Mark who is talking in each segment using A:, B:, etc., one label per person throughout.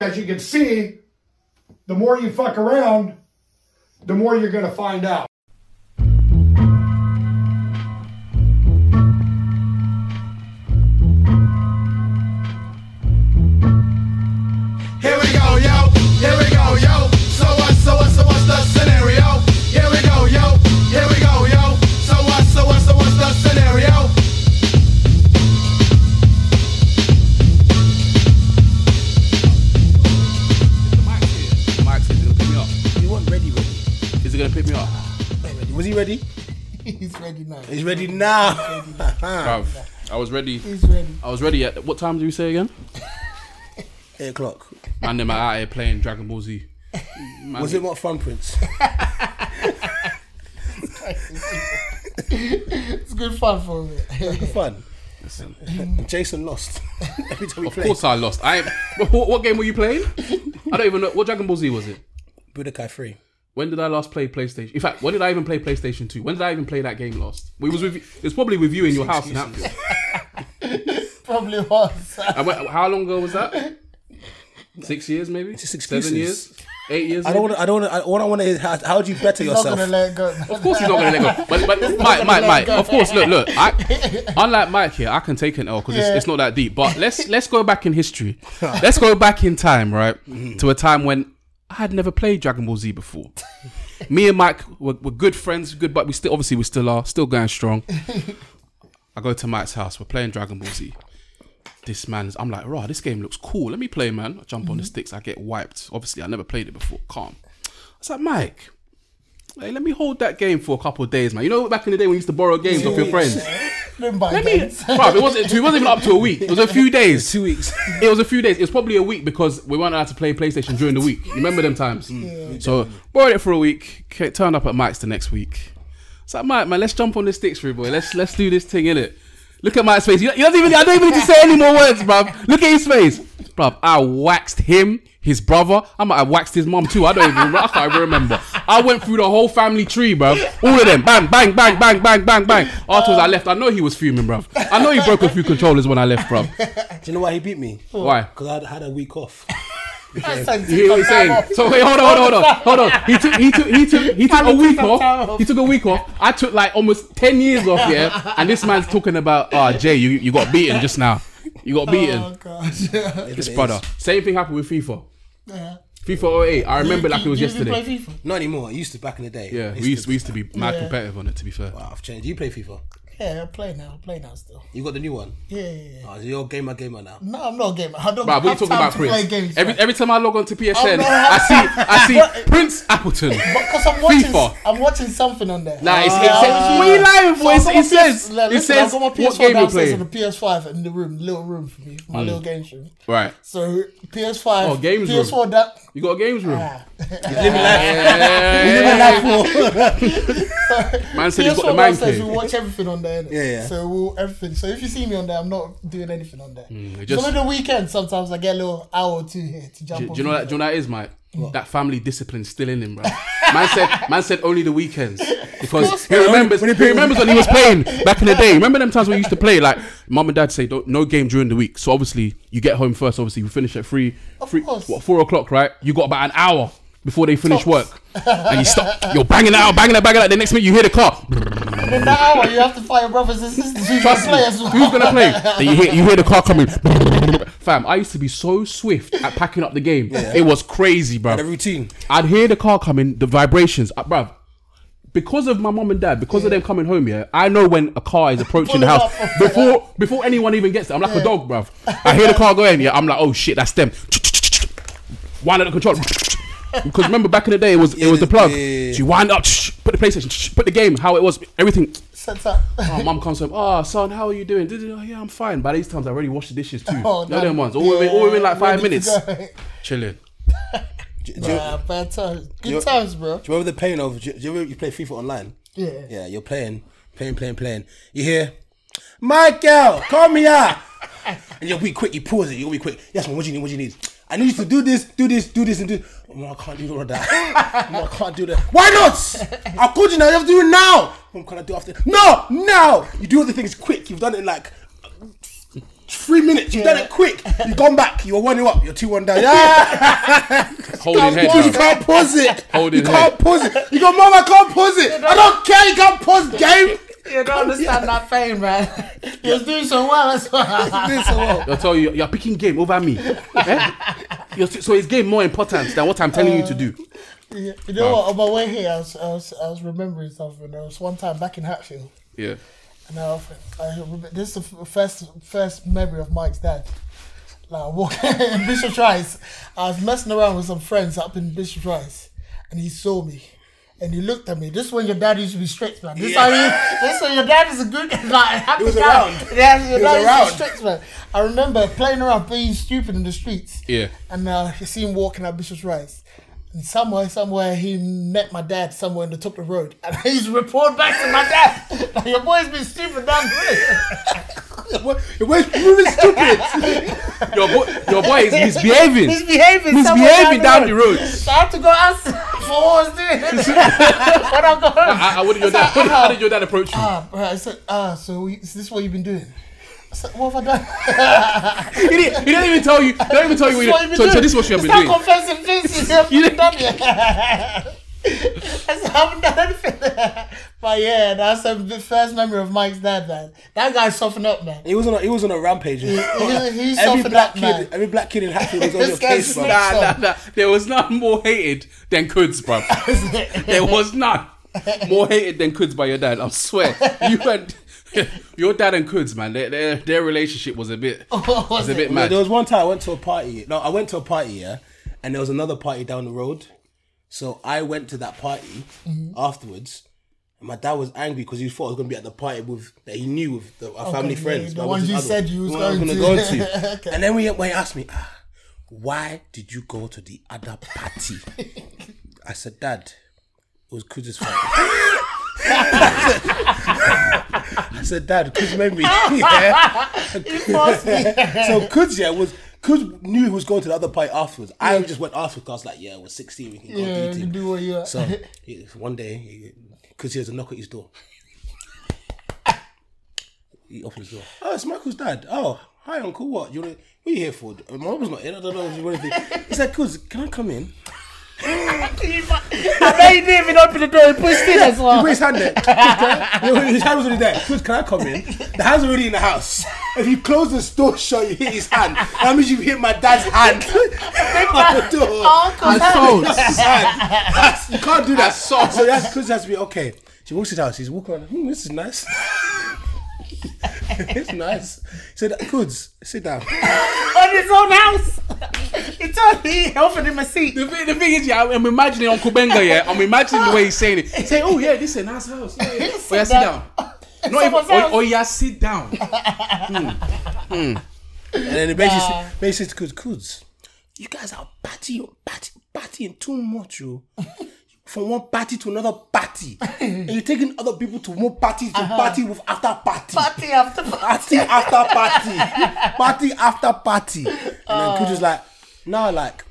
A: as you can see, the more you fuck around, the more you're going to find out.
B: Here we go, yo. Here we go, yo. So what? So what? So what's the scenario? Here we go, yo. Here we go, yo. So what? So what? So what's the scenario?
C: The mic's here. The mic's here. It's gonna pick me up.
D: He wasn't ready, ready.
C: Is it gonna pick me up?
D: Was he ready?
E: He's ready now.
D: He's ready now.
C: Bruv, I was ready.
E: He's ready.
C: I was ready at what time did we say again?
D: Eight o'clock.
C: Man, them are out here playing Dragon Ball Z. Man,
D: Was it what fun prince?
E: It's good fun for me.
D: fun.
C: Listen,
D: Jason lost every time he
C: of
D: played.
C: course I lost. I ain't- what, what game were you playing? I don't even know. What Dragon Ball Z was it?
D: Budokai Three.
C: When did I last play PlayStation? In fact, when did I even play PlayStation Two? When did I even play that game last? We was with. you- It was probably with you in your house in Hatfield.
E: Probably was.
C: I went, how long ago was that? Six years, maybe.
D: Just
C: Seven
D: excuses.
C: years. Eight years.
D: I don't.
C: maybe?
D: Wanna, I don't. Wanna, I, what I want to is how, how do you better
E: Not gonna
D: yourself?
E: let go.
C: Of course he's not going to let go. But, but Mike,
E: gonna
C: Mike,
E: let
C: Mike.
E: go.
C: Of course, look, look. I, unlike Mike here, I can take an L because
E: Yeah.
C: it's, it's not that deep. But let's let's go back in history. Let's go back in time, right,
E: Mm-hmm.
C: to a time when I had never played Dragon Ball Z before. Me and Mike were, were good friends, good, but we still obviously we still are, still going strong. I go to Mike's house. We're playing Dragon Ball Z. This man's. I'm like, rah, this game looks cool. Let me play, man. I jump on the
E: Mm-hmm.
C: sticks. I get wiped. Obviously, I never played it before. Calm. I was like, Mike, hey, let me hold that game for a couple of days, man. You know, back in the day when you used to borrow games off your friends.
E: Remember
C: Let me,
E: again.
C: Bruv, it wasn't. It wasn't even up to a week. It was a few days.
D: Two weeks.
C: It was a few days. It was probably a week because we weren't allowed to play PlayStation during the week. You remember them times? So borrowed it for a week. ca- Turned up at Mike's the next week. It's like Mike, man, let's jump on the sticks, free boy. Let's let's do this thing in it. Look at Mike's face. He he doesn't even. I don't even need to say any more words, bruv. Look at his face, bruv. I waxed him, his brother. I might have waxed his mum too. I don't even. I can't even remember. I went through the whole family tree, bruv. All of them. Bang, bang, bang, bang, bang, bang, bang. Afterwards, I left. I know he was fuming, bruv. I know he broke a few controllers when I left, bruv.
D: Do you know why he beat me?
C: Why?
D: Because I had a week off.
E: That's like
C: You hear what
E: some
C: he's
E: time
C: saying?
E: off.
C: So wait, hold on, hold on, hold on, hold on. He took, he took, he took, he took a week
E: time
C: off.
E: off.
C: He took a week off. I took like almost ten years off, yeah. And this man's talking about, ah, Jay, you, you got beaten just now. You got
E: Oh
C: beaten,
E: gosh.
C: this brother. Same thing happened with FIFA.
E: Yeah.
C: FIFA 08. I remember it like it was
E: Do you even
C: yesterday.
E: play FIFA?
D: Not anymore. I used to back in the day.
C: Yeah,
D: I
C: we used, we used to be mad
E: Yeah.
C: competitive on it. To be fair,
D: Wow, I've changed. You play FIFA.
E: Yeah, I play now. I play now still.
D: You got the new one.
E: Yeah, yeah, yeah.
D: Oh, so you're gamer gamer now.
E: No, I'm not a gamer. I don't
C: Bruh, we
E: have
C: talking
E: time
C: about
E: to play
C: Prince.
E: games. Oh,
C: Every every time I log on to PSN,
E: not-
C: I see I see Prince Appleton.
E: because I'm watching,
C: FIFA.
E: I'm watching something on there.
C: Nah, it's, it
E: Yeah,
C: says,
E: I
C: what are you
E: was-
C: lying for?
E: So I
C: It's-
E: got
C: it
E: my
C: says,
E: PS like,
C: it
E: listen,
C: says,
E: I got my
C: what
E: PS4
C: game you
E: downstairs
C: playing?
E: on the PS5 in the room, little room for me, my little game room.
C: Right,
E: So PS5,
C: Oh, games room.
E: PS4 that.
C: you got a games room. Man said he's got the man
E: PS4 downstairs, we
C: cave.
E: watch everything on there. innit?
D: Yeah, yeah.
E: So we'll everything. So if you see me on there, I'm not doing anything on there.
C: Mm, just-
E: Some of the weekends, sometimes I get a little hour or two here to jump.
C: Do,
E: on
C: do you know that? Do you know that is, mate? That family discipline's still in him, bro. Man said, man said only the weekends because he remembers. When he, remembers when he was playing back in the day. Remember them times we used to play? Like mum and dad say, don't no game during the week. So obviously you get home first. Obviously you finish at three,
E: Of
C: three
E: course.
C: what four o'clock, right? You got about an hour before they finish work, and you stop. You're banging it out, banging it, banging it out. The next minute you hear the car.
E: And in that hour, you have to fight your brothers and sisters who can play as well.
C: Who's gonna play? Then you hear you hear the car coming. Fam, I used to be so swift at packing up the game. It was crazy, bro.
D: The routine.
C: I'd hear the car coming, the vibrations, uh, bruv. Because of my mom and dad, because of them coming home here, I know when a car is approaching the
E: Pulling
C: house
E: up.
C: before before anyone even gets there. I'm like a dog, bruv. I hear the car going, yeah, I'm like, oh shit, that's them. Wind up the control. Because remember back in the day, it was it was the
D: the-
C: plug.
D: yeah, yeah, yeah.
C: She wind up, put the PlayStation, put the game, how it was, everything.
E: Sets up.
C: Oh, mum comes home. Oh, son, how are you doing? Did you- Oh, yeah, I'm fine. By these times, I already washed the dishes too.
E: Oh,
C: no,
E: that-
C: them ones. All within, all within like five
E: Ready to
C: minutes.
E: go.
C: Chilling.
D: Do, do, you,
E: Nah, bad times.
D: You're-
E: Good times, bro.
D: do you remember the pain of? Do you remember you play FIFA online?
E: Yeah.
D: Yeah, you're playing, playing, playing, playing. You hear, Michael, come here. and you'll be quick, you pause it, you'll be quick. Yes, man, what do you need? What do you need? I need you to do this, do this, do this, and do No, I can't do all of that. No, I can't do that. Why not? I called you now, you have to do it now. What can I do after? No, now! You do all the things quick. You've done it in like Three minutes. You've done it quick. You've gone back. You're one up. You're two one down. Yeah.
C: Holding head,
D: You
C: bruv.
D: can't pause it.
C: Holding
D: you can't
C: head.
D: pause it. You go, mom, I can't pause it. I don't care. You can't pause game.
E: You don't understand that pain, man. He was doing so well. That's why.
D: This is all.
C: I tell you, you're picking game over me. Eh? You're- so is game more important than what I'm telling you to do?
E: You know what? On my way here, I was, I was, I was remembering something. There was one time back in Hatfield.
C: Yeah.
E: And I, I remember, this is the f- first first memory of Mike's dad. Like I walk in Bishop Rice. I was messing around with some friends up in Bishop Rice, and he saw me. And he looked at me. This is when your dad used to be strict, man. This how you, this when your dad is a good, like happy
D: was
E: guy.
D: around.
E: Yeah, your
D: He was
E: dad
D: around.
E: used to be strict, man. I remember playing around, being stupid in the streets.
C: Yeah.
E: And uh, I see him walking up Bishop's Rise. And somewhere, somewhere, he met my dad somewhere and they took the road. And I used to report back to my dad. Like, your boy's been stupid down the
D: What- Where's moving stupid?
C: Your boy, your boy is
E: road.
C: misbehaving.
E: Misbehaving.
C: misbehaving
E: Misbehaving
C: down the road.
E: So I have to go ask for what I was doing. when I go home.
C: I, I, what did your dad? How did, how did your dad approach you?
E: Ah, bro, I said, ah, so we- is this what you've been doing? I said, what have I done?
C: He didn't, he didn't even tell you. Don't even tell you. What you
E: That's what you've been
C: so,
E: doing.
C: so this is what you have been
E: Stop
C: doing.
E: confessing things you haven't
C: didn't-
E: done yet. I said, I haven't done anything. but yeah, that's the the first memory of Mike's dad, man. That guy softened up, man.
D: He was on a, he was on a rampage.
E: he- he
D: every
E: suffered
D: black
E: that,
D: kid,
E: man.
D: every black kid in Hatfield was on
E: This
D: your
E: guy's
D: case, man.
E: snitch.
C: Nah, nah, nah. There was none more hated than Kuds, bro. there was none more hated than Kuds by your dad. I swear, you and your dad and Kuds, man, their, their their relationship was a bit was,
E: was
C: a bit
E: it?
C: mad.
D: There Oh, was one time I went to a party. No, I went to a party, yeah, and there was another party down the road. So I went to that party
E: Mm-hmm.
D: afterwards. And my dad was angry because he thought I was going to be at the party with that he knew with the, our family
E: yeah,
D: friends.
E: the
D: but I
E: ones
D: wasn't
E: you
D: other-
E: said you was
D: the one I
E: going
D: gonna
E: to.
D: go to. And then when he, when he asked me, ah, why did you go to the other party? I said, Dad, it was Kuz's fault. I said, Dad, Kuz made me. Yeah. so Kuz, yeah, was Kuz knew he was going to the other party afterwards. I just went afterwards. 'cause I was like, yeah, we're 16, we can go
E: Yeah,
D: do
E: you
D: things.
E: do what you
D: So he- one day, because he has a knock at his door, he opens the door. Oh, it's Michael's dad. Oh, hi, uncle. What? You wanna, what are you here for? My mom's not in. I don't know if you want anything. He said, "Cuz, can I come in?"
E: I know you didn't even open the door, you pushed in as
D: He
E: well.
D: put his hand there. "Cuz, can I-" His hand was already there. "Cuz, can I come in? The hand's already in the house. If you close the door shut, you hit his hand. That means you hit my dad's hand on the door.
E: Uncle,
C: so
D: That's- you can't do that.
C: That's so-
D: So that's because has to be okay. She walks it out. She's walking around. Hmm, this is nice. it's nice. He said, "Goods, sit down."
E: on his own house. He told me he offered him a seat.
C: The thing, the thing is, yeah, I'm imagining Uncle Benga, yeah. I'm imagining the way he's saying it. Say, oh yeah, this is a nice house. Yeah, yeah. Oh yeah, sit down. No, even,
E: Someone's
C: oh,
E: house.
C: oh yeah, sit down.
D: And then basically, basically, says to Goods, "Goods, you guys are batty, batty, battying too much, you." From one party to another party, and you're taking other people to more parties to party with after party.
E: Party after party.
D: party after party, party after party. And
E: Oh.
D: then Kuj was like, no, like,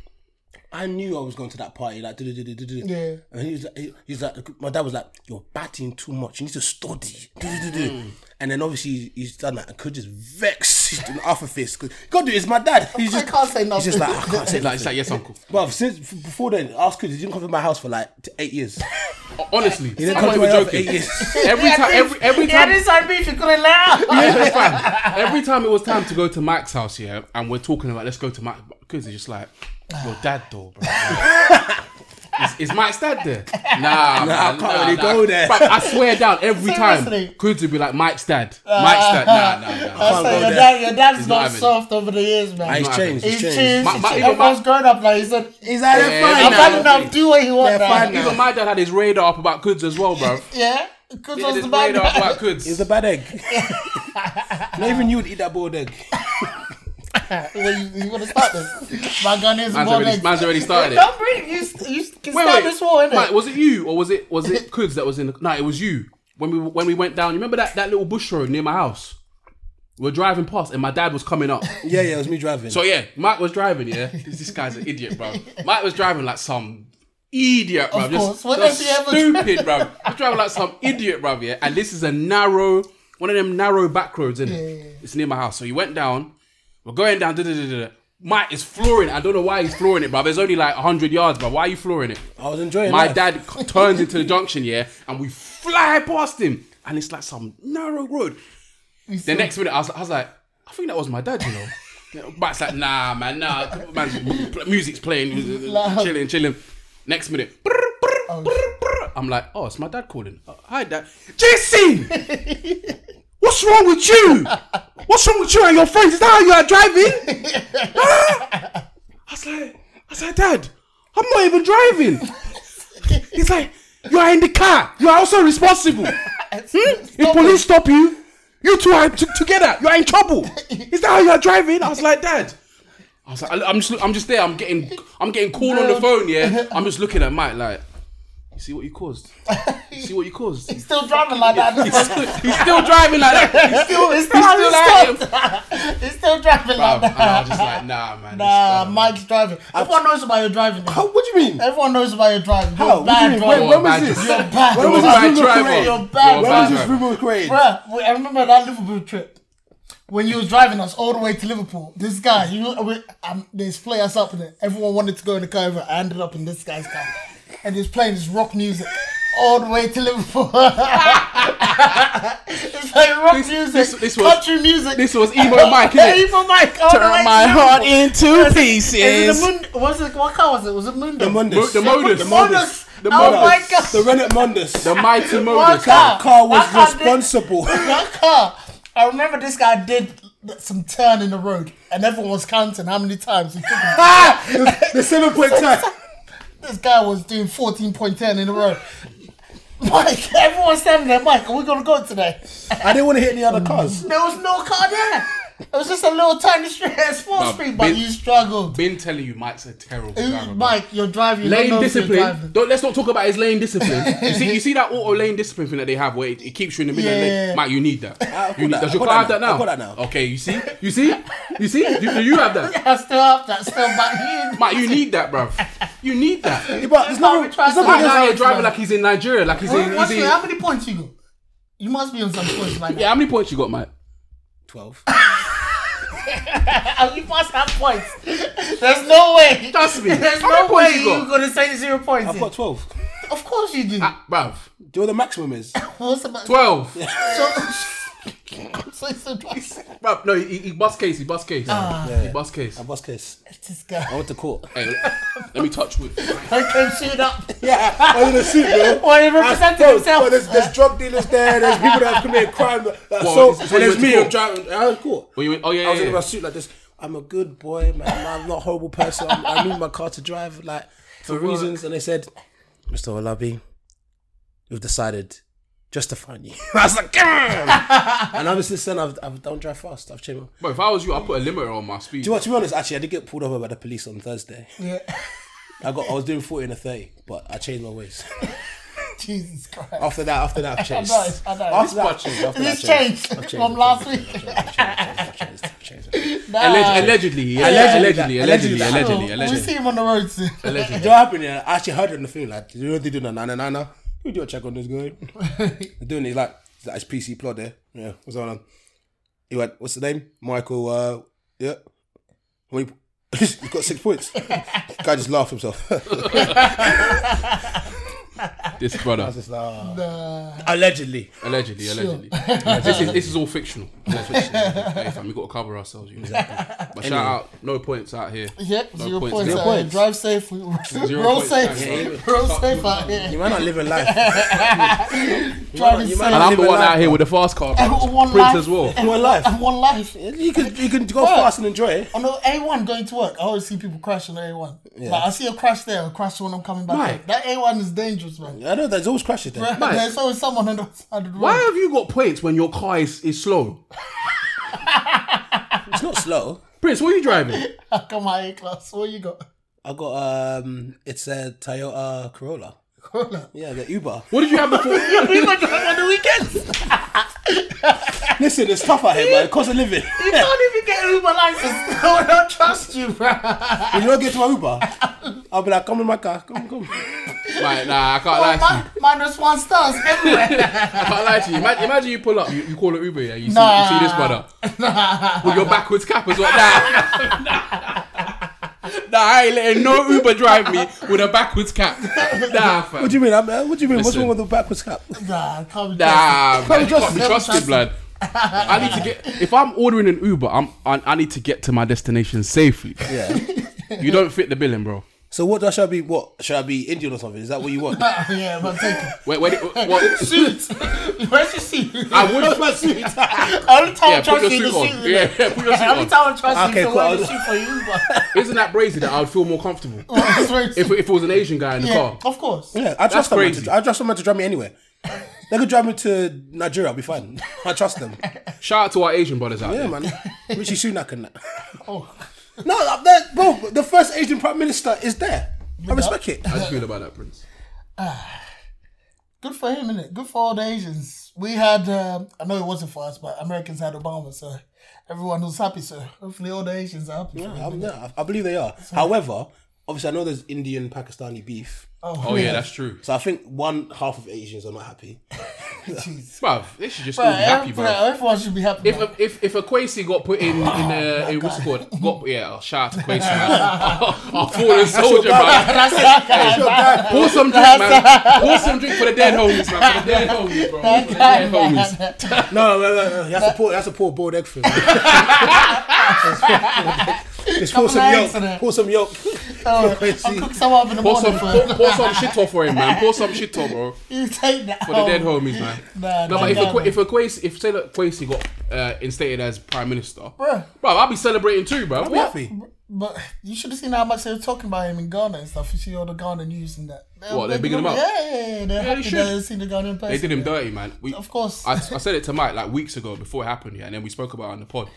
D: I knew I was going to that party, like, do do do do do.
E: Yeah.
D: And he was like, he, he's like, my dad was like, you're batting too much. You need to study. Do do do do.
E: Mm.
D: And then obviously he's- he's done that, and Kuj is vexed in alpha face. 'cause- God, dude, it's my dad. He's
E: I
D: just,
E: can't say
D: he's just
E: nothing.
D: like, I can't say
C: Like, it's like yes, Uncle.
D: But since f- before then, ask Kuj, he didn't come to my house for like t- eight years.
C: Honestly,
D: He didn't
C: I'm
D: come
C: not
D: to my
C: even
D: house for
C: joking.
D: eight years.
C: Every time, every every
E: Yeah,
C: time,
E: this side beef you couldn't let out.
C: every time, every time it was time to go to Mike's house, yeah, and we're talking about let's go to Mike because it's just like your dad though, bro. Is, is Mike's dad there? Nah, man,
D: I can't
C: nah,
D: really
C: nah.
D: go there.
C: Bruv, I swear down every time.
E: Seriously.
C: Could would be like Mike's dad. Mike's dad. Nah, nah, nah.
E: I
D: Can't go
E: say your,
D: there.
E: dad, your dad's
C: It's not
E: not
C: happening.
E: soft over the years, man.
D: He's
C: Nah,
D: changed.
E: He's
D: He's
E: changed.
D: changed.
C: My- my-
E: he's
C: even
E: changed. Everyone's
C: my-
E: grown up now. He said,
D: He's like,
C: Yeah,
D: they're fine
E: I've
C: nah,
E: had
C: nah,
E: enough. Do what you want
D: They're
E: now.
D: fine
C: Even
D: now.
C: my dad had his radar up about goods as well, bro.
E: Yeah, because
C: He had
E: was
C: his
E: the bad
C: radar up
E: guy.
C: about goods.
D: It's a bad egg. Not even you would eat that boiled egg.
E: Well, you, you want to start this? My gun is
C: Man's
E: more
C: already,
E: legs.
C: man's already started it.
E: Don't bring you. You can
C: Wait, wait,
E: start this war, innit?
C: Mike, was it you or was it was it Kuds that was in the? No, it was you when we when we went down. You remember that that little bush road near my house? We We're driving past and my dad was coming up.
D: Yeah, yeah, it was me driving.
C: So yeah, Mike was driving. Yeah, this, this guy's an idiot, bro. Mike was driving like some idiot, bro.
E: Of
C: just,
E: course, what
C: just
E: has he ever
C: stupid, bro. He was driving like some idiot, bro. Yeah, and this is a narrow one of them narrow back roads in
E: Yeah, yeah, yeah.
C: It's near my house. So he went down. We're going down. da-da-da-da-da. Mike is flooring. it. I don't know why he's flooring it, bro. There's only like 100 yards, bro. Why are you flooring it?
D: I was enjoying
C: My
D: life.
C: dad c- turns into the junction, yeah, and we fly past him, and it's like some narrow road. The next minute, I was, I was like, I think that was my dad, you know. Yeah, Mike's like, nah, man, nah. Man, music's playing, uh,
E: Loud.
C: chilling, chilling. Next minute, I'm like, oh, it's my dad calling. Uh, hi, dad. Jason, what's wrong with you? What's wrong with you and your friends? Is that how you are driving? Huh? I was like, I was like, dad, I'm not even driving. He's like, you are in the car. You are also responsible. Hmm? If police stop you, you two are t- together. You are in trouble. Is that how you are driving? I was like, dad. I was like, I- I'm just, I'm just there. I'm getting, I'm getting called on the phone. Yeah, I'm just looking at Mike like, you see what you caused. You see what you caused.
E: He's still driving like that.
C: He's still, he's still driving like that. He's still, he's
E: It's
C: still, like him.
E: He's still driving
C: Bruv,
E: like
C: and I was
E: that.
C: just like, nah, man.
E: Nah,
C: this-
E: Mike's driving. Everyone knows about your driving. now.
D: How, what do you mean?
E: Everyone knows about your driving. You're
D: How?
E: a
D: What do you mean?
E: bad
D: When,
E: driver.
D: when
C: Bad
D: was this?
E: You're bad.
D: When was this
E: You're bad
D: rumor
C: driver.
D: created?
E: You're bad
D: When was
E: driver.
D: this rumor created?
E: Bruh, we- I remember that Liverpool trip when you was driving us all the way to Liverpool. This guy, he, we, um, they split us up in it. Everyone wanted to go in the car, but I ended up in this guy's car, and he was playing this rock music all the way to Liverpool. it's like rock
C: This-
E: music,
C: this- this was-
E: country music.
C: this was emo Mike, innit?
E: emo Mike, all the way
C: Turn
E: to
C: my heart
E: Liverpool.
C: into
E: Is it
C: pieces.
E: the Mund- was it what car was it? Was it Mundo?
D: The Mundus.
C: The Modus.
E: The
C: Modus.
E: Mundus.
C: The
E: oh
C: Mundus.
E: my god.
D: The Reddit Mundus.
C: The mighty
E: What
C: Modus.
E: car?
D: car was
E: That car did-
D: responsible.
E: that car. I remember this guy did some turn in the road, and everyone was counting how many times he took it.
C: Ah!
D: the, the seven point time.
E: this guy was doing fourteen point ten in a row. Mike, everyone's standing there. Mike, are we gonna go today?
D: I didn't want to hit any other cars.
E: There was no car there. It was just a little tiny street, small
C: No,
E: street, but
C: been-
E: you struggled.
C: Been telling you, Mike's a terrible
E: You-
C: driver. bro.
E: Mike, you're driving. you don't
C: Lane
E: know if you're
C: discipline.
E: driving.
C: Don't, let's not talk about his lane discipline. You see, you see that auto lane discipline thing that they have, where it, it keeps you in the middle. of the
E: Yeah. Ah,
C: lane. Mike, you need that.
D: I've
C: You
D: got
C: need,
D: that.
C: does
D: I've
C: your
D: got
C: car have
D: that
C: that
D: now.
C: now?
D: I've got that now.
C: Okay, you see, you see, you see. Do, do you have that?
E: I still have that. Still, but you.
C: Mike, you need that, bruv. You need that.
D: Yeah, But there's
E: How
D: no,
E: we
D: there's
E: tried
D: no
E: to-
C: Mike
D: there's-
C: now you're driving like he's in Nigeria, like he's in.
E: What's
C: He's
E: your,
C: in
E: how many points you got? You must be on some points like that.
C: yeah, how many points you got, Mike?
D: 12.
E: And you must have points. There's no way.
C: Trust me.
E: There's
C: How many
E: no
C: points
E: way
C: you got?
E: you're gonna say zero points.
D: I've
E: in.
D: got 12. Do
E: Of course you do.
C: Ah, bruv,
D: you know what the maximum is?
E: What's about
C: twelve.
E: So, so it's a twice.
C: bruv, no, he, he bust case, he bust case, he bust case.
D: I bust case.
E: This
D: I
E: guy.
D: went to court.
C: Hey, let me touch with.
E: I can shoot up.
D: Yeah, I was in a suit, bro.
E: Well, he represented
D: Bro,
E: himself.
D: bro, there's, there's drug dealers there. There's people that have committed crime. That, that
C: Well,
D: so,
C: so
D: and
C: you
D: there's
C: went to
D: me.
C: court?
D: I'm driving. I was cool.
C: Oh, you went- oh, yeah,
D: I was
C: yeah,
D: in
C: yeah.
D: my suit like this. I'm a good boy, man. I'm not a horrible person. I'm, I need my car to drive, like for reasons. And they said, Mr. Olabi, we've decided just to find you. I was like, "Damn!" and ever since then, I've, I've don't drive fast. I've changed. my-
C: But if I was you, I'd put a limiter on my speed.
D: Do you know what? To be honest, actually, I did get pulled over by the police on Thursday.
E: Yeah.
D: I got I was doing 40 and a 30, but I changed my ways.
E: Jesus Christ.
D: After that, after that, I've changed.
E: know, I know.
D: After that, I've
C: This
D: changed. After that, I've
E: This
D: changed.
E: changed
D: I've
E: from last week.
D: I've changed, I've changed, I've changed, I've changed.
E: Nah.
C: Alleg- allegedly, yeah. allegedly,
D: Allegedly.
C: allegedly,
E: So,
C: allegedly,
E: We see
C: allegedly.
E: him on the road soon.
D: Do you know what happened? Yeah, I actually heard it on the thing. Like, you know what they do? Na na na na. Who do a check on this guy? They're doing it like it's like his PC plot there. Yeah, what's going on? He went, what's the name? Michael. Uh, yeah. When he, he's got six points. guy just laughed himself.
C: This brother,
D: Just like, ah.
E: Nah.
D: Allegedly.
C: allegedly, allegedly. this, is, this is all fictional. This is fictional. hey, fam, we got to cover ourselves. You know? But shout out, no points out here.
E: Yep,
C: No
E: zero
C: points.
E: points.
C: Zero
E: out
D: points.
E: here. Drive safe. We-
C: Zero
E: Roll
C: points out here.
E: safe. Roll safe out here.
D: You might not live a life.
E: Driving
D: you
E: safe.
D: might
C: And I'm the
D: Live a
C: one
D: life,
C: out here
D: bro.
C: with the fast car. bro.
E: And one
C: Prince
E: life.
C: as well.
D: You want life.
E: One life.
D: You can you can go fast and enjoy it.
E: On the A1 going to work, I always see people crash on the A1.
D: Yeah.
E: Like, I see a crash there, a crash when I'm coming back.
C: Why?
E: Right. That A1 is dangerous, man.
D: I know there's always crashes there.
E: Bruh, There's always someone on the side of the road.
C: Why have you got points when your car is, is slow?
D: It's not slow.
C: Prince, what are you driving?
E: I got my A class. What you got?
D: I got um, it's a Toyota Corolla.
E: Corolla.
D: Yeah, the Uber.
C: What did you have before?
E: We went to work on the weekends. You
D: Listen, it's tough out here, man. It costs a living. You
E: Oh, can't even get an Uber license. No one will trust you, bruh.
D: don't get to my Uber. I'll be like, come in my car, come, come.
C: Right, nah, I can't lie to you.
E: Min- minus one stars everywhere.
C: I can't lie to you. Imagine, imagine you pull up, you, you call an Uber, yeah, you see, you see this brother
E: Nah.
C: with your backwards cap as well. Nah. Nah, I ain't letting no Uber drive me with a backwards cap. Nah, fam.
D: What do you mean? I'm, uh, what do you mean? What's
C: Listen.
D: wrong with the backwards cap?
E: Nah, can't be
C: Nah, man, you
D: trust
C: can't be
E: him.
C: trusted, blood. I need to get. If I'm ordering an Uber, I'm. I, I need to get to my destination safely.
D: Yeah.
C: You don't fit the billing, bro.
D: So what do I, should I be? What should I be Indian or something? Is that what you want?
E: trusted. yeah, but take it.
C: Wait, wait. What?
E: Suit. Where's your suit?
C: I would.
D: my suit.
E: Every time
C: Yeah,
E: I
C: put
E: trust
C: your
E: you,
C: suit
E: the
C: on.
E: suit. is
C: Yeah,
E: there.
C: yeah, put your
E: Every
C: suit on.
E: time I trust
D: Okay,
E: you, the
D: cool.
E: wear the suit for you. But
C: Isn't that brazy that I would feel more comfortable
E: I swear it's-
C: if, if it was an Asian guy in the
E: yeah,
C: car?
E: of course.
D: Oh. Yeah, I trust someone.
C: crazy.
D: To, I trust someone to drive me anywhere. They could drive me to Nigeria. I'll be fine. I trust them.
C: Shout out to our Asian brothers out
D: Yeah,
C: there.
D: man. Richie Sunak and that.
E: Oh,
D: No, that- that, bro. The first Asian prime minister is there. I respect it.
C: How do you feel about that, Prince?
E: good for him, innit? Good for all the Asians. We had, um, I know it wasn't for us, but Americans had Obama, so everyone was happy, so hopefully all the Asians are happy. for him.
D: Um, yeah, I I believe they are. However, obviously, I know there's Indian Pakistani beef.
C: Oh yeah, that's true.
D: So I think one half of Asians are not happy.
E: Jeez.
C: Bruv, they should just
E: Bro,
C: all be happy,
E: every, bro,
C: bro.
E: everyone should be happy.
C: If
E: man.
C: a, if if a Kwesi got put in in
E: Oh
C: uh, in what's it called? Got yeah, oh, shout out to Kwesi, man. Our fallen soldier, man.
E: That's that guy, man.
C: Pour some drink, man. Pour some drink for the dead homies, man. For the dead homies, bro. For the dead homies.
D: No, no, no, no. That's a poor, that's a poor boiled egg for me. Just pour some
E: Couple
D: yolk.
E: eggs in it.
D: Pour some yolk.
E: Oh, I'll cook some up in the
C: Pour some,
E: morning for
C: pour, pour some shit off for him, man. Pour some shit off, bro.
E: You take that
C: For the dead homies, man. No,
E: Nah, that
C: but if a,
E: guy,
C: Qu-
E: Oh, man.
C: if a Kwesi, if say that Kwesi got uh, instated as prime minister, bro,
E: Bruh.
C: I'll be celebrating too, bro.
D: Be happy.
E: But you should have seen how much they were talking about him in Ghana and stuff. You see all the Ghana news and that. They're
C: What, they're bigging him up?
E: Yeah, yeah, yeah. They're
C: they
E: happy
C: should.
E: they seen the Ghanaian person.
C: They did him dirty, man. We,
E: Of course.
C: I, I said it to Mike like weeks ago before it happened, yeah, and then we spoke about it on the pod.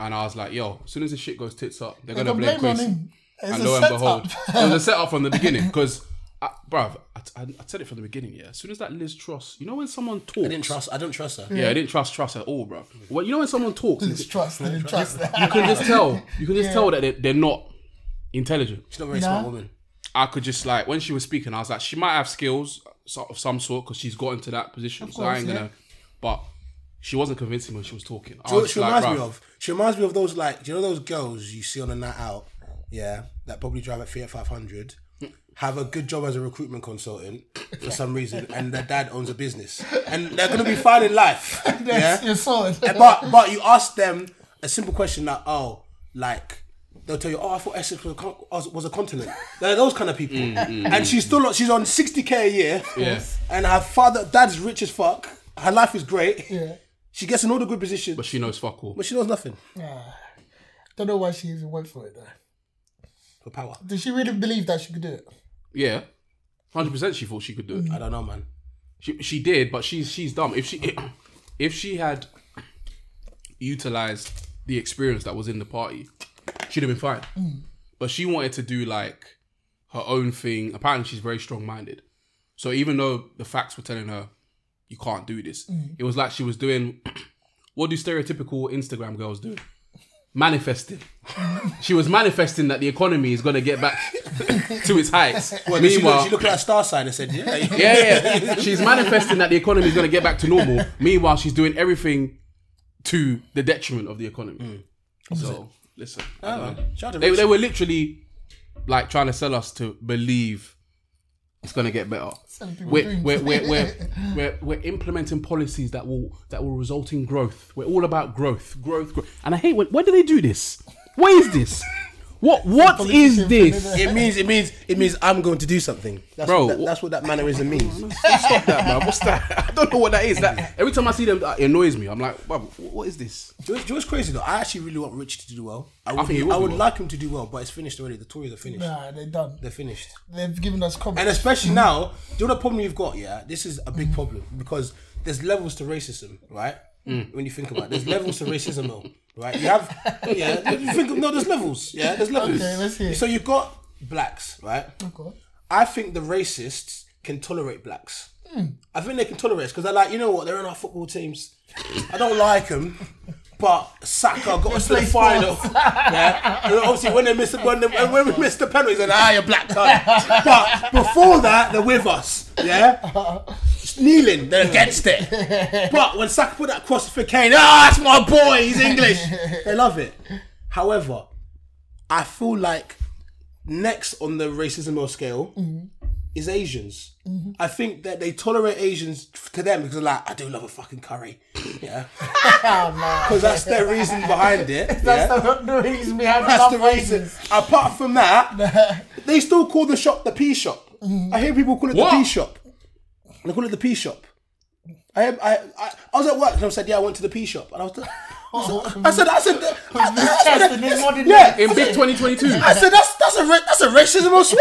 C: And I was like, yo, as soon as this shit goes tits up, they're
E: They
C: going to blame
E: can blame it on
C: Quincy.
E: him. It's
C: and
E: a
C: lo and
E: setup.
C: behold, it was a setup from the beginning because, bruv, I, I, I said it from the beginning, yeah. As soon as that Liz Truss, you know when someone talks.
D: I didn't trust. I don't trust her.
C: Yeah, I didn't trust Truss at all, bruv. Well, you know when someone talks, and
E: It's trust. They didn't trust
C: you
E: that.
C: can just tell, you can just tell that they're, they're not intelligent.
D: She's not a very
E: Nah.
D: smart woman.
C: I could just like when she was speaking, I was like, she might have skills so- of some sort because she's got into that position. so I
E: course,
C: ain't gonna. But she wasn't convincing when she was talking. I
D: Do you
C: was
D: know what
C: just
D: she
C: like,
D: reminds me
C: bruv,
D: of? She reminds me of those like, do you know those girls you see on a night out? Yeah, that probably drive at Fiat 500, have a good job as a recruitment consultant for some reason, and their dad owns a business, and they're gonna be fine in life.
E: Yes,
D: Yeah,
E: you saw it.
D: but but you ask them a simple question like, oh, like. They'll tell you, oh, I thought Essex was a, con- was- was a continent. They're those kind of people,
C: Mm,
D: and she's still not- she's on sixty k a year,
C: Yeah.
D: and her father, dad's rich as fuck. Her life is great.
E: Yeah.
D: She gets in all the good positions,
C: But she knows fuck all.
D: but she knows nothing.
E: Don't know why she even went for it though.
D: for power.
E: Did she really believe that she could do it?
C: Yeah, hundred percent. She thought she could do it.
D: I don't know, man.
C: She she did, but she's she's dumb. If she if she had utilized the experience that was in the party, she'd have been fine. But she wanted to do like her own thing. Apparently, she's very strong minded. So even though the facts were telling her you can't do this, it was like she was doing what do stereotypical Instagram girls do? Manifesting. she was manifesting that the economy is going to get back to its heights.
D: Well, she, looked, she looked at a star sign and said, "Yeah, yeah."
C: Yeah, yeah. She's manifesting that the economy is going to get back to normal. Meanwhile, she's doing everything to the detriment of the economy. So, listen. I don't know.
D: Shout out to
C: They,
D: Rich.
C: they were literally like trying to sell us to believe it's going to get better.
E: Selling people
C: We're,
E: dreams.
C: we're, we're, we're, we're, we're implementing policies that will that will result in growth. We're all about growth, growth, growth. And I hate when, why do they do this? What is this? What what is this?
D: It means it means it means I'm going to do something. That's
C: Bro,
D: what that, that's what that mannerism means.
C: Stop that, man. What's that? I don't know what that is. That every time I see them, that annoys me. I'm like, "Bruv, what is this?
D: Do you know what's crazy though? I actually really want Rich to do well. I would, I,
C: think he will do
D: would
C: well.
D: like him to do well, but it's finished already. The Tories are finished.
E: Nah, they're done.
D: They're finished.
E: They've given us
D: And
E: comments.
D: especially now, do you know the problem you've got? Yeah, this is a big problem because there's levels to racism, right?
C: Mm.
D: When you think about it, there's levels to racism, though, right? You have, yeah, you think, no, there's levels, yeah, there's levels.
E: Okay, let's hear it.
D: So you've got blacks, right?
E: Okay.
D: I think the racists can tolerate blacks. I think they can tolerate us because they're like, you know what, they're in our football teams. I don't like them, But Saka got us to the final. Yeah, and obviously when they missed the when, they, when we missed the penalties, and ah, you're black card. But before that, they're with us. Yeah, Just kneeling, they're against it. But when Saka put that cross for Kane, ah, that's my boy. He's English. They love it. However, I feel like next on the racism or scale is Asians.
E: Mm-hmm.
D: I think that they tolerate Asians to them because they're like, I do love a fucking curry. Yeah. Because that's their reason behind it. yeah?
E: That's the, the reason we have
D: That's
E: some
D: the reason.
E: races.
D: Apart from that, they still call the shop the P shop.
E: Mm-hmm.
D: I hear people call it the P
C: What?
D: shop. They call it the P shop. I, I, I, I was at work and I said, yeah, I went to the P shop. And I was like, I said, I said, I said, I
E: Chest
D: said
E: and this one in
D: yeah,
C: In big 2022.
D: I said that's that's a ra- that's a racism on swear.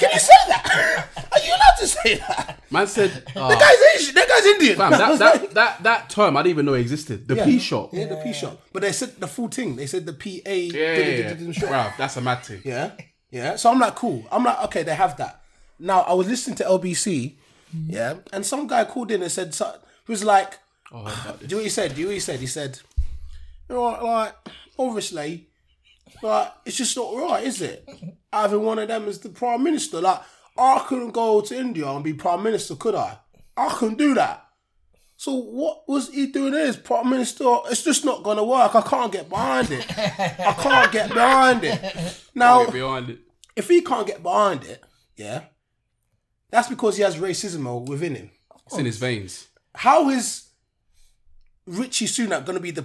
D: Can you say that? Are you allowed to say that?
C: Man said,
D: The
C: uh,
D: guy's Asian. That guy's Indian.
C: fam,
D: I
C: that,
D: was
C: that,
D: like-
C: that, that term I didn't even know existed. The P shop.
D: Yeah, the P shop. But they said the full thing. They said the P A.
C: Yeah, yeah, yeah.
D: shop.
C: Bruv, that's a mad thing.
D: Yeah. Yeah. So I'm like, cool. I'm like, okay, they have that. Now I was listening to LBC, yeah, and some guy called in and said, so, he was like,
C: Oh,
D: do you know what he said? Do you know what he said? He said, you know what, like, obviously, like, it's just not right, is it? Having one of them as the prime minister, like, I couldn't go to India and be prime minister, could I? I couldn't do that. So what was he doing there as prime minister? It's just not gonna work. I can't get behind it. I can't get behind it. Now,
C: Get behind it.
D: if he can't get behind it, yeah, that's because he has racism within him.
C: It's in his veins.
D: How is Richie Sunak going to be the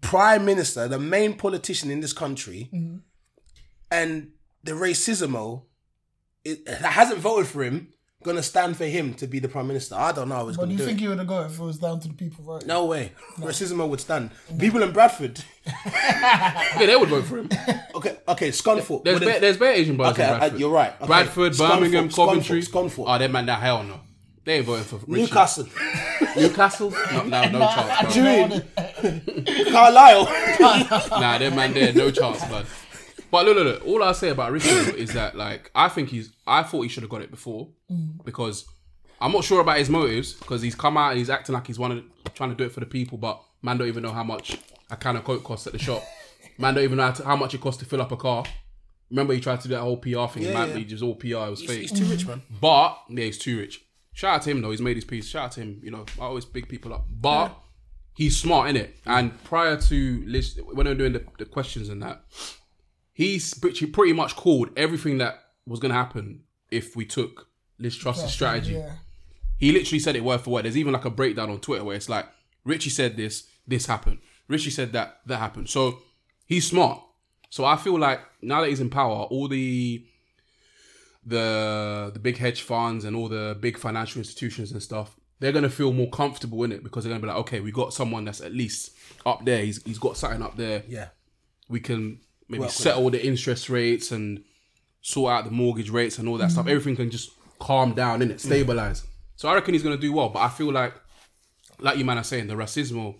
D: prime minister, the main politician in this country, and the racism it- that hasn't voted for him going to stand for him to be the prime minister? I don't know how it's
E: But
D: going
E: do
D: to
E: you
D: do.
E: think
D: it.
E: you would have got if it was down to the people, right?
D: No way. Racism would stand. People in Bradford.
C: Yeah, they would vote for him.
D: Okay, okay, Scunthorpe.
C: There's,
D: wouldn't-
C: bare, there's bare Asian brothers
D: Okay,
C: in
D: I- I-
C: Bradford.
D: you're right. Okay.
C: Bradford, Birmingham,
D: Scunthorpe,
C: Coventry.
D: Scunthorpe, Scunthorpe.
C: Oh, they man, that hell no. They ain't voting for Richie.
D: Newcastle.
C: Newcastle? No, no, no chance, bro.
D: Doing. Carlisle.
C: Nah, that man there, no chance, man. But look, look, look. All I say about Ricky is that, like, I think he's. I thought he should have got it before because I'm not sure about his motives because he's come out and he's acting like he's one of the, trying to do it for the people, but man don't even know how much a can of coke costs at the shop. Man don't even know how, to- how much it costs to fill up a car. Remember, he tried to do that whole PR thing. man,
D: yeah.
C: he just all PR. It was fake.
D: He's too rich, man.
C: But yeah, he's too rich. Shout out to him though. He's made his peace. Shout out to him. You know, I always big people up. But he's smart in it. And prior to Liz, when they were doing the, the questions and that, he's pretty, pretty much called everything that was going to happen if we took Liz Truss's strategy.
E: Yeah.
C: He literally said it word for word. There's even like a breakdown on Twitter where it's like Richie said this, this happened. Richie said that, that happened. So he's smart. So I feel like now that he's in power, all the the the big hedge funds and all the big financial institutions and stuff, they're gonna feel more comfortable in it because they're gonna be like, okay, we got someone that's at least up there. He's he's got something up there.
D: Yeah.
C: We can maybe
D: Work with
C: settle the interest rates and sort out the mortgage rates and all that
D: Mm-hmm.
C: stuff. Everything can just calm down
D: Mm.
C: in it, stabilize. So I reckon he's gonna do well. But I feel like, like you man are saying, the racism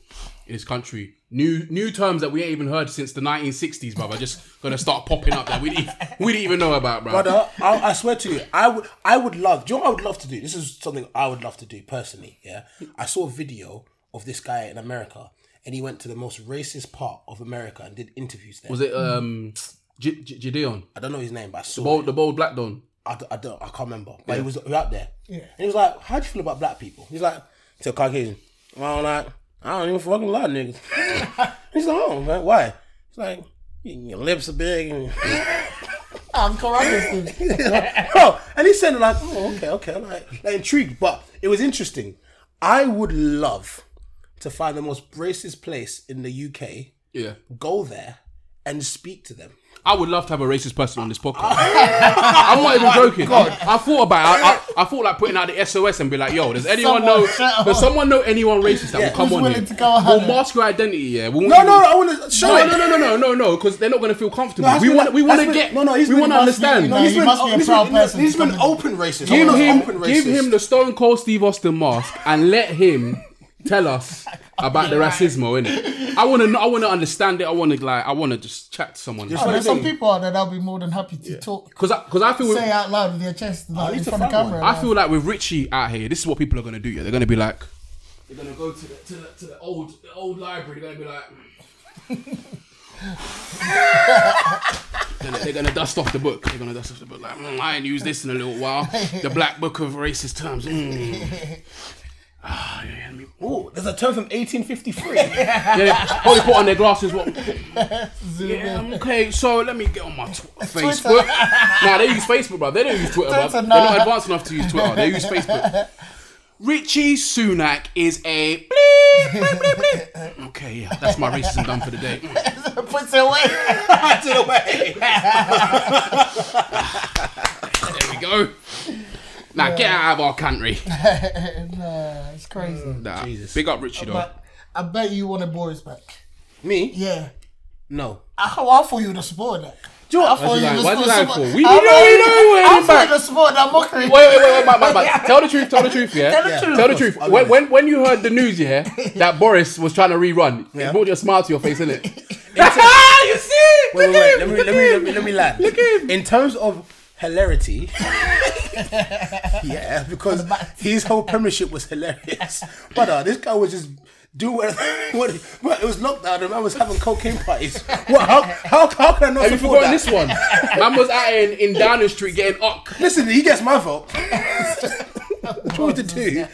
C: in this country, new new terms that we ain't even heard since the 1960s, brother, just gonna start popping up that we didn't, we didn't even know about, bro.
D: Brother, I, I swear to you, I would, I would love. Do you know what I would love to do? This is something I would love to do personally. Yeah, I saw a video of this guy in America, and he went to the most racist part of America and did interviews there.
C: Was it um G- G- Gideon?
D: I don't know his name, but I saw.
C: Bold, the bold black don.
D: I, d- I don't, I can't remember. But he was he was out there. Yeah. And he was like, "How do you feel about black people?" He's like, "To a Caucasian." And I'm like, "I don't even fucking like niggas." He's like, "Oh, man, why?" He's like, "Your lips are big." And
E: I'm correct.
D: Bro, and he said like, oh, okay, okay, I'm like, like intrigued, but it was interesting. I would love to find the most racist place in the UK,
C: Yeah.
D: go there and speak to them.
C: I would love to have a racist person on this podcast. I'm not even joking. I thought about it. I, I, I thought like putting out the SOS and be like, yo, does anyone
E: Someone,
C: know
E: shut
C: does someone know anyone racist that will come
E: Who's
C: on
E: willing
C: here?
E: to go on
C: We'll
E: it?
C: mask your identity, yeah. We'll,
D: No, no, I want to show
C: no,
D: it.
C: no, no, no, no, no, no, because they're not going to feel comfortable.
D: No, that's
C: we
D: been-
C: want, we want to
D: that's been-
C: get,
D: no, no, he's
C: we
D: been-
C: want to
D: must be-
C: understand.
D: no,
E: Nah,
D: he's
E: you
D: been-
E: must be a
D: he's
E: proud
D: been-
E: person
D: He's
E: to
D: been
E: come in.
D: open racist.
C: give
D: I want an
C: him,
D: open
C: give
D: racist.
C: him the Stone Cold Steve Austin mask and let him tell us about the racismo in it. I want to, I want to understand it. I want to like, I want to just chat to someone.
E: But there's some people out there that'll be more than happy to talk,
C: Because I, cause I feel with,
E: say out loud with their chest like,
D: need
E: in
D: to
E: front of
D: find one.
E: camera.
C: I feel like with Richie out here, this is what people are gonna do. Yeah, they're gonna be like, They're gonna go to the to the, to the old the old library. They're gonna be like. They're gonna- They're gonna dust off the book. They're gonna dust off the book. Like, "Mm, I ain't used this in a little while. The Black Book of Racist Terms. Mm. Ah, yeah, yeah, let me-
D: Oh, there's a term from 1853.
C: yeah, yeah. Only put on their glasses. What? yeah, um, okay, so let me get on my tw- Facebook. nah, they use Facebook, bro. They don't use Twitter, bruv.
E: Twitter,
C: They're not
E: nah.
C: advanced enough to use Twitter. They use Facebook. Richie Sunak is a bleep, bleep, bleep, bleep. Okay, yeah, that's my racism done for the day. Mm.
E: Puts it away.
D: That's it away.
C: There we go. Now get out of our country.
E: nah, it's crazy.
D: Mm,
C: Nah,
D: Jesus.
C: big up Richie though.
E: But I bet you wanted Boris back.
D: Me?
E: Yeah.
D: No.
E: I, I thought you would have supported that.
C: Do you know
E: I thought
C: what?
E: you
C: Why'd
E: would
C: you lie? Why'd you lie
E: have supported
C: for?
E: support-
C: We
E: I
C: don't know
E: thought- I
C: him
E: thought
C: back.
E: you'd have supported that mockery.
C: Wait, wait, wait, wait, Mike, Mike, Mike. Tell the truth, tell the truth, yeah.
E: Tell the truth.
C: Tell the truth. When, when when you heard the news, yeah, that Boris was trying to rerun, it brought you a smile to your face, innit? Ah, you see?
D: Wait,
C: Look
D: wait,
C: at
D: wait. Let
C: him,
D: me,
C: look
D: let
C: at
D: me, let
C: him.
D: me, let me land.
C: Look at him.
D: In terms of hilarity, yeah, because his whole premiership was hilarious. But uh, this guy was just do what, what, what it was lockdown and I was having cocaine parties. What? How? How? How can I not
C: Have you
D: support
C: forgotten
D: that?
C: this one? Man was out in, in Downing Street getting uck.
D: Listen, he gets my vote. Choice to do.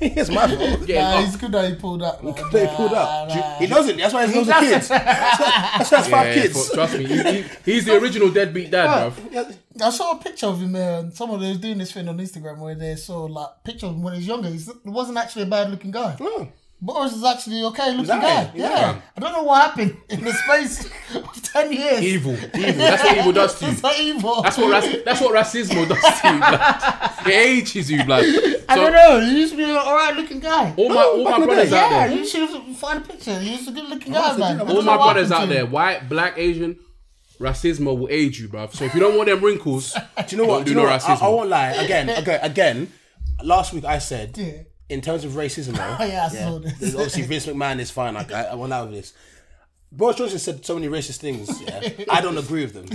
D: He gets my vote.
C: Getting
E: Nah,
C: uck.
E: it's good that he pulled up. man.
D: They pulled up.
E: Nah, nah.
D: He doesn't. That's why he has loads of kids. That's why he has
C: Yeah,
D: five kids.
C: for- trust me, he, he, he's the original deadbeat dad, bruv.
D: Yeah.
E: I saw a picture of him. Uh, someone was doing this thing on Instagram where they saw like picture of him when he was younger. He wasn't actually a bad looking guy. Boris is actually okay looking
D: okay,
E: guy.
D: he's
E: Yeah.
D: okay.
E: I don't know what happened in the space of ten years.
C: Evil, evil. That's what evil does to you.
E: It's not evil.
C: That's what rac- that's what racism does to you, blood. It ages you, blood. So,
E: I don't know. He used to be an alright looking guy.
C: All my all
D: back
C: my
D: in the
C: brothers
D: day,
C: out there.
E: yeah, you should find a picture. He was a good looking guy,
D: the
E: man.
D: thing
E: I
D: about-
E: don't
C: All
E: know
C: my
E: what
C: brothers out
E: happened to
C: there,
E: him.
C: white, black, Asian, racism will age you, bruv. So if you don't want them wrinkles,
D: Do you know
C: Don't
D: what?
C: do
D: Do you know
C: no
D: what? I,
C: racism.
D: I won't lie. Again, again, again. Last week I said,
E: Yeah.
D: in terms of racism, though,
E: Oh, yeah, I saw this.
D: there's obviously Vince McMahon is fine. Like, I, I won't lie with this. Boris Johnson said so many racist things. Yeah, I don't agree with them.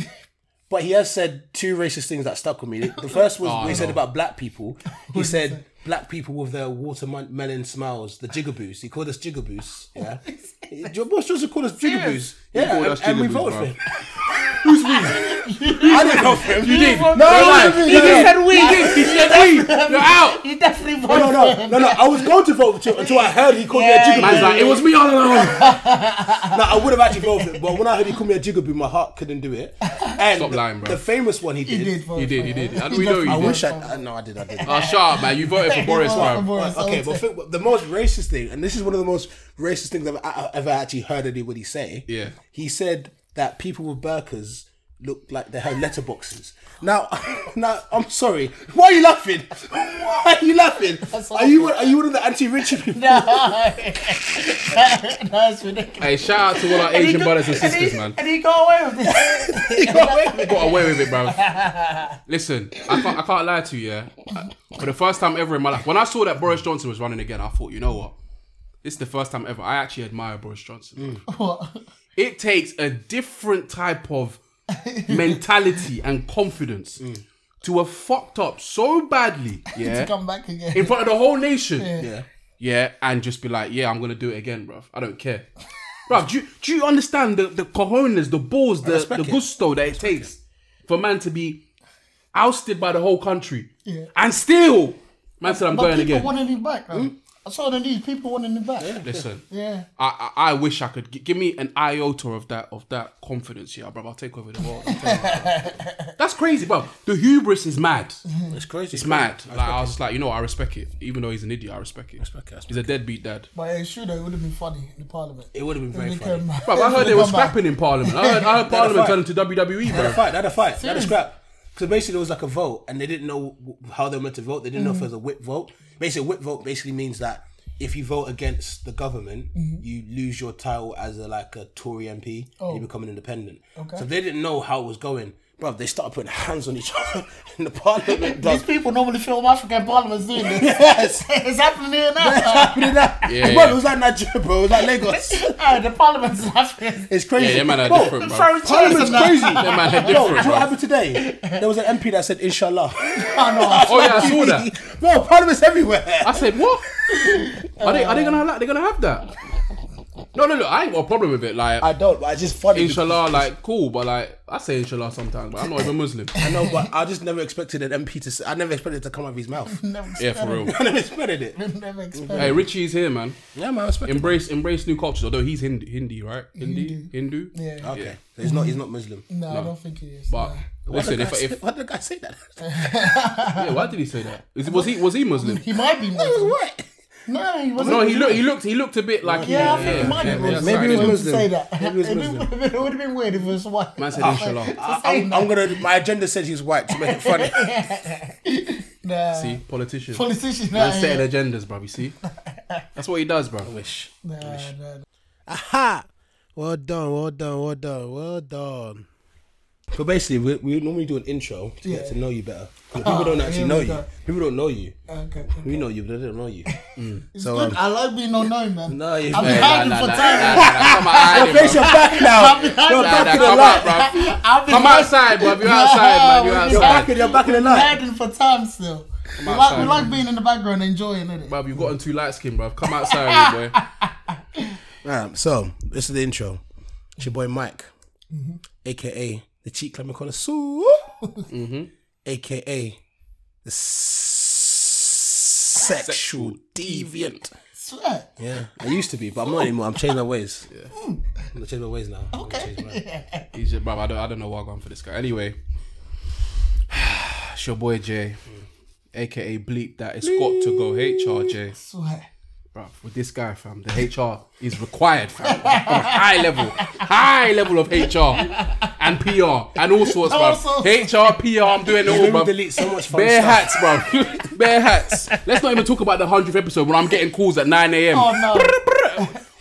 D: But he has said two racist things that stuck with me. The first
C: Oh,
D: was what he said about black people. He said black people with their watermelon smiles, the jigaboos. He called us jigaboos. Yeah, your Boris Johnson called us jigaboos. Yeah,
C: called
D: and,
C: us
D: and we
C: jigaboos,
D: voted for
C: bro.
D: him. Who's we? I didn't vote for him.
C: you did. No,
D: no, no,
C: he
D: no,
C: just
D: no.
C: said we. He did. He said we. You're out.
E: He definitely voted.
D: No, no, no, no. I was going to vote for him until I heard he called me a jigaboo.
C: Man's like, it was me all along.
D: No, I would have actually voted for him, but when I heard he called me a jigaboo, my heart couldn't do it. And
C: Stop lying, bro.
D: the famous one he did.
E: He did vote
C: You did.
E: for
C: You
E: him.
C: did. And
E: He
C: we know
D: I
E: definitely
C: you
E: voted
C: did.
D: wish I, I. No, I did. I did.
C: Ah, shut up, man. You voted for Boris,
E: voted for
C: bruv.
E: Boris,
D: okay,
E: I would
D: but
E: say.
D: fi- the most racist thing, and this is one of the most racist things I've, I've ever actually heard anybody say.
C: Yeah.
D: He said that people with burkas look like they have letterboxes. Now, now I'm sorry. Why are you laughing? Why are you laughing? Are you are you one of the anti-Richard people?
E: That's ridiculous.
C: Hey, shout out to all our
E: And he
C: Asian
E: got-
C: brothers and
E: and he-
C: sisters, man.
E: And he got away with this.
D: You got away with it.
C: Got away with it, bruv. Listen, I can't, I can't lie to you. Yeah, for the first time ever in my life, when I saw that Boris Johnson was running again, I thought, you know what? This is the first time ever I actually admire Boris Johnson.
E: What?
C: it takes a different type of mentality and confidence to have fucked up so badly,
E: to
C: Mm. yeah,
E: come back again.
C: in front of the whole nation, yeah.
D: Yeah.
C: and just be like, yeah, I'm gonna do it again, bruv. I don't care, bruv. Do you, do you understand the the cojones, the balls, the,
D: respect
C: the
D: it.
C: gusto that it takes for man to be ousted by the whole country,
E: Yeah.
C: and still, man said, I'm
E: but
C: going
E: people
C: again. Hmm?
E: wanted him back, man. I saw the news. People wanted him back. Yeah.
C: Listen, I, I I wish I could G- give me an iota of that of that confidence, yeah, bro. I'll take over the world. I'm telling you, bruv. That's crazy, bro. The hubris is mad.
D: It's crazy.
C: It's mad. Like I was like, you know, I respect it. Even though he's an idiot, I respect it.
D: Respect it, I
C: He's a deadbeat dad.
E: But it's true though. It would have been funny in the parliament.
D: It would have been very
E: If they
D: funny.
E: came back-
C: Bro, I
E: if
C: heard they
E: come
C: were
E: back.
C: scrapping in Parliament. I heard, I heard Parliament turn into WWE,
D: They had a
C: bro.
D: fight. They had a fight. They had a
E: Hmm.
D: scrap. Because basically there was like a vote, and they didn't know w- how they were meant to vote. They didn't know
E: Hmm.
D: if it was a whip vote. Basically, a whip vote basically means that if you vote against the government,
E: Hmm.
D: you lose your title as a like a Tory MP and you become an independent.
E: Oh. Okay.
D: So they didn't know how it was going. Bro, they started putting hands on each other in the parliament. dog.
E: These people normally film African parliaments doing this.
D: Yes.
E: it's happening here now.
D: Happening now.
C: Yeah,
D: bro,
C: yeah.
D: it was like Nigeria, bro. It was like Lagos.
E: Hey, the parliament's laughing.
D: It's crazy.
C: Yeah, them man are
D: Bro,
C: different, bro.
E: Throwing chairs
D: Parliament's
E: and that.
D: crazy.
C: Them man are
D: Bro, do you know
C: different,
D: what
C: bro.
D: happened today? There was an MP that said, Inshallah.
E: I know.
C: Oh yeah, I saw that.
D: Bro, Parliament's everywhere.
C: I said, what? Are they? Are they gonna? Have, they gonna have that? No, no, no. I ain't got a problem with it. Like,
D: I don't. But it's just funny.
C: inshallah, like, cool. But like, I say inshallah sometimes. But I'm not even Muslim.
D: I know, but I just never expected an MP to. s- I never expected it to come out of his mouth.
E: Never
C: Yeah, for real.
D: I never expected it.
E: Never expected.
C: Hey, Richie's here, man.
D: Yeah, man. I expected.
C: Embrace, embrace new cultures. Although he's Hindi, Hindi right? Hindi, Hindu.
E: Yeah.
D: Okay, So he's not. He's not Muslim.
E: No, I don't think he is.
C: Uh, But
E: no.
D: Why
C: listen,
D: did the
C: if,
D: guy say-
C: if
D: why did the guy say that?
C: yeah, why did he say that? Is, was he was he Muslim?
E: he might be.
D: He was
E: Muslim.
D: white.
E: No, he wasn't.
C: No, he looked he looked he looked a bit like
E: Yeah, I
C: he,
E: think he might be Muslim.
C: sorry.
D: Maybe he was
E: Wouldn't
D: Muslim.
E: Say that.
D: Maybe he was
E: It would- it would have been weird if it was white.
C: Man said inshallah.
D: I, I'm, I'm gonna. My agenda says he's white to make it funny.
E: Nah.
C: See, politicians.
E: Eh. Politician.
C: Man
E: Nah, yeah.
C: setting agendas, bro. You see, that's what he does, bro. Wish.
E: nah, nah.
D: Aha! Well done, well done, well done, well done. So basically, we, we normally do an intro to get
E: Yeah.
D: to know you better. 'Cause people don't
E: here
D: actually
E: we
D: know you.
E: go.
D: People Ah, don't Uh, know you.
E: Okay.
D: We know you, but they don't know you.
E: It's
D: So,
E: good.
D: um,
E: I like being unknown, man.
D: No, you-
E: I've been
D: Hey, nah,
E: hiding for time.
C: Come out,
D: Face your back now. You're back in the
C: out,
D: light.
C: bro.
E: I've been
C: Come outside, bro. You're outside, man. You're
E: Nah,
D: You're back in.
C: outside.
D: You're back in the light.
E: hiding for time still. We like,
C: outside,
E: we like being in the background enjoying it.
C: Bro, you've gotten too light skinned, bro. Come outside, boy.
D: Um, so this is the intro. It's your boy Mike, Mm-hmm. aka the cheek climber connoisseur, Mm-hmm. aka the s- sexual deviant.
E: Swear.
D: Yeah, I used to be, but I'm not anymore. I'm changing my ways. Yeah. I'm gonna change my ways now. Okay.
C: He's just, bro. I don't, I don't know what I'm going for this guy. Anyway, it's your boy Jay, aka Bleep. That it's got to go. HRJ,
E: Swear.
C: bro. With this guy, fam, the HR is required, fam. From high level, high level of HR and PR and all sorts, bro.
E: All sorts.
C: HR, PR. I'm doing it all, bro.
D: delete so much fun
C: Bare
D: stuff.
C: hats, bro. Bare hats. Let's not even talk about the hundredth episode when I'm getting calls at nine a.m.
E: Oh no.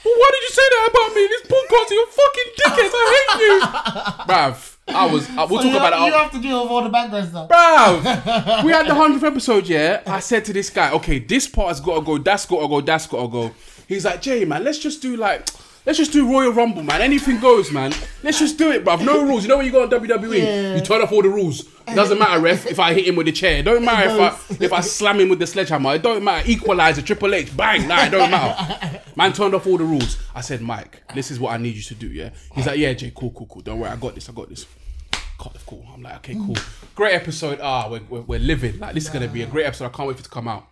C: Why did you say that about me? This podcast, you fucking dickheads. I hate you, bruv. I was. I, we'll
E: you,
C: talk about
E: have,
C: it.
E: you
C: after-
E: have to deal with all the background stuff.
C: Bruv, we had the hundredth episode, yeah. I said to this guy, okay, this part has got to go. That's got to go. That's got to go. He's like, Jay, man, let's just do like, let's just do Royal Rumble, man. Anything goes, man. Let's just do it, bruv. No rules. You know when you go on WWE,
E: Yeah.
C: you turn off all the rules. It doesn't matter, ref. If I hit him with the chair, it don't matter if I if I slam him with the sledgehammer. It don't matter. Equalizer, Triple H, bang. Nah, it don't matter. Man turned off all the rules. I said, Mike, this is what I need you to do. Yeah. He's like, yeah, Jay, cool, cool, cool. Don't worry, I got this. I got this. God, cool. I'm like, okay, cool. Great episode. Ah, we're, we're, we're living. Like, this is going to be a great episode. I can't wait for it to come out.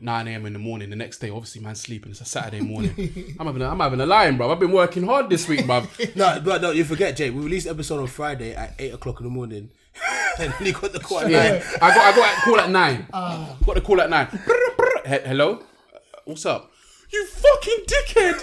C: 9 a.m. in the morning. The next day, obviously, man, sleeping. It's a Saturday morning. I'm having a, I'm having a line, bro. I've been working hard this week, bro.
D: No, but no, you forget, Jay. We released the episode on Friday at eight o'clock in the morning, and he got the call at
C: Yeah.
D: nine.
C: I got I got a call at nine. got the call at nine. Brr, brr. He- Hello, Uh, what's up? You fucking dickhead!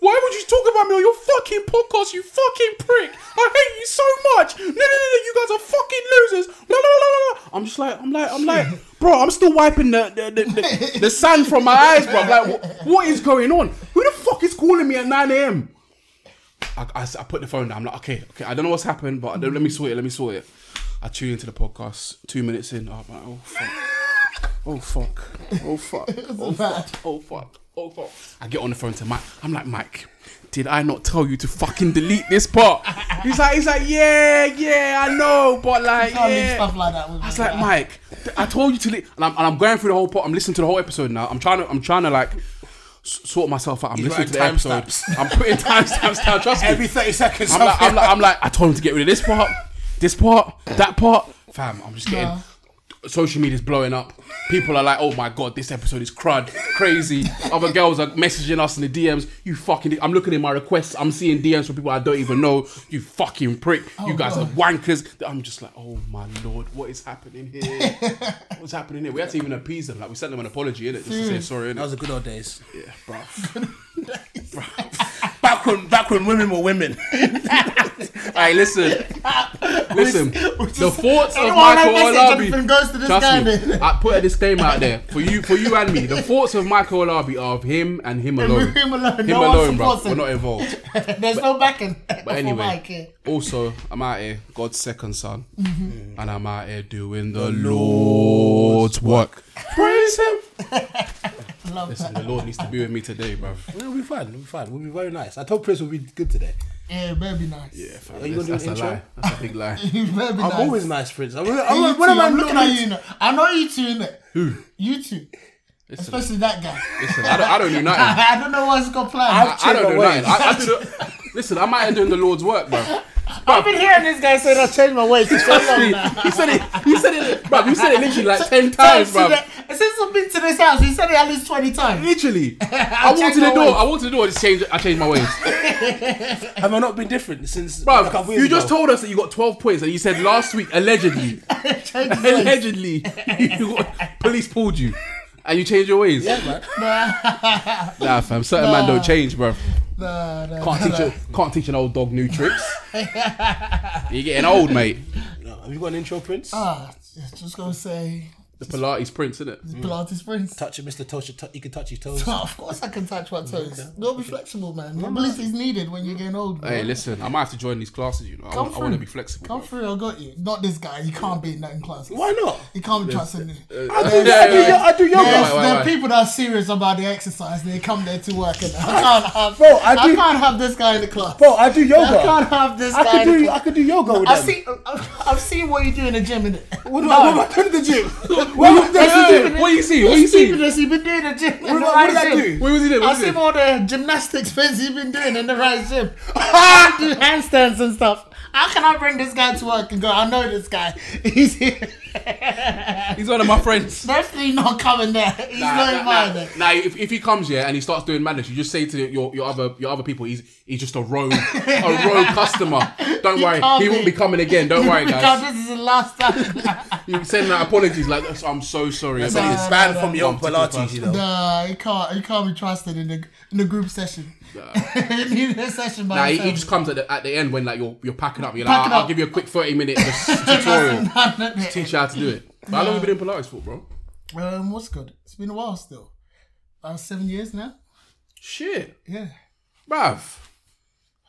C: Why would you talk about me on your fucking podcast? You fucking prick! I hate you so much. No, no, no, no! You guys are fucking losers. No, no, no, no, no! I'm just like, I'm like, I'm like, bro. I'm still wiping the the, the, the, the sand from my eyes, bro. I'm like, wh- what is going on? Who the fuck is calling me at nine a.m.? I, I s- I put the phone down. I'm like, okay, okay, I don't know what's happened, but I don't- let me sort it. Let me sort it. I tune into the podcast. Two minutes in, I'm like, oh fuck, oh fuck, oh fuck, oh fuck, oh fuck, oh fuck. I get on the phone to Mike. I'm like, Mike, did I not tell you to fucking delete this part? He's like, he's like, yeah, yeah, I know, but like,
E: Can't leave
C: yeah.
E: stuff like that with
C: I was
E: me.
C: like, Mike, th- I told you to. Li-. And, I'm, and I'm going through the whole pot. I'm listening to the whole episode now. I'm trying to. I'm trying to like s- sort myself out. I'm listening to the
D: writing
C: episode. I'm putting timestamps down. Trust me.
D: Every thirty seconds,
C: I'm like, I'm like, I'm like, I told him to get rid of this part, this part, that part. Fam, I'm just getting.
E: Nah.
C: Social media's blowing up. People are like, "Oh my god, this episode is crud, crazy." Other girls are messaging us in the DMs. You fucking. I'm looking in my requests. I'm seeing DMs from people I don't even know. You fucking prick. you guys are wankers. I'm just like, "Oh my lord, what is happening here? What's happening here?" We had to even appease them. Like we sent them an apology in it, just to say sorry.
D: that was
C: Innit?
D: the good old days.
C: Yeah, bruv.
D: Back when, back when women were women.
C: Hey, listen, listen. the thoughts of
E: Anyone wanna
C: Michael
E: message
C: Olabi.
E: anything goes to this guy,
C: Trust me,
E: then.
C: I put a disclaimer out there for you, for you and me. The thoughts of Michael Olabi are of him and him alone.
E: him alone.
C: Him
E: No one
C: alone, bro.
E: supports
C: We're
E: him.
C: not involved.
E: There's no backing.
C: But
E: Mike,
C: anyway, also I'm out here, God's second son,
E: Mm-hmm.
C: and I'm out here doing the Lord's work. Praise Him.
E: love
C: Listen, the
E: that.
C: Lord needs to be with me today, bro.
D: We'll be fine. We'll be fine. We'll be very nice. I told Prince we'll be good today.
E: Yeah, baby nice.
C: Yeah, fam,
D: Are you gonna do
C: that's, that's a
D: an intro?
C: lie. That's a big lie.
E: You baby
D: I'm
E: nice.
D: always nice, Prince. I'm, I'm,
E: You
D: I'm,
E: two,
D: what am I
E: I'm looking at you.
D: you?
E: now. I know you two. Innit? Who? You two.
C: Listen,
E: Especially that guy.
C: listen, I don't, I don't do nothing.
E: I don't know what's got planned.
C: I, I don't do nothing. I, I do the, listen, I might have done the Lord's work, bro.
E: I've been hearing this guy saying I changed my ways. It's so long now.
C: He said it. He said it, bro. You said it literally like ten
E: Since
C: times, bro.
E: I've been to this house, he said it at least twenty times.
C: Literally, I walked
E: changed
C: to the
E: my
C: door.
E: ways.
C: I walked to the door. I just changed. I changed my ways,
D: Have I not been different since?
C: bro.
D: like, a week
C: you just
D: ago?
C: told us that you got twelve points, and you said last week allegedly,
E: Changed his ways.
C: allegedly, you got, police pulled you, and you changed your ways.
D: Yeah, man.
C: Nah, fam. Certain man don't change, bro.
E: Nah, nah,
C: Can't teach. A, can't teach an old dog new tricks. You're getting old, mate.
D: No, have you got an intro, Prince?
E: Ah, yeah, just gonna say
C: The Pilates prince, isn't it?
E: Pilates Prince.
D: Touch it, Mr. Toes. You, tou- you can touch your toes.
E: Oh, of course, I can touch my toes. Don't be flexible, man. Mobility is needed when you're getting old.
C: Hey,
E: Man.
C: listen. I might have to join these classes. You know, I,
E: Come
C: want to
E: through.
C: be flexible.
E: Come
C: bro.
E: through, I got you. Not this guy. You can't be in that in class.
D: Why not?
E: You can't be transcending.
C: uh,
E: There's,
D: I do, I do, yo- I do yoga.
C: Yeah. Why, why,
E: there
C: why?
E: are people that are serious about the exercise. They come there to work, and I can't have.
D: Bro, I
E: I,
D: do-
E: can't have this guy in the class.
D: Bro, I do yoga.
E: I can't have this
D: I
E: guy.
D: could
E: in the
D: do. I
E: class.
D: could do yoga with
E: I've
D: them.
E: seen, I've, I've seen what you do in the gym. Innit?
D: What do I, what do I do in the gym?
C: What,
D: That's
C: what,
E: stupid.
C: what you see? What you see?
E: Stupidness you've been doing in the gym.
D: What, what did I do?
C: What was he doing? What
E: I've
C: was he
E: seen
C: doing?
E: all the gymnastics things you've been doing in the right gym. I do handstands and stuff. How can I bring this guy to work and go, I know this guy. He's here.
C: He's one of my friends.
E: Definitely not coming there. He's
C: Nah,
E: not
C: nah,
E: invited.
C: nah, nah, if, if he comes here and he starts doing madness, you just say to your, your other your other people, he's he's just a rogue a rogue customer. Don't
E: He
C: worry,
E: can't
C: he won't
E: be.
C: be coming again. Don't worry,
E: Because
C: guys.
E: this is the last time.
C: You send out apologies like "So- I'm so sorry about
D: He's
C: this.
D: banned from your own
C: particular
D: Pilates, you know.
E: nah, he can't, he can't be trusted in the, in the group session. he needed a session by
C: Nah, he,
E: himself.
C: he just comes at the, at the end when like you're you're packing up. You're like,
E: Packing
C: I'll, I'll
E: up.
C: give you a quick thirty minute just tutorial, teach you how to do it. But how long have you been in Pilates for, bro?
E: um, what's good? It's been a while still. About seven years now.
C: Shit,
E: Yeah.
C: bruv.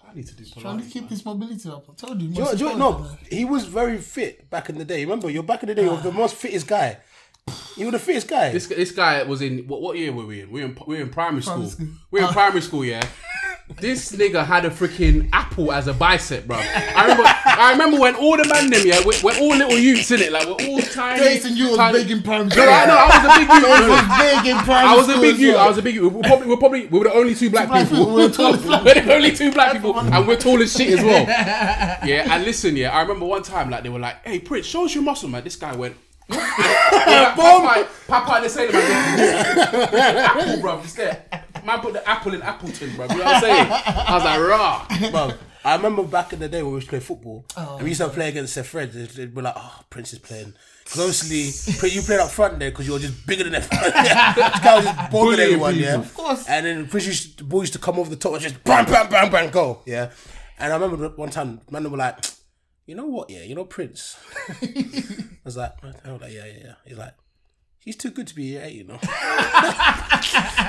C: I need to do Pilates.
E: Trying to keep his mobility up. I told you.
D: Do you, do you, no, he was very fit back in the day. Remember, you're back in the day. You were the most fittest guy. You were the fittest guy.
C: This this guy was in what what year were we in? We were in, we were in primary school.
E: school. Oh.
C: We were in primary school, yeah. This nigga had a freaking apple as a bicep, bro. I remember, I remember when all the man them, yeah, we're, we're all little youths in it, like we're all tiny.
E: Jason, you was
C: tiny-
E: big in primary
C: No,
E: school.
C: I know, I was a big youth. bro.
E: big in primary
C: I was a
E: school
C: big
E: as
C: youth.
E: well.
C: I was a big youth. We We're probably, we're probably we were the only two black
E: black
C: people.
E: people, we
C: We're
E: were tall as black
C: the only two black people, and we're tall as shit as well. Yeah, and listen, yeah, I remember one time like they were like, "Hey, Prince, show us your muscle, man." This guy went. Boom! Popeye, Popeye the Sailor Man. apple, bruv, just there. Man put the apple in Appleton, bruv. You know what I'm saying? I was like, rah.
D: Bro, I remember back in the day when we used to play football, and we used to play against their friends. They'd, they'd be like, "Oh, Prince is playing." Because obviously, Prince, you played up front there because you were just bigger than everyone. this guy was just bogging
C: Bullying
D: everyone,
C: people.
D: yeah.
C: Of
E: course.
D: And then Prince used to, the ball used to come over the top and just bang, bang, bang, bang, go, yeah. And I remember one time, man, were like, "You know what? Yeah, you know Prince." I was like, I was like, "Yeah, yeah, yeah." He's like. He's too good to be year eight, you know.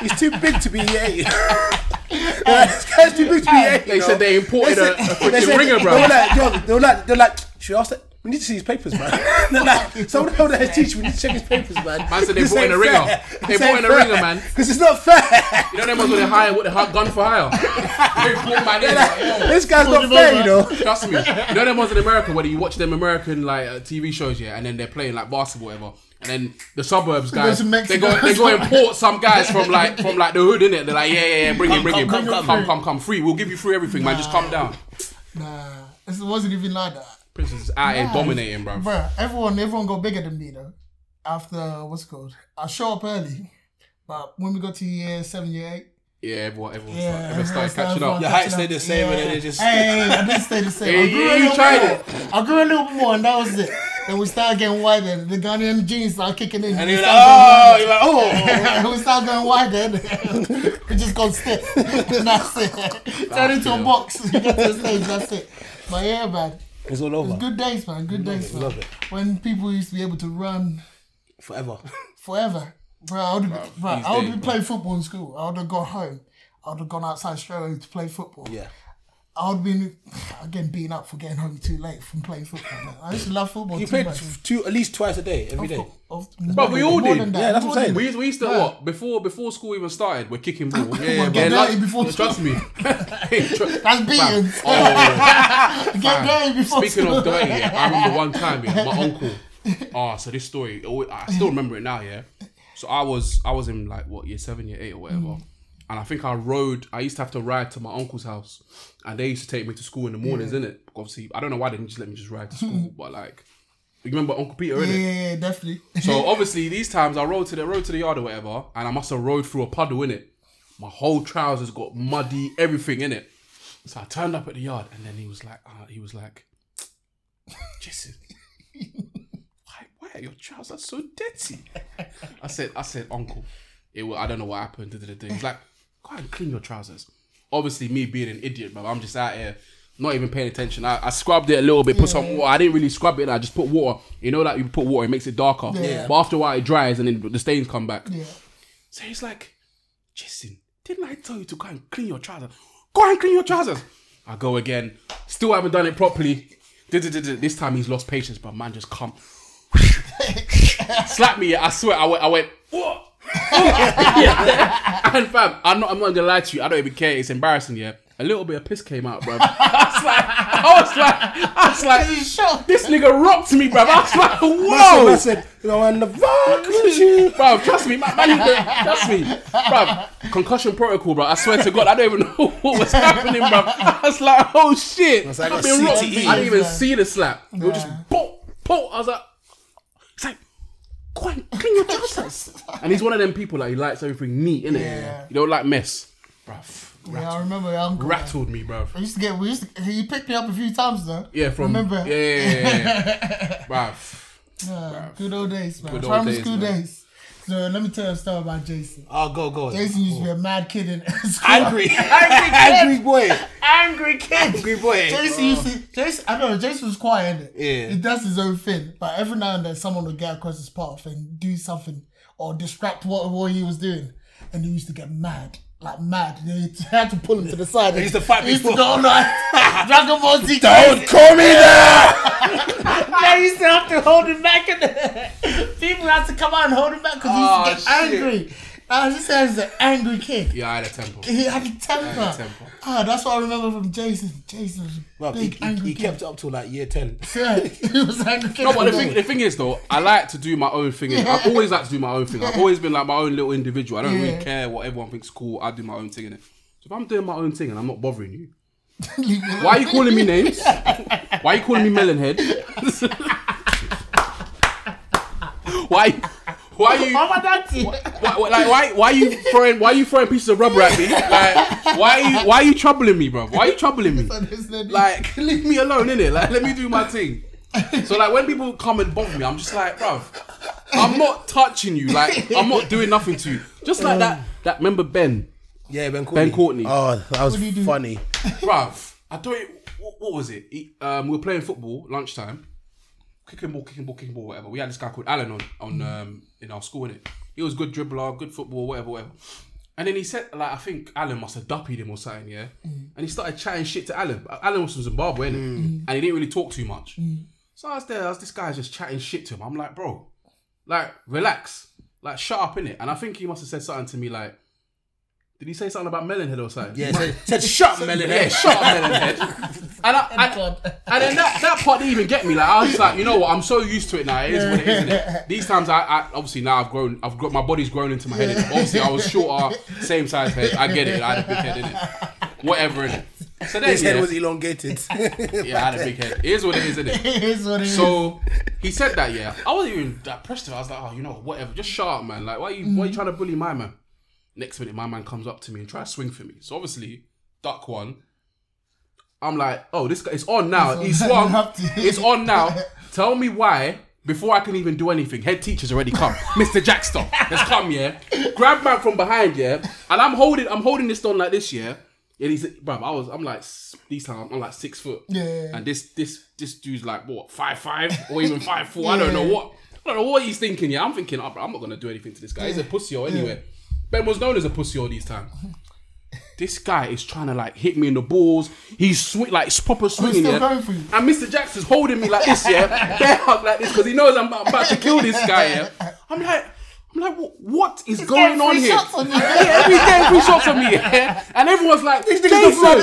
D: He's too big to be year eight. Like, this guy's too big to be year eight. you
C: They
D: know.
C: said they imported a, a
D: They
C: freaking
D: said-
C: ringer,
D: They were
C: bruv.
D: like, yo, they were like, they were like, should I ask that? We need to see his papers, man. They're like, someone held that teacher. We need to check his papers, man.
C: Man said they brought in a ringer. They brought in a ringer, man.
D: Because it's not fair.
C: You know them ones when they hire with the hot gun for hire. They pull man in, like, yo.
D: This guy's not
E: him
D: fair,
E: over.
D: you know.
C: Trust me. You know them ones in America where you watch them American like uh, TV shows, yeah, and then they're playing like basketball, whatever. And then the suburbs guys,
E: to
C: they
E: Mexico.
C: go they go import some guys from like from like the hood, innit? They're like, yeah, yeah, yeah, bring him, bring him,
E: come,
C: come,
E: come,
C: come, come, come, free. We'll give you free everything, man. Just come down.
E: Nah, it wasn't even like that.
C: Prince is out here dominating, bro.
E: Bruh, everyone, everyone got bigger than me though. After what's it called, I show up early, but when we got to year seven, year eight,
C: Yeah, everyone, everyone,
E: Yeah,
C: started, everyone started catching
E: everyone
C: up.
E: started-
D: Your height stayed the same, and then
E: Yeah.
D: they just.
E: hey, I didn't stay the same. I
C: Yeah,
E: grew
C: yeah,
E: a
C: you
E: little
C: tried
E: bit more. I grew a little bit more, and that was it. Then we started getting wider. and The Ghanaian jeans started kicking in.
D: And
E: we
D: you're like, oh,
E: started
D: you're like, oh.
E: going wider. we started going wider. we just got stiff. That's it. Turned into a
C: yeah.
E: box. We got to the stage. That's it. But yeah, man.
D: It's all
E: It was
D: over.
E: good days, man. Good days, man.
D: love it.
E: When people used to be able to run
D: Forever.
E: forever. Bro, I would have bro,
C: these
E: I would
C: days,
E: have played football in school. I would have gone home. I would have gone outside straight away to play football.
D: Yeah.
E: I would have been again beaten up for getting home too late from playing football. Man. I used to love football.
D: You
E: too
D: played
E: much.
D: two, at least twice a day, every day.
E: But
C: we all did.
D: Yeah, that's what I'm saying.
C: We used, we used to what before before school even started. We're kicking ball. Yeah,
E: yeah, get
C: like-
E: dirty before
C: trust me.
E: That's beating.
C: Oh,
E: Get there before
C: Speaking
E: school.
C: of dirty, yeah, I remember one time, yeah, my uncle. Ah, so this story, I always- I still remember it now, yeah. So I was I was in like what year seven, year eight, or whatever. And I think I rode. I used to have to ride to my uncle's house, and they used to take me to school in the mornings, innit? Obviously, I don't know why they didn't just let me just ride to school, but like, you remember Uncle Peter,
E: Yeah,
C: innit?
E: yeah, yeah, definitely.
C: So obviously these times I rode to the rode to the yard or whatever, and I must have rode through a puddle in it. My whole trousers got muddy, everything in it. So I turned up at the yard, and then he was like, uh, he was like, Jason, why, why are your trousers so dirty? I said, I said, Uncle, it wa- I don't know what happened. da, da, da, da." He's like, go and clean your trousers. Obviously, me being an idiot, but I'm just out here. Not even paying attention. I, I scrubbed it a little bit, put some water. I didn't really scrub it. I just put water. You know, like you put water, it makes it darker.
E: Yeah.
C: But after a while, it dries and then the stains come back.
E: Yeah.
C: So he's like, Jason, didn't I tell you to go and clean your trousers? Go and clean your trousers. I go again. Still haven't done it properly. Did-did-did-did. This time he's lost patience, but man just come. Slap me. I swear, I went, I went, what? and fam, I'm not, I'm not gonna lie to you. I don't even care. It's embarrassing, yeah. A little bit of piss came out, bruv. I was like, I was like, I
E: You
C: was like,
E: shocked?
C: this nigga rocked me, bruv. I was like,
D: Oh,
C: whoa.
D: I said, you know, and the fuck with you.
C: Bro, trust me, man, man you don't- trust me, bro. Concussion protocol, bro. I swear to God, I don't even know what was happening, bro. I was like, oh shit,
D: It's like
C: I've
D: a E.
C: been robbed.
D: CTE.
C: I didn't even see the slap. It was just
E: Yeah.
C: pop, pop. I was like, it's like, go and clean your trousers. and he's one of them people like he likes everything neat, innit?
E: Yeah.
C: You don't like mess, bro.
E: Yeah, I remember your uncle. man.
C: rattled me, bro.
E: I used to get. We used to, he picked me up a few times though.
C: Yeah, from
E: remember?
C: yeah, yeah, yeah, yeah. bruv.
E: Yeah, good old days, man.
C: Good old
E: Primary
C: days,
E: school
C: man.
E: days. So let me tell you a story about Jason.
D: Oh, go, go.
E: Jason used to be a mad kid in school.
D: Angry. Angry boy.
E: angry kid.
D: Angry boy.
E: Jason used to. Jason, I don't know. Jason was quiet. Innit?
D: Yeah.
E: He does his own thing, but every now and then someone would get across his path and do something or distract what what he was doing, and he used to get mad. Like mad, they had to pull him to the side. He
D: used to fight
E: He used to
D: people.
E: go on like Dragon Ball Z.
D: Don't call me that.
E: They used to have to hold him back, and people had to come out and hold him back because he used to
C: Oh,
E: get
C: shit.
E: angry. I just said he's an angry kid.
C: Yeah, I had a temple.
E: He had a temper.
C: had a temper.
E: Ah, that's what I remember from Jason. Jason was a
D: Well, he,
E: big
D: he,
E: angry
D: he
E: kid.
D: kept it up till like year 10.
E: Yeah, he was an angry kid.
C: No, but the thing, the thing is though, I like to do my own thing. innit? I've always liked to do my own thing. I've always been like my own little individual. I don't
E: Yeah.
C: really care what everyone thinks cool. I do my own thing in it. So if I'm doing my own thing and I'm not bothering you, why are you calling me names? Why are you calling me melonhead? why? Why are you?
E: Mama Daddy.
C: Why, why- like why? Why are you throwing? Why are you throwing pieces of rubber at me? Like why are you? Why are you troubling me, bro? Why are you troubling me? Like, leave me alone, innit? Like, let me do my thing. So, like, when people come and bother me, I'm just like, bruv, I'm not touching you. Like, I'm not doing nothing to you. Just like that, that member Ben,
D: Yeah, Ben Courtney.
C: Ben Courtney.
D: Oh, that was
E: you do?
D: funny.
C: bruv, I don't, what, what was it? He- um, we were playing football, lunchtime, kicking ball, kicking ball, kicking ball, whatever. We had this guy called Alan on, on um, in our school, innit? He was good dribbler, good football, whatever, whatever. And then he said, like, I think Alan must have duppied him or something, yeah? And he started chatting shit to Alan. Alan was from Zimbabwe, innit? And he didn't really talk too much. So I was there, I was, this guy's just chatting shit to him. I'm like, bro, like, relax. Like, shut up, innit? And I think he must have said something to me, like, did he say something about Melonhead or something?
D: Yeah, said, said shut up,
C: Yeah,
D: Melonhead.
C: shut up, Melonhead. And, I, and, and then that, that part didn't even get me. Like I was like, you know what? I'm so used to it now. It is what it is. Innit? These times, I, I obviously now I've grown. I've got my body's grown into my head. Innit? Obviously, I was shorter, same size head. I get it. I had a big head in it. Whatever in it. So then,
D: His
C: yeah,
D: head was elongated.
C: yeah, I had a big head. It is what it is, isn't it?
E: It is what it is.
C: So he said that, yeah. I wasn't even that pressed. I was like, oh, you know, whatever. Just shut up, man. Like, why are you,
E: Mm.
C: why are you trying to bully my man? Next minute, my man comes up to me and tries to swing for me. So obviously, duck one. I'm like, oh, this guy, it's on now.
E: It's on.
C: he swung.
E: You have to-
C: it's on now. Tell me why. Before I can even do anything, head teacher's already come. Mr. Jackstop has come, yeah. Grab man from behind, yeah. And I'm holding, I'm holding this on like this, yeah. And he's, bruv, I was, I'm like, s- these times I'm like six foot.
E: Yeah.
C: And this this this dude's like what five five or even five four. I don't know what I don't know what he's thinking. Yeah, I'm thinking, oh, bro, I'm not gonna do anything to this guy. He's a pussy or anyway. Ben was known as a pussy all these times. This guy is trying to like hit me in the balls. He's swi- like proper swinging.
E: still
C: yeah?
E: going for you?
C: And Mr. Jackson's holding me like this, yeah, bare hug like this, because he knows I'm about, about to kill this guy. Yeah, I'm like, I'm like, what, what is going
E: getting
C: on
E: free
C: here?
E: shots on you.
C: yeah, every day, every shot on me, yeah, and everyone's like, these
D: niggas don't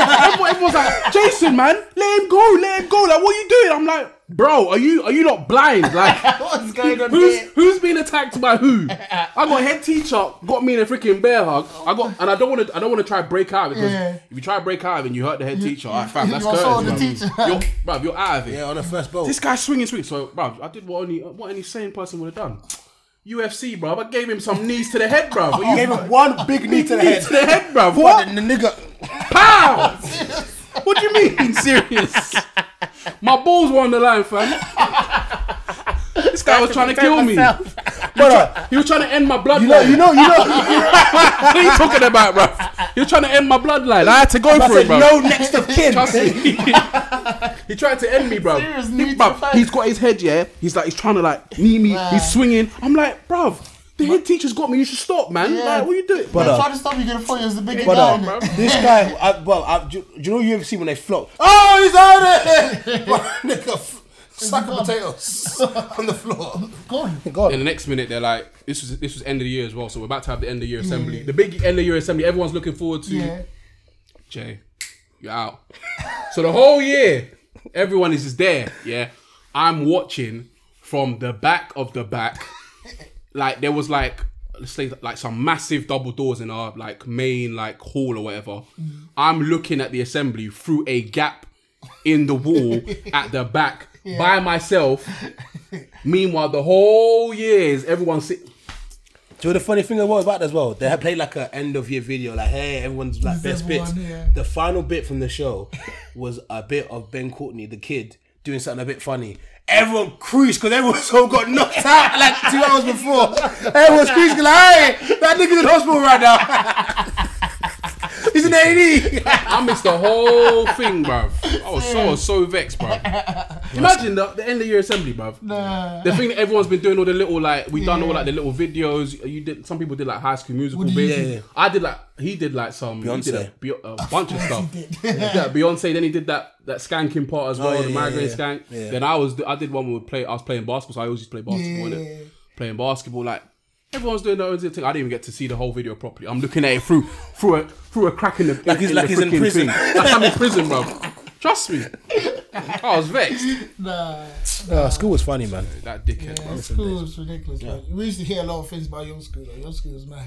C: Everyone, everyone's like, Jason, man, let him go, let him go. Like, what are you doing? I'm like, Bro, are you are you not blind? Like
E: What's going on
C: who's
E: here?
C: who's being attacked by who? I got head teacher got me in a freaking bear hug. I got and I don't want to I don't want to try break out because
E: Yeah.
C: if you try to break out and you hurt the head teacher, all right, fam,
E: you
C: that's
E: are
C: curtains, bruv.
E: so the teacher.
C: You're, bruv, you're out of it.
D: Yeah, on the first bowl.
C: This guy's swinging, swing. So, bruv, I did what only what any sane person would have done. UFC, bruv, I gave him some knees to the head, bruv. Are
D: You
C: you
D: gave him one big knee to the
C: knees
D: head.
C: to the head, bruv.
D: What?
C: What?
D: The, the nigga.
C: Pow! what do you mean serious? My balls were on the line, fam. This guy was trying to kill me.
D: Brother,
C: He was trying to end my bloodline.
D: you know, you know, you know.
C: what are you talking about, bruv? He was trying to end my bloodline. I had to go
D: I
C: for it,
D: said
C: bruv.
D: no next of kin.
C: Trust me. he tried to end me, bro.
E: Serious
C: He,
E: need to
C: bruv,
E: fight.
C: he's got his head, yeah. He's like, he's trying to like knee me.
E: Wow.
C: He's swinging. I'm like, bruv, the head teacher's got me. You should stop, man.
E: Yeah.
C: Like, what you doing?
E: But
D: Brother.
E: try to stop you, gonna fall you as the big guy.
D: Brother,
E: innit?
D: this guy, I, bro, I, do, do you know UFC when they flop? Oh, he's out there! Bro, nigga, f- sack of potatoes on the floor.
E: Go on.
D: God,
C: In the next minute, they're like, this was this was end of the year as well. So we're about to have the end of year assembly, the big end of year assembly. Everyone's looking forward to.
E: Yeah.
C: Jay, you're out. so the whole year, everyone is just there. Yeah, I'm watching from the back of the back. like there was like let's say like some massive double doors in our like main like hall or whatever. I'm looking at the assembly through a gap in the wall at the back by myself. Meanwhile, the whole year is everyone sit.
D: Do you know the funny thing was about that as well? They had played like an end of year video, like hey, everyone's like
E: This
D: best bits.
E: everyone, yeah.
D: The final bit from the show was a bit of Ben Courtney, the kid, doing something a bit funny. Everyone creased because everyone's all got knocked out like two hours before. Everyone's creased 'cause, like, hey, that nigga's in hospital right now. He's in E. A&E.
C: I missed the whole thing, bruv. I was so I was so vexed, bruv. Imagine the, the end of year assembly, bruv.
E: Nah.
C: The thing that everyone's been doing all the little like we done all like the little videos. You did some people did like high school musical
E: What did you
C: bits.
D: do? Yeah, yeah.
C: I did like he did like some He did a,
D: Beyonce.
C: be- a bunch of stuff.
E: did.
C: Yeah, Beyonce. Then he did that that skanking part as well,
D: Oh, yeah,
C: the
D: yeah,
C: migraine
D: yeah.
C: skank.
D: Yeah.
C: Then I was I did one with play. I was playing basketball, so I always used to play basketball.
E: Yeah.
C: innit? Playing basketball, like everyone's doing their own thing. I didn't even get to see the whole video properly. I'm looking at it through through a through a crack in the
D: Like he's-
C: in
D: like
C: the
D: he's in
C: freaking
D: prison.
C: Thing. Like I'm in prison, bro. Trust me, I was vexed.
E: Nah.
D: Uh, school was funny, man.
C: That dickhead, bro.
E: School was ridiculous, man. We used to hear a lot of things about your school. Though. Your school was mad.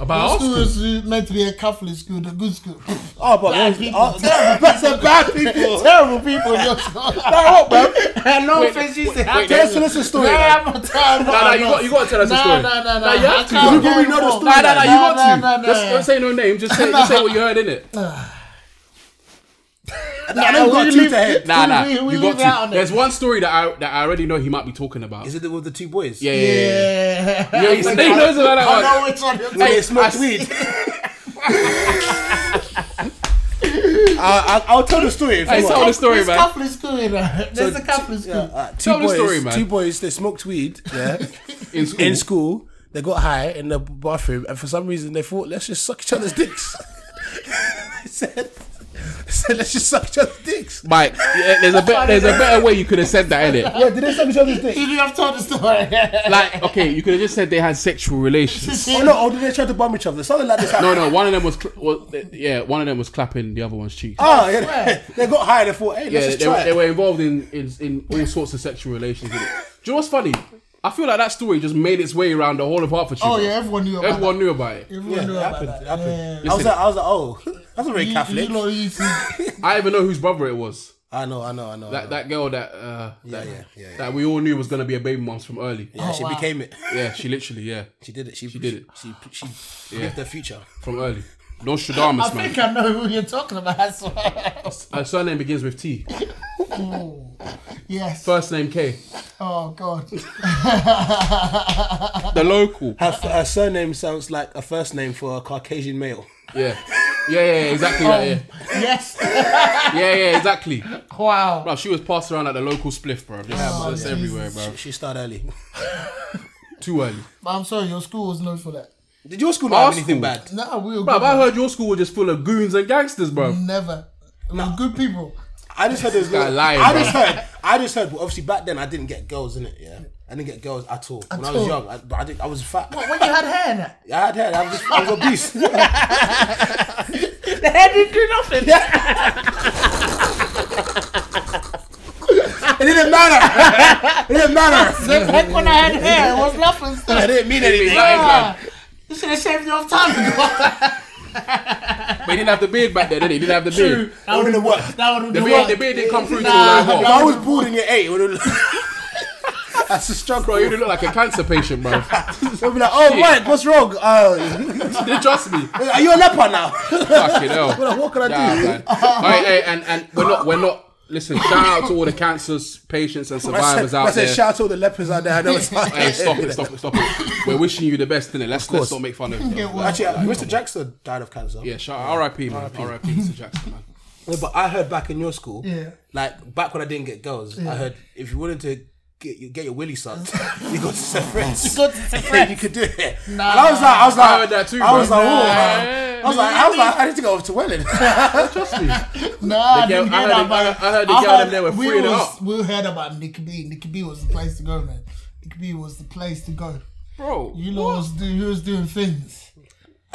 C: About
E: Your
C: our
E: school
C: school.
E: was uh, meant to be a Catholic school, the good school.
D: Oh, but bad
E: people.
D: that's a bad people.
E: Terrible people in your school.
D: Start up, man.
E: no
C: Wait, wait,
E: offense, you said.
C: wait, wait,
D: Tell us a story. man.
E: I'm a terrible.
C: Nah, nah, you got, you got to tell us a
E: Nah,
C: story.
E: nah, nah,
C: Nah, you
E: nah.
C: have to.
E: I can't
C: You probably
E: go
C: know the
E: for-
C: story. Nah, nah, nah, you
E: Nah,
C: got to.
E: nah, nah,
C: Just
E: nah.
C: don't say no name. Just say, just say what you heard in it.
D: I know you got
E: we
D: two
E: leave-
D: to head.
C: Nah,
E: We-
C: nah,
E: we- we
C: you
E: leave it out
C: got
E: on
C: to.
E: it.
C: There's one story that I that I already know he might be talking about.
D: Is it with the two boys?
C: Yeah, yeah, yeah. yeah.
E: Yeah.
C: Yeah, he said- he knows about that
E: I
C: one.
E: know which one you're
D: Hey,
E: talking
D: they smoked
C: I-
D: weed. I, I, I'll tell the story. If
C: Hey,
D: you
C: tell
D: want.
C: the story,
E: There's
C: man.
E: Catholic school in there. There's a Catholic
D: Yeah,
E: school.
D: uh, two
C: Tell the
D: boys,
C: story, man.
D: Two boys, they smoked weed. Yeah,
C: In school.
D: in school, they got high in the bathroom, and for some reason, they thought, "Let's just suck each other's dicks." they said, they said, "Let's just suck each other's dicks."
C: Mike, yeah, there's a bet, there's a better way you could have said that in it.
D: Yeah, did they suck each other's dicks?
E: Did you have told the story?
C: Like, okay, you could have just said they had sexual relations.
D: Oh no! Or did they try to bum each other? Something like this.
C: No, no, one of them was, cl- was yeah, one of them was clapping the other one's cheek.
D: Oh, yeah, they got high. They thought, "Hey, let's
C: Yeah,
D: just
C: they,
D: try."
C: were, they
D: it.
C: were involved in, in in all sorts of sexual relations. innit? Do you know what's funny? I feel like that story just made its way around the whole of Hertfordshire.
E: oh
C: bro.
E: yeah, everyone knew about
C: everyone knew about
E: that.
C: it.
E: Everyone knew
D: it
E: about
D: happened.
E: that.
D: It happened.
E: Yeah.
D: I was like, I was like, "Oh, that's a very
E: You-
D: Catholic."
E: You know, you see,
C: I even know whose brother it was.
D: I know, I know, I know. I know.
C: That that girl that uh, that,
D: yeah, yeah, yeah.
C: that we all knew was gonna be a baby mom from early. Yeah,
D: Yeah, she
E: wow.
D: became it.
C: she literally yeah
D: She did it. She,
C: did it.
D: She she, she lived her future.
C: from early.
E: I
C: Nostradamus man.
E: think I know who you're talking about. That's why.
C: Her surname begins with T.
E: yes.
C: First name K.
E: oh God.
C: The local.
D: Her, f- her surname sounds like a first name for a Caucasian male.
C: Yeah. Yeah, yeah, yeah, exactly that, yeah.
E: Um, yes.
C: Yeah, yeah, exactly.
E: wow.
C: Bro, she was passed around at the local spliff, bro. Just, just everywhere, bro.
D: She started early.
C: Too early.
E: But I'm sorry, your school was known for that.
D: Did your school not
C: Our
D: have
C: school?
D: anything bad?
E: No, we were
C: Bro,
E: good.
C: I heard your school was just full of goons and gangsters, bro.
E: Never. We were good people.
D: I just heard there was
C: guy
D: no.
C: lying,
D: I just
C: bro.
D: heard. I just heard. But obviously back then I didn't get girls in it. Yeah, I didn't get girls at all when I was
E: all.
D: young. I, but I, did, I was fat.
E: When you had hair, in it,
D: I had hair. I was, just, I was obese. yeah,
E: the hair didn't do nothing.
D: didn't matter. it didn't matter.
E: It's like when I had hair, it was nothing still.
D: I didn't mean anything.
E: Ah, you should have shaved off time ago.
C: But he didn't have the beard back then, did he? He didn't have the beard.
D: I wouldn't have worked.
E: that would
C: The
E: have
C: beard,
E: worked.
C: the beard didn't come through till
E: Nah,
C: like
D: If
C: what?
D: I was balding at eight, it would have. That's a struggle.
C: Bro, you look like a cancer patient, bro.
D: They'll be like, oh,
C: Shit.
D: Mike, what's wrong? Uh,
C: Didn't trust me.
D: are you a leper now?
C: Fucking hell.
D: Like, what can I
C: Nah,
D: do?
C: man. All right, hey, and and we're not we're not. Listen, shout out to all the cancer patients and
D: I said,
C: survivors
D: I
C: out
D: said
C: there.
D: shout out to all the lepers out there. I know it's not.
C: Hey, stop it, stop it, stop it. We're wishing you the best in it. Let's let's not make fun of it.
E: well.
D: Actually, uh, Mr. Jackson died of cancer.
C: Yeah, shout out. R.I.P. man. R.I.P. Mr. Jackson man.
D: No, but I heard back in your school,
E: Yeah.
D: like back when I didn't get girls, I heard if you wanted to get you get your willy sucked, you got to separate.
E: Go to the
D: Yeah,
E: friend.
D: you could do it. And I was like, I was like,
C: heard that too,
D: I was
C: bro.
D: like, oh,
C: Nah.
D: man. I was like, I was like, I need to go over to Welland.
C: Trust me.
E: Nah, I
C: girl-
E: didn't
C: I
E: hear
C: heard
E: that.
C: the- I heard-
E: about-
C: I heard the girl them there were
E: we
C: freeing it
E: was-
C: up.
E: We heard about Nicky B. Nicky B was the place to go, man. Nicky B was the place to go.
C: Bro,
E: You know, was do, you was doing things.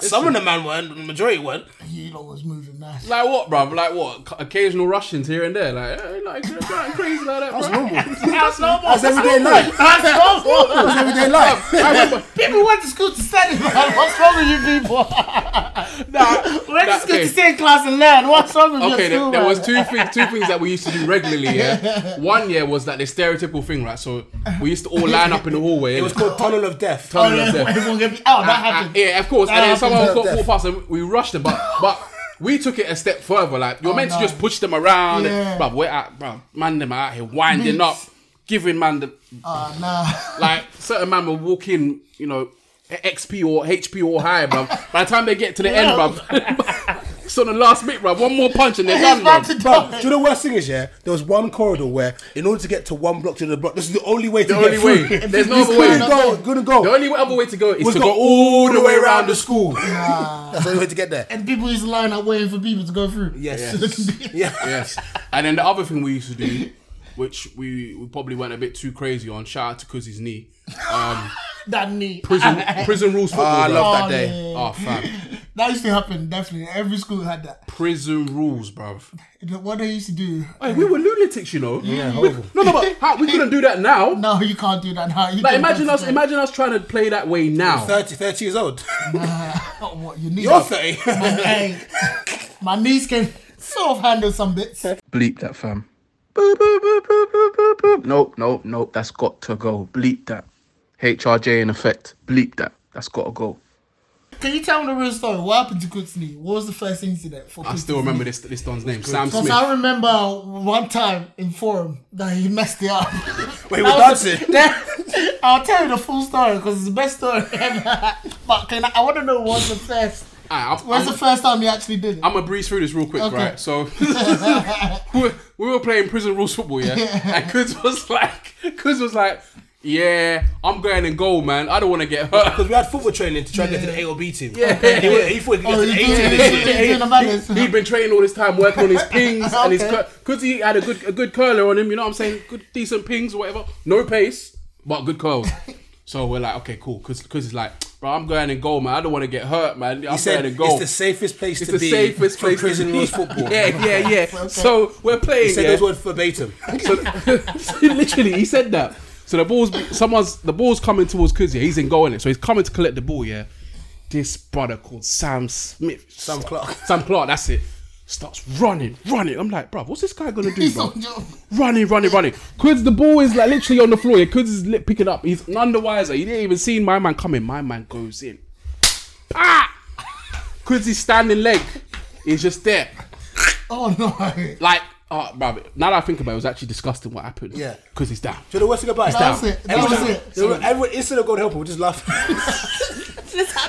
D: Some of the man weren't, the majority weren't.
E: You know, was moving nice.
C: Like what, bro? Like what? C- Occasional Russians here and there, like, eh, like nothing crazy like that. That's
E: That's normal.
D: That's everyday life.
E: That's normal.
D: That's everyday life.
C: I remember,
E: People went to school to study, man. What's wrong with you people?
C: nah,
E: Went to
C: that-
E: school
C: okay.
E: to stay in class and learn. What's wrong with
C: Okay,
E: your
C: there,
E: school,
C: there
E: man?
C: was two things, two things that we used to do regularly. Yeah, one year was that the stereotypical thing, right? So we used to all line up in the hallway.
D: It was called Tunnel of Death.
C: Tunnel
E: Oh,
C: of
E: yeah,
C: Death.
E: everyone gonna be- oh, that
C: Uh, uh,
E: happened.
C: yeah, of course.
E: That
C: and then
E: happened.
C: someone
D: That-
C: caught
D: that-
C: walked past and we rushed them, but but we took it a step further. Like you're meant to
E: Oh, no.
C: just push them around.
E: Yeah.
C: Bruv, we're out, bruv, man, them are out here winding up, giving man the
E: Ah, nah.
C: like certain man will walk in, you know, XP or HP or higher, bruv. By the time they get to the end, bruv, it's on the last bit, bruv. One more punch and they're
E: He's
C: done,
E: about to
C: bruv.
D: Bro, do
E: die.
D: you know the worst thing is, yeah? There was one corridor where, in order to get to one block to the block, this is the only way to
C: The
D: get
C: only
D: through.
C: way. There's no
D: You
C: other way.
D: couldn't go, couldn't go.
C: The only other way to go is
D: Was
C: to go
D: go
C: all the way around the school.
D: That's the only way to get there.
E: And people used to line up waiting for people to go through.
D: Yes.
E: So they can be-
D: Yeah.
C: Yes. And then the other thing we used to do, which we, we probably went a bit too crazy on, shout out to Cuzzy's knee. Um,
E: That neat.
C: prison, prison rules football.
D: I
C: bruv.
D: love
E: Oh,
D: that day.
E: yeah.
C: Oh, fam.
E: That used to happen, definitely. Every school had that.
C: Prison rules, bruv.
E: The- What they used to do.
C: Hey, we were lunatics, you know. Yeah,
D: horrible.
C: no, no, but how, we couldn't do that now.
E: No, you can't do that now. You
C: Like
E: can't
C: imagine
E: go
C: us,
E: to
C: imagine us trying to play that way now.
D: 30, 30 years old.
E: school. Oh, what you need.
D: You're 30.
E: hey, my knees can sort of handle some bits.
C: Bleep that, fam. Boop, boop, boop, boop, boop, boop, boop. Nope, nope, nope. That's got to go. Bleep that. HRJ in effect. Bleep that. That's got to go.
E: Can you tell me the real story? What happened to Cook's knee? What was the first incident for
C: I still remember this this don's name, Sam
E: Because
C: Smith.
E: I remember one time in forum that he messed it up.
D: Wait, we're
E: That was-
D: dancing.
E: that- I'll tell you the full story because it's the best story ever. But can I, I want to know what's the first?
C: Alright, I'm-
E: When's
C: I'm-
E: the first time you actually did it?
C: I'm gonna breeze through this real quick,
E: Okay.
C: right? So we we were playing prison rules football, yeah. And Kuz was like, Kuz was like, yeah, I'm going in goal, man. I don't want to get hurt.
D: Because we had football training to try and get to the A or B team. Yeah. He, he thought he could get
E: Oh,
D: to the
E: he's
D: A
E: doing-
D: team.
E: he's doing- he's doing the madness.
C: He'd been training all this time, working on his pings and his
E: Okay.
C: cur- Kuz. He had a good a good curler on him. You know what I'm saying? Good decent pings or whatever. No pace, but good curls. So we're like, okay, cool. Cause, cause it's like, bro, I'm going in goal, man. I don't want to get hurt, man. I'm
D: He said
C: going in goal.
D: it's the safest place
C: It's
D: to
C: the
D: be
C: safest
D: for
C: place to
D: prison
C: be.
D: rules football.
C: Yeah, yeah, yeah. So we're playing.
D: He said
C: yeah?
D: those words verbatim.
C: So, so literally, he said that. So the ball's someone's the ball's coming towards Kuzia. He's in goal in it, so he's coming to collect the ball. Yeah, this brother called Sam Smith,
D: Sam Clark.
C: Sam Clark. That's it. Starts running, running. I'm like, bruv, what's this guy gonna do,
E: He's
C: bro?
E: on your-
C: Running, running, running. Kuds, the ball is like literally on the floor. Yeah, Kuds is lit, picking up. He's none the wiser. He didn't even see my man coming. My man goes in. Ah! Kuds is standing leg. He's just there.
E: Oh no!
C: Like, oh, bruv, now that I think about it, it was actually disgusting what happened.
D: Yeah.
C: Because he's down.
D: Do you know what's the best?
E: That was it. That
D: Everyone-
E: was it.
D: everyone- Everyone, instead of going to help him, we're just laughing.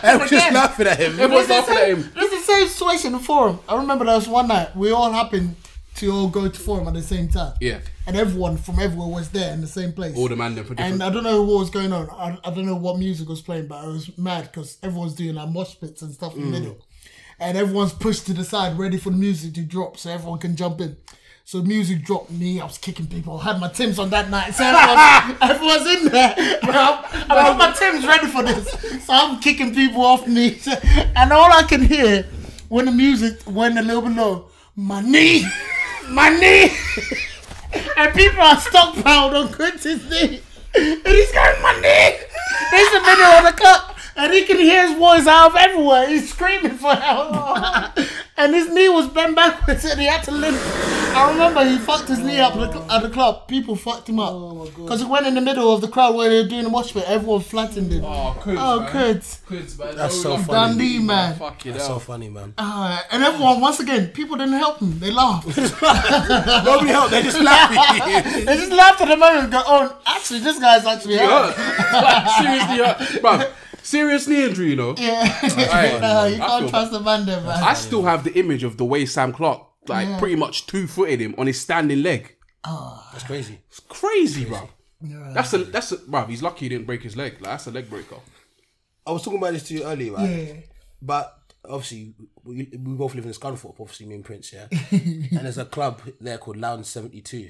D: Everyone's just laughing at him.
C: Everyone's
E: It's the
C: laughing at
E: same-
C: him.
E: It's the same situation in forum. I remember there was one night we all happened to all go to forum at the same time.
C: Yeah.
E: And everyone from everywhere was there in the same place.
C: All the man them for different.
E: And I don't know what was going on. I, I don't know what music was playing, but I was mad because everyone's doing like mosh pits and stuff in
C: Mm.
E: the middle. And everyone's pushed to the side, ready for the music to drop so everyone can jump in. So music dropped me. I was kicking people. I had my Tim's on that night. So everyone, everyone's in there. And I'm- and I had my Tim's ready for this. So I'm kicking people off me. And all I can hear when the music went a little bit low, my knee, my knee. and people are stockpiled on Quentin's knee. And he's going, my knee! It's the middle of the cup. And he can hear his voice out of everywhere. He's screaming for help. and his knee was bent backwards and he had to limp. I remember he fucked his knee up at the, at the club. People fucked him up. Because he went in the middle of the crowd where they were doing the mosh pit. Everyone flattened him.
C: Oh, kids,
E: Oh,
C: man.
E: kids.
C: Kids, man.
D: That's
C: No
D: so
C: love.
D: funny.
E: Dundee, man.
C: Fucking
D: That's so
C: hell.
D: funny, man.
E: Uh, and everyone, once again, people didn't help him. They laughed.
D: Nobody helped. They just laughed.
E: they just laughed at the moment and go, oh, actually, this guy's actually hurt.
C: Like, seriously, uh, bro. Serious knee injury, you know.
E: Yeah.
C: Alright.
E: no, you
C: I
E: can't
C: feel
E: trust the man there, man.
C: I still have the image of the way Sam Clark like pretty much two footed him on his standing leg.
D: That's crazy.
C: It's crazy, bro. That's a that's a bro. He's lucky he didn't break his leg. Like, that's a leg breaker.
D: I was talking about this to you earlier, right?
E: Yeah.
D: But obviously, we, we both live in Scunthorpe, obviously, me and Prince, yeah? and there's a club there called Lounge 72.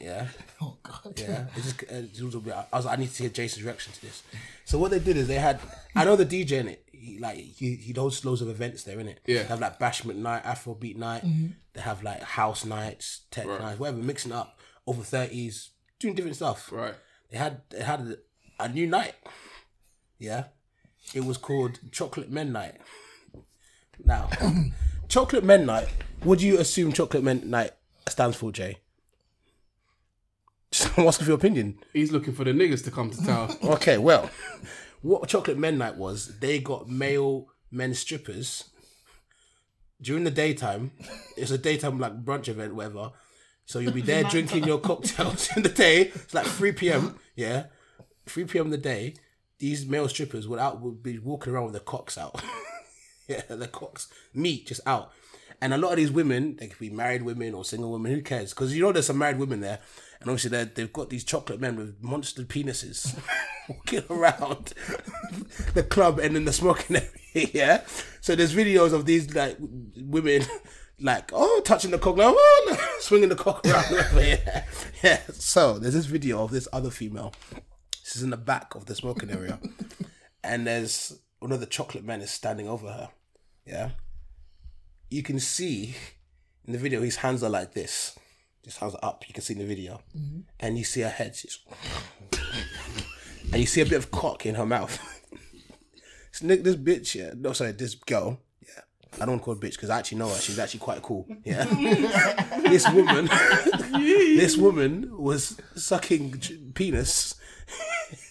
D: Yeah.
E: oh, God.
D: Yeah, it's just, uh, it's a little bit- I was like, I need to get Jason's reaction to this. So what they did is they had, I know the DJ in it. He like he he hosts loads of events there in it.
C: Yeah.
D: they have like bashment night, Afrobeat night.
E: Mm-hmm.
D: They have like house nights, tech nights, whatever, mixing up over thirties, doing different stuff.
C: Right.
D: They had they had a, a new night. Yeah, it was called Chocolate Men Night. Now, Chocolate Men Night. Would you assume Chocolate Men Night stands for Jay? Just asking for your opinion.
C: He's looking for the niggas to come to town.
D: Okay, well, what Chocolate Men Night was, they got male men strippers during the daytime. It's a daytime like brunch event, whatever. So you'll be there drinking your cocktails in the day. It's like three p.m. Yeah, three p.m. the day. These male strippers would out would be walking around with their cocks out. yeah, their cocks, meat just out. And a lot of these women, they could be married women or single women. Who cares? Because you know there's some married women there, and obviously they they've got these chocolate men with monster penises walking around the club and in the smoking area. Yeah. So there's videos of these like women. Like oh, touching the cock, like, oh, no, swinging the cock around. yeah, yeah. So there's this video of this other female. This is in the back of the smoking area, and there's one of the chocolate men is standing over her. Yeah, you can see in the video his hands are like this, just hands are up. You can see in the video, and you see her head, she's, and you see a bit of cock in her mouth. this, ni- this bitch, yeah, no, sorry, this girl, yeah, I don't call her bitch because I actually know her. She's actually quite cool. Yeah, this woman, this woman was sucking j- penis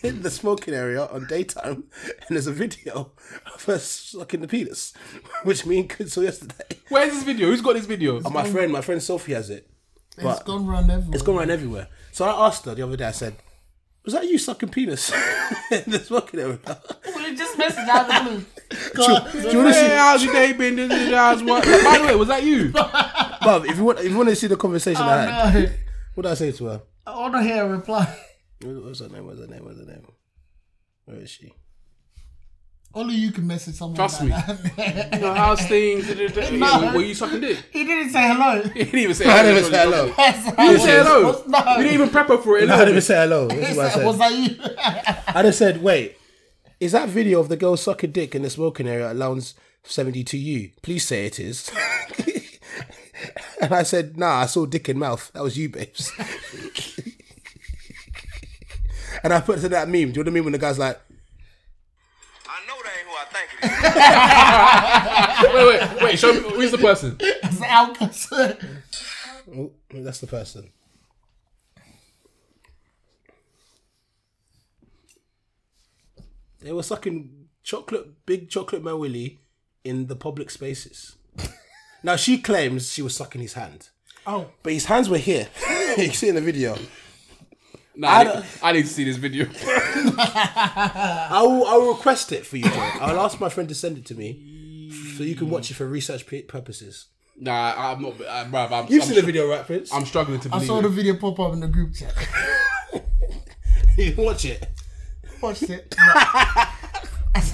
D: in the smoking area on daytime, and there's a video of her sucking the penis, which me and Kid saw yesterday.
C: Where's this video? Who's got this video?
D: And my friend, my friend Sophie has it. But
E: It's gone round everywhere.
D: it's gone around everywhere. So I asked her the other day. I said, "Was that you sucking penis in the smoking area?"
E: It just messaged out of the blue. God.
D: Do you want to
C: Hey,
D: see?
C: how's your day been? This is- how's what? By the way, was that you?
D: Bruv, if you want, if you want to see the conversation I had,
E: Oh, No,
D: what did I say to her?
E: I want to hear a reply.
D: What was her name? What was her name? What was her name? Where is she?
E: Only you can message someone.
C: Trust me.
E: like that.
C: You know, how's things? Yeah, were, were you sucking dick?
E: He didn't say hello.
C: He didn't even say
D: I didn't even say hello. I
C: He didn't say hello.
E: No.
C: You didn't even prep her for it.
D: didn't
C: No.
D: even say hello. This is what I
E: He said, Was
D: said.
E: that you?
D: I just said, "Wait, is that video of the girl sucking dick in the smoking area at Lounge 72U? Please say it is." and I said, "Nah, I saw dick in mouth. That was you, babes." and I put to that meme. Do you know what I mean? When the guy's like,
B: I know that ain't who I think it is.
C: Wait, wait, wait. Show me who's the person.
E: It's Alcus.
D: oh, "That's the person." They were sucking chocolate, big chocolate man willy, in the public spaces. now she claims she was sucking his hand.
E: Oh.
D: But his hands were here. you can see in the video.
C: Nah, I,
D: don't-
C: need, I need to see this video.
D: I will, I will request it for you, Joe. I'll ask my friend to send it to me so you can watch it for research pu- purposes.
C: Nah, I'm not. I'm, bruv, I'm,
D: You've
C: I'm
D: seen
C: str-
D: the video, right, Prince?
C: I'm struggling to
E: I
C: believe.
E: saw the
C: it.
E: video pop up in the group chat.
D: you can watch it.
E: Watched it. Oh,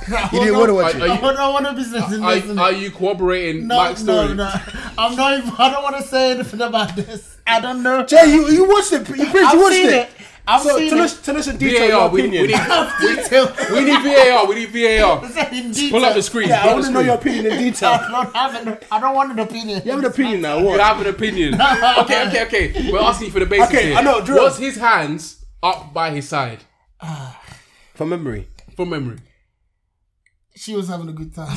E: No.
D: You didn't want to watch
C: Are-
D: it.
C: are
E: I don't want to business in this.
C: Are, are you cooperating,
E: No,
C: Mike's
E: no,
C: story?
E: no. I'm not even. I don't want to say anything about this. I don't know.
D: Jay, you, you watched it. You, Prince,
E: I've
D: you watched
E: seen
D: it.
E: it. I've
D: So
E: seen
D: tell
E: it.
D: us, tell us in detail your
C: VAR, we,
D: opinion.
C: we, need,
E: detail.
C: we need VAR, we need VAR. Pull
E: in
C: up
E: detail.
C: the screen.
D: yeah,
C: pull
D: I
C: up
D: want
C: the
D: to know your
C: screen.
D: opinion in
E: I
D: detail.
E: don't have an, I don't want an opinion.
D: you have an opinion now. What?
C: You have an opinion. okay, okay, okay. We're asking you for the basics
D: Okay,
C: here.
D: I know, drill.
C: Was his hands up by his side?
D: From memory.
C: From memory.
E: She was having a good time.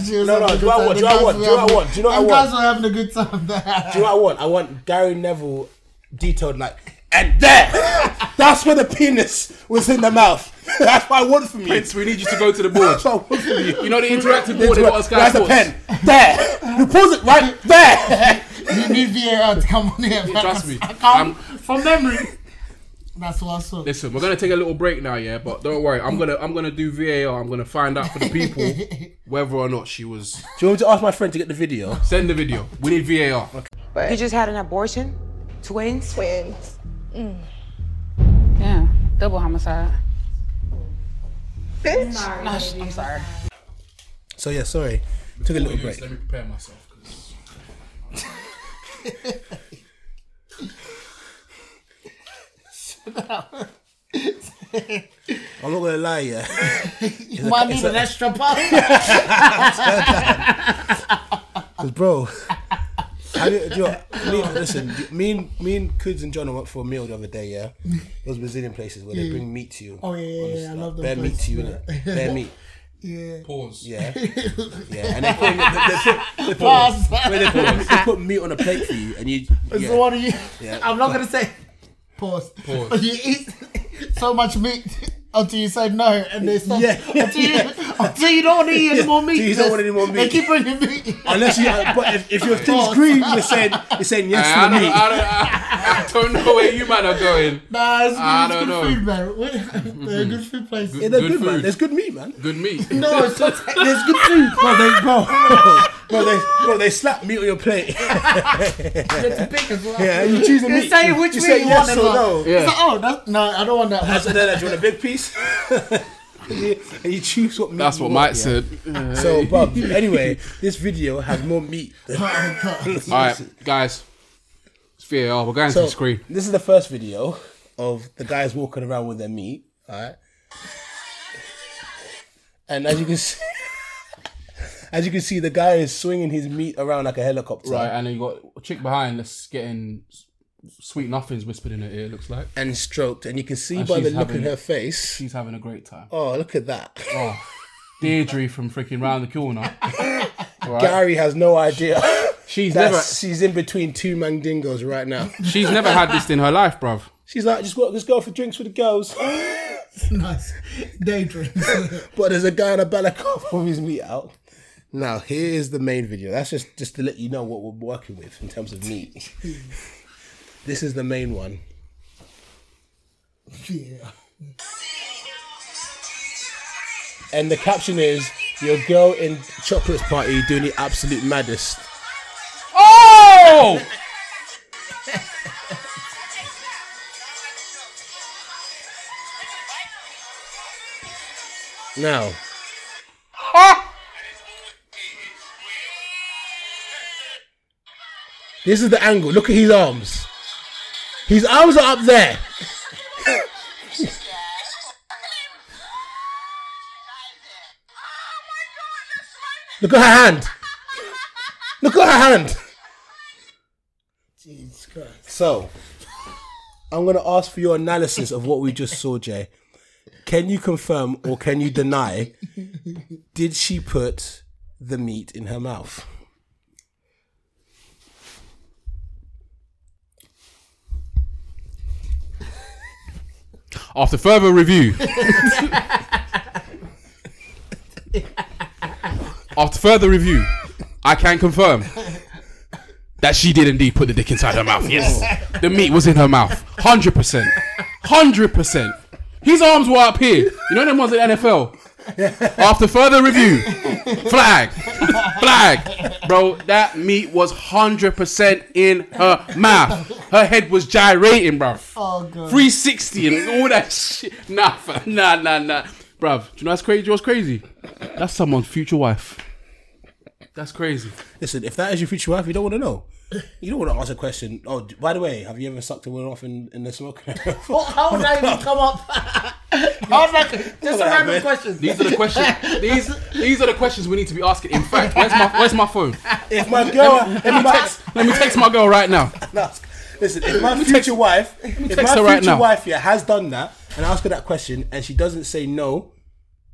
E: she was
D: No, no,
E: having a
D: do
E: good
D: I
E: time.
D: want-
E: The
D: do I
E: guys
D: want-
E: were
D: do I
E: having-
D: want- do you know
E: them
D: I want?
E: guys were having a good time there.
D: Do you know what I want? I want Gary Neville detailed like, and there, that's where the penis was in the mouth. That's what I want from you.
C: Prince, we need you to go to the board.
D: That's what I want from you.
C: You know the interactive board they got on Sky
D: Where's the
C: Sports?
D: pen? There. You pause it right there.
E: You need VAR to come on here. man.
C: Trust me.
E: I can't-
C: I'm-
E: from memory. That's what I saw.
C: Listen, we're gonna take a little break now, yeah. But don't worry, I'm gonna I'm gonna do VAR. I'm gonna find out for the people whether or not she was.
D: Do you want me to ask my friend to get the video?
C: Send the video. We need VAR.
F: You just had an abortion? Twins?
G: twins.
H: Yeah, double homicide.
G: Bitch.
H: Gosh, I'm sorry.
D: So yeah, sorry. Took a little break.
C: Let me prepare myself. 'cause-
D: I'm not gonna lie, yeah.
E: You might need an extra pound.
D: Cause bro, I, do you know, me, listen, me and me and Kuds and John went for a meal the other day. Yeah, those Brazilian places where they bring meat to you.
E: Oh, yeah, yeah,
D: On the-
E: yeah, I love them
D: Bare meat
E: places,
D: to you, innit? Bare meat.
E: yeah.
C: Pause.
D: Yeah, yeah, and they put, they, they put, they put,
E: Pause.
D: they put, they put meat on a plate for you, and you. Yeah.
E: So what do you?
D: Yeah.
E: I'm not gonna say. Pause.
C: Pause.
E: But you eat so much meat until you say no, and they stop.
D: Yeah.
E: Until, you, until you don't want to eat any more meat.
D: Until you don't want any more
E: They
D: meat.
E: keep on your meat.
D: Unless you, but if, if your thing's green, you're saying you're saying yes
C: I,
D: to the
C: don't,
D: meat.
C: I, don't, I, I don't know where you man are going.
E: Nah, it's good,
C: I
E: it's
C: don't
E: good
C: know.
E: food, man. We- They're a good food place.
D: yeah, they're
C: Good
D: good, man.
C: food.
D: There's good meat, man.
C: Good meat.
E: No, it's not.
D: There's good food, bro. They, bro, bro, bro, they, bro, they slap meat on your plate.
E: It's big as well.
D: Yeah, you choose the meat.
E: They say which
D: you
E: way
D: say
E: you
D: yes
E: want
D: or
E: or
D: no.
E: It's like, oh, that's, no, I don't want that.
D: I said, "Dad, do you want a big piece?" and you choose what meat.
C: That's
D: you
C: what
D: want,
C: Mike
D: yeah.
C: said.
D: So, but anyway, this video has more meat. Than
C: All right, guys. It's VAR. We're going to
D: so,
C: the screen.
D: This is the first video of the guys walking around with their meat. All right, and as you can see, as you can see, the guy is swinging his meat around like a helicopter.
C: Right, and then you got a chick behind that's getting s- sweet nothings whispered in her ear. Looks like
D: And stroked, and you can see by
C: she's
D: the look in
C: having-
D: her face.
C: she's having a great time.
D: Oh, look at that!
C: Oh, Deirdre from freaking round the corner. Right.
D: Gary has no idea.
C: She's
D: That's,
C: never
D: she's in between two mandingos right now.
C: she's never had this in her life, bruv.
D: She's like, just work, just go for drinks with the girls.
E: nice. Daydream.
D: but there's a guy in a balaclava with his meat out. Now here is the main video. That's just just to let you know what we're working with in terms of meat. this is the main one.
E: yeah.
D: And the caption is your girl in chocolates party doing the absolute maddest.
C: Oh!
D: Now This is the angle. Look at his arms. His arms are up there. Look at her hand. Look at her hand.
E: Jesus Christ.
D: So, I'm going to ask for your analysis of what we just saw, Jay. Can you confirm or can you deny? Did she put the meat in her mouth?
C: After further review. After further review, I can confirm that she did indeed put the dick inside her mouth. Yes. The meat was in her mouth. 100%. 100%. His arms were up here. You know them ones at NFL? After further review, flag, flag. Bro, that meat was 100% in her mouth. Her head was gyrating, bro.
E: Oh, God.
C: 360 and all that shit. Nah, fam. nah, nah, nah. Bruv, do you know that's crazy? What's crazy? That's someone's future wife. That's crazy.
D: Listen, if that is your future wife, you don't want to know. You don't want to ask a question. Oh, d- by the way, have you ever sucked a woman off in, in the smoke?
E: Oh, how would that even come up? how would that? Just a
D: Come on,
E: random
D: man.
E: question.
C: These are the questions. These these are the questions we need to be asking. In fact, where's my where's my phone?
D: if my girl, if my,
C: Let me text my girl right now.
D: no, listen, if my future wife, if my
C: text her
D: future
C: right now.
D: wife yeah, has done that and I ask her that question and she doesn't say no,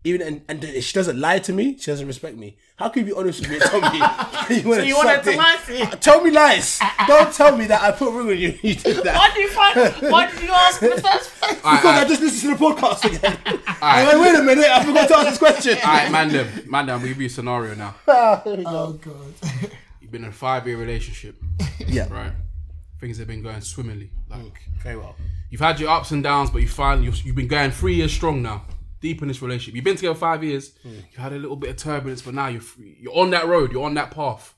D: even and, and if she doesn't lie to me, she doesn't respect me. How can you be honest with me and tell me you want
E: you want her to lie to you?
D: Tell me lies. don't tell me that I put ring on you. and You did that.
E: Why do you find? Why did you ask in the first place?
C: All right, all
D: Because I
C: right,
D: just listened to the podcast again. I went, wait a minute, I forgot to ask this question.
C: all right, man, them, man, them, we give you a scenario now.
E: Oh god.
C: You've been in a five year relationship,
D: Yeah.
C: right? Things have been going swimmingly. Like
D: Very well.
C: you've had your ups and downs, but you find you've, you've been going three years strong now. Deep in this relationship, you've been together five years.
D: Hmm.
C: You had a little bit of turbulence, but now you're free- you're on that road. You're on that path.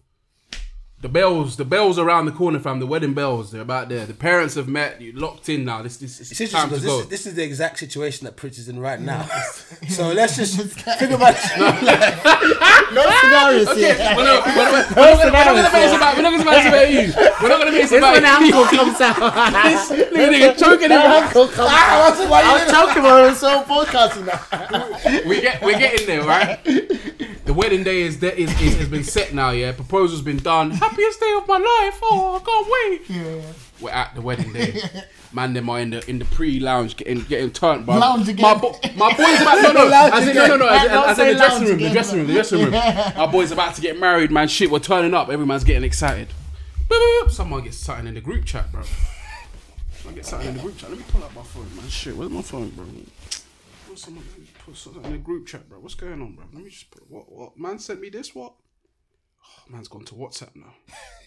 C: The bells, the bells around the corner, fam. The wedding bells, they're about there. The parents have met. You're locked in now. This, this,
D: It's
C: it's
D: interesting
C: time to
D: because
C: go.
D: this, is- this is the exact situation that Prince is in right now. so let's just think about it.
E: No scenarios
C: Okay,
E: here.
C: we're not, we're not, we're not, we're not gonna make this about we're not gonna make this about you. We're not gonna make this about you.
E: comes out.
C: This nigga choking him.
E: uncle comes out.
D: That's why
E: I'm talking about it. So podcasting now.
C: We get we're getting there, right? The wedding day is there is, is has been set now, yeah. Proposal's been done. Happiest day of my life. Oh, I can't wait.
E: yeah.
C: We're at the wedding day. Man, them are in the in the pre lounge getting getting turned, bro.
E: Lounge again.
C: My, bo- my boy's about no no
D: Lounge
C: as in, no no no as, in- as
E: again.
C: in the
E: Don't say
C: dressing
E: lounge
C: room the
E: again.
C: dressing room the dressing room. Our boy's about to get married, man. Shit, we're turning up. Every man's getting excited. Boop, boop, boop. Someone gets something in the group chat, bro. I get something in the group chat. Let me pull out my phone, man. Shit, where's my phone, bro? Put someone put something in the group chat, bro. What's going on, bro? Let me just put what what man sent me this what? Oh, man's gone to WhatsApp now.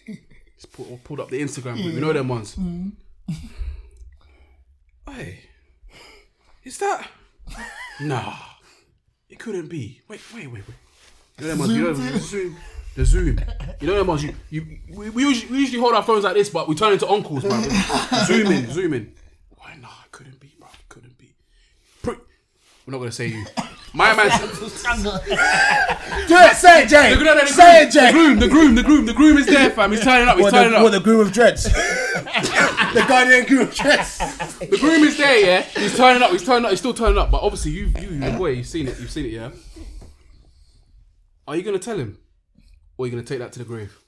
C: He's pulled, pulled up the Instagram group. You
D: Mm.
C: know them ones. hey, is that? nah, it couldn't be. Wait, wait, wait, wait. You know them ones. You know them, the Zoom. The Zoom. You know them ones. You, you, we, we, usually, we usually hold our phones like this, but we turn into uncles, man. zoom in, zoom in. Why nah? It couldn't be, bro. It couldn't be. Pre- We're not gonna say you. My man.
D: Do it, say it, Jay.
C: Look at that, the
D: Say
C: groom,
D: it, Jay.
C: The groom, the groom, the groom, the groom is there, fam. He's turning up. He's
D: Or
C: turning
D: the,
C: up.
D: or the groom of dreads. the guardian groom of dreads.
C: The groom is there, yeah. He's turning up. He's turning up. He's still turning up. But obviously, you, you, your boy, you've seen it. You've seen it, yeah. Are you gonna tell him, or are you gonna take that to the grave?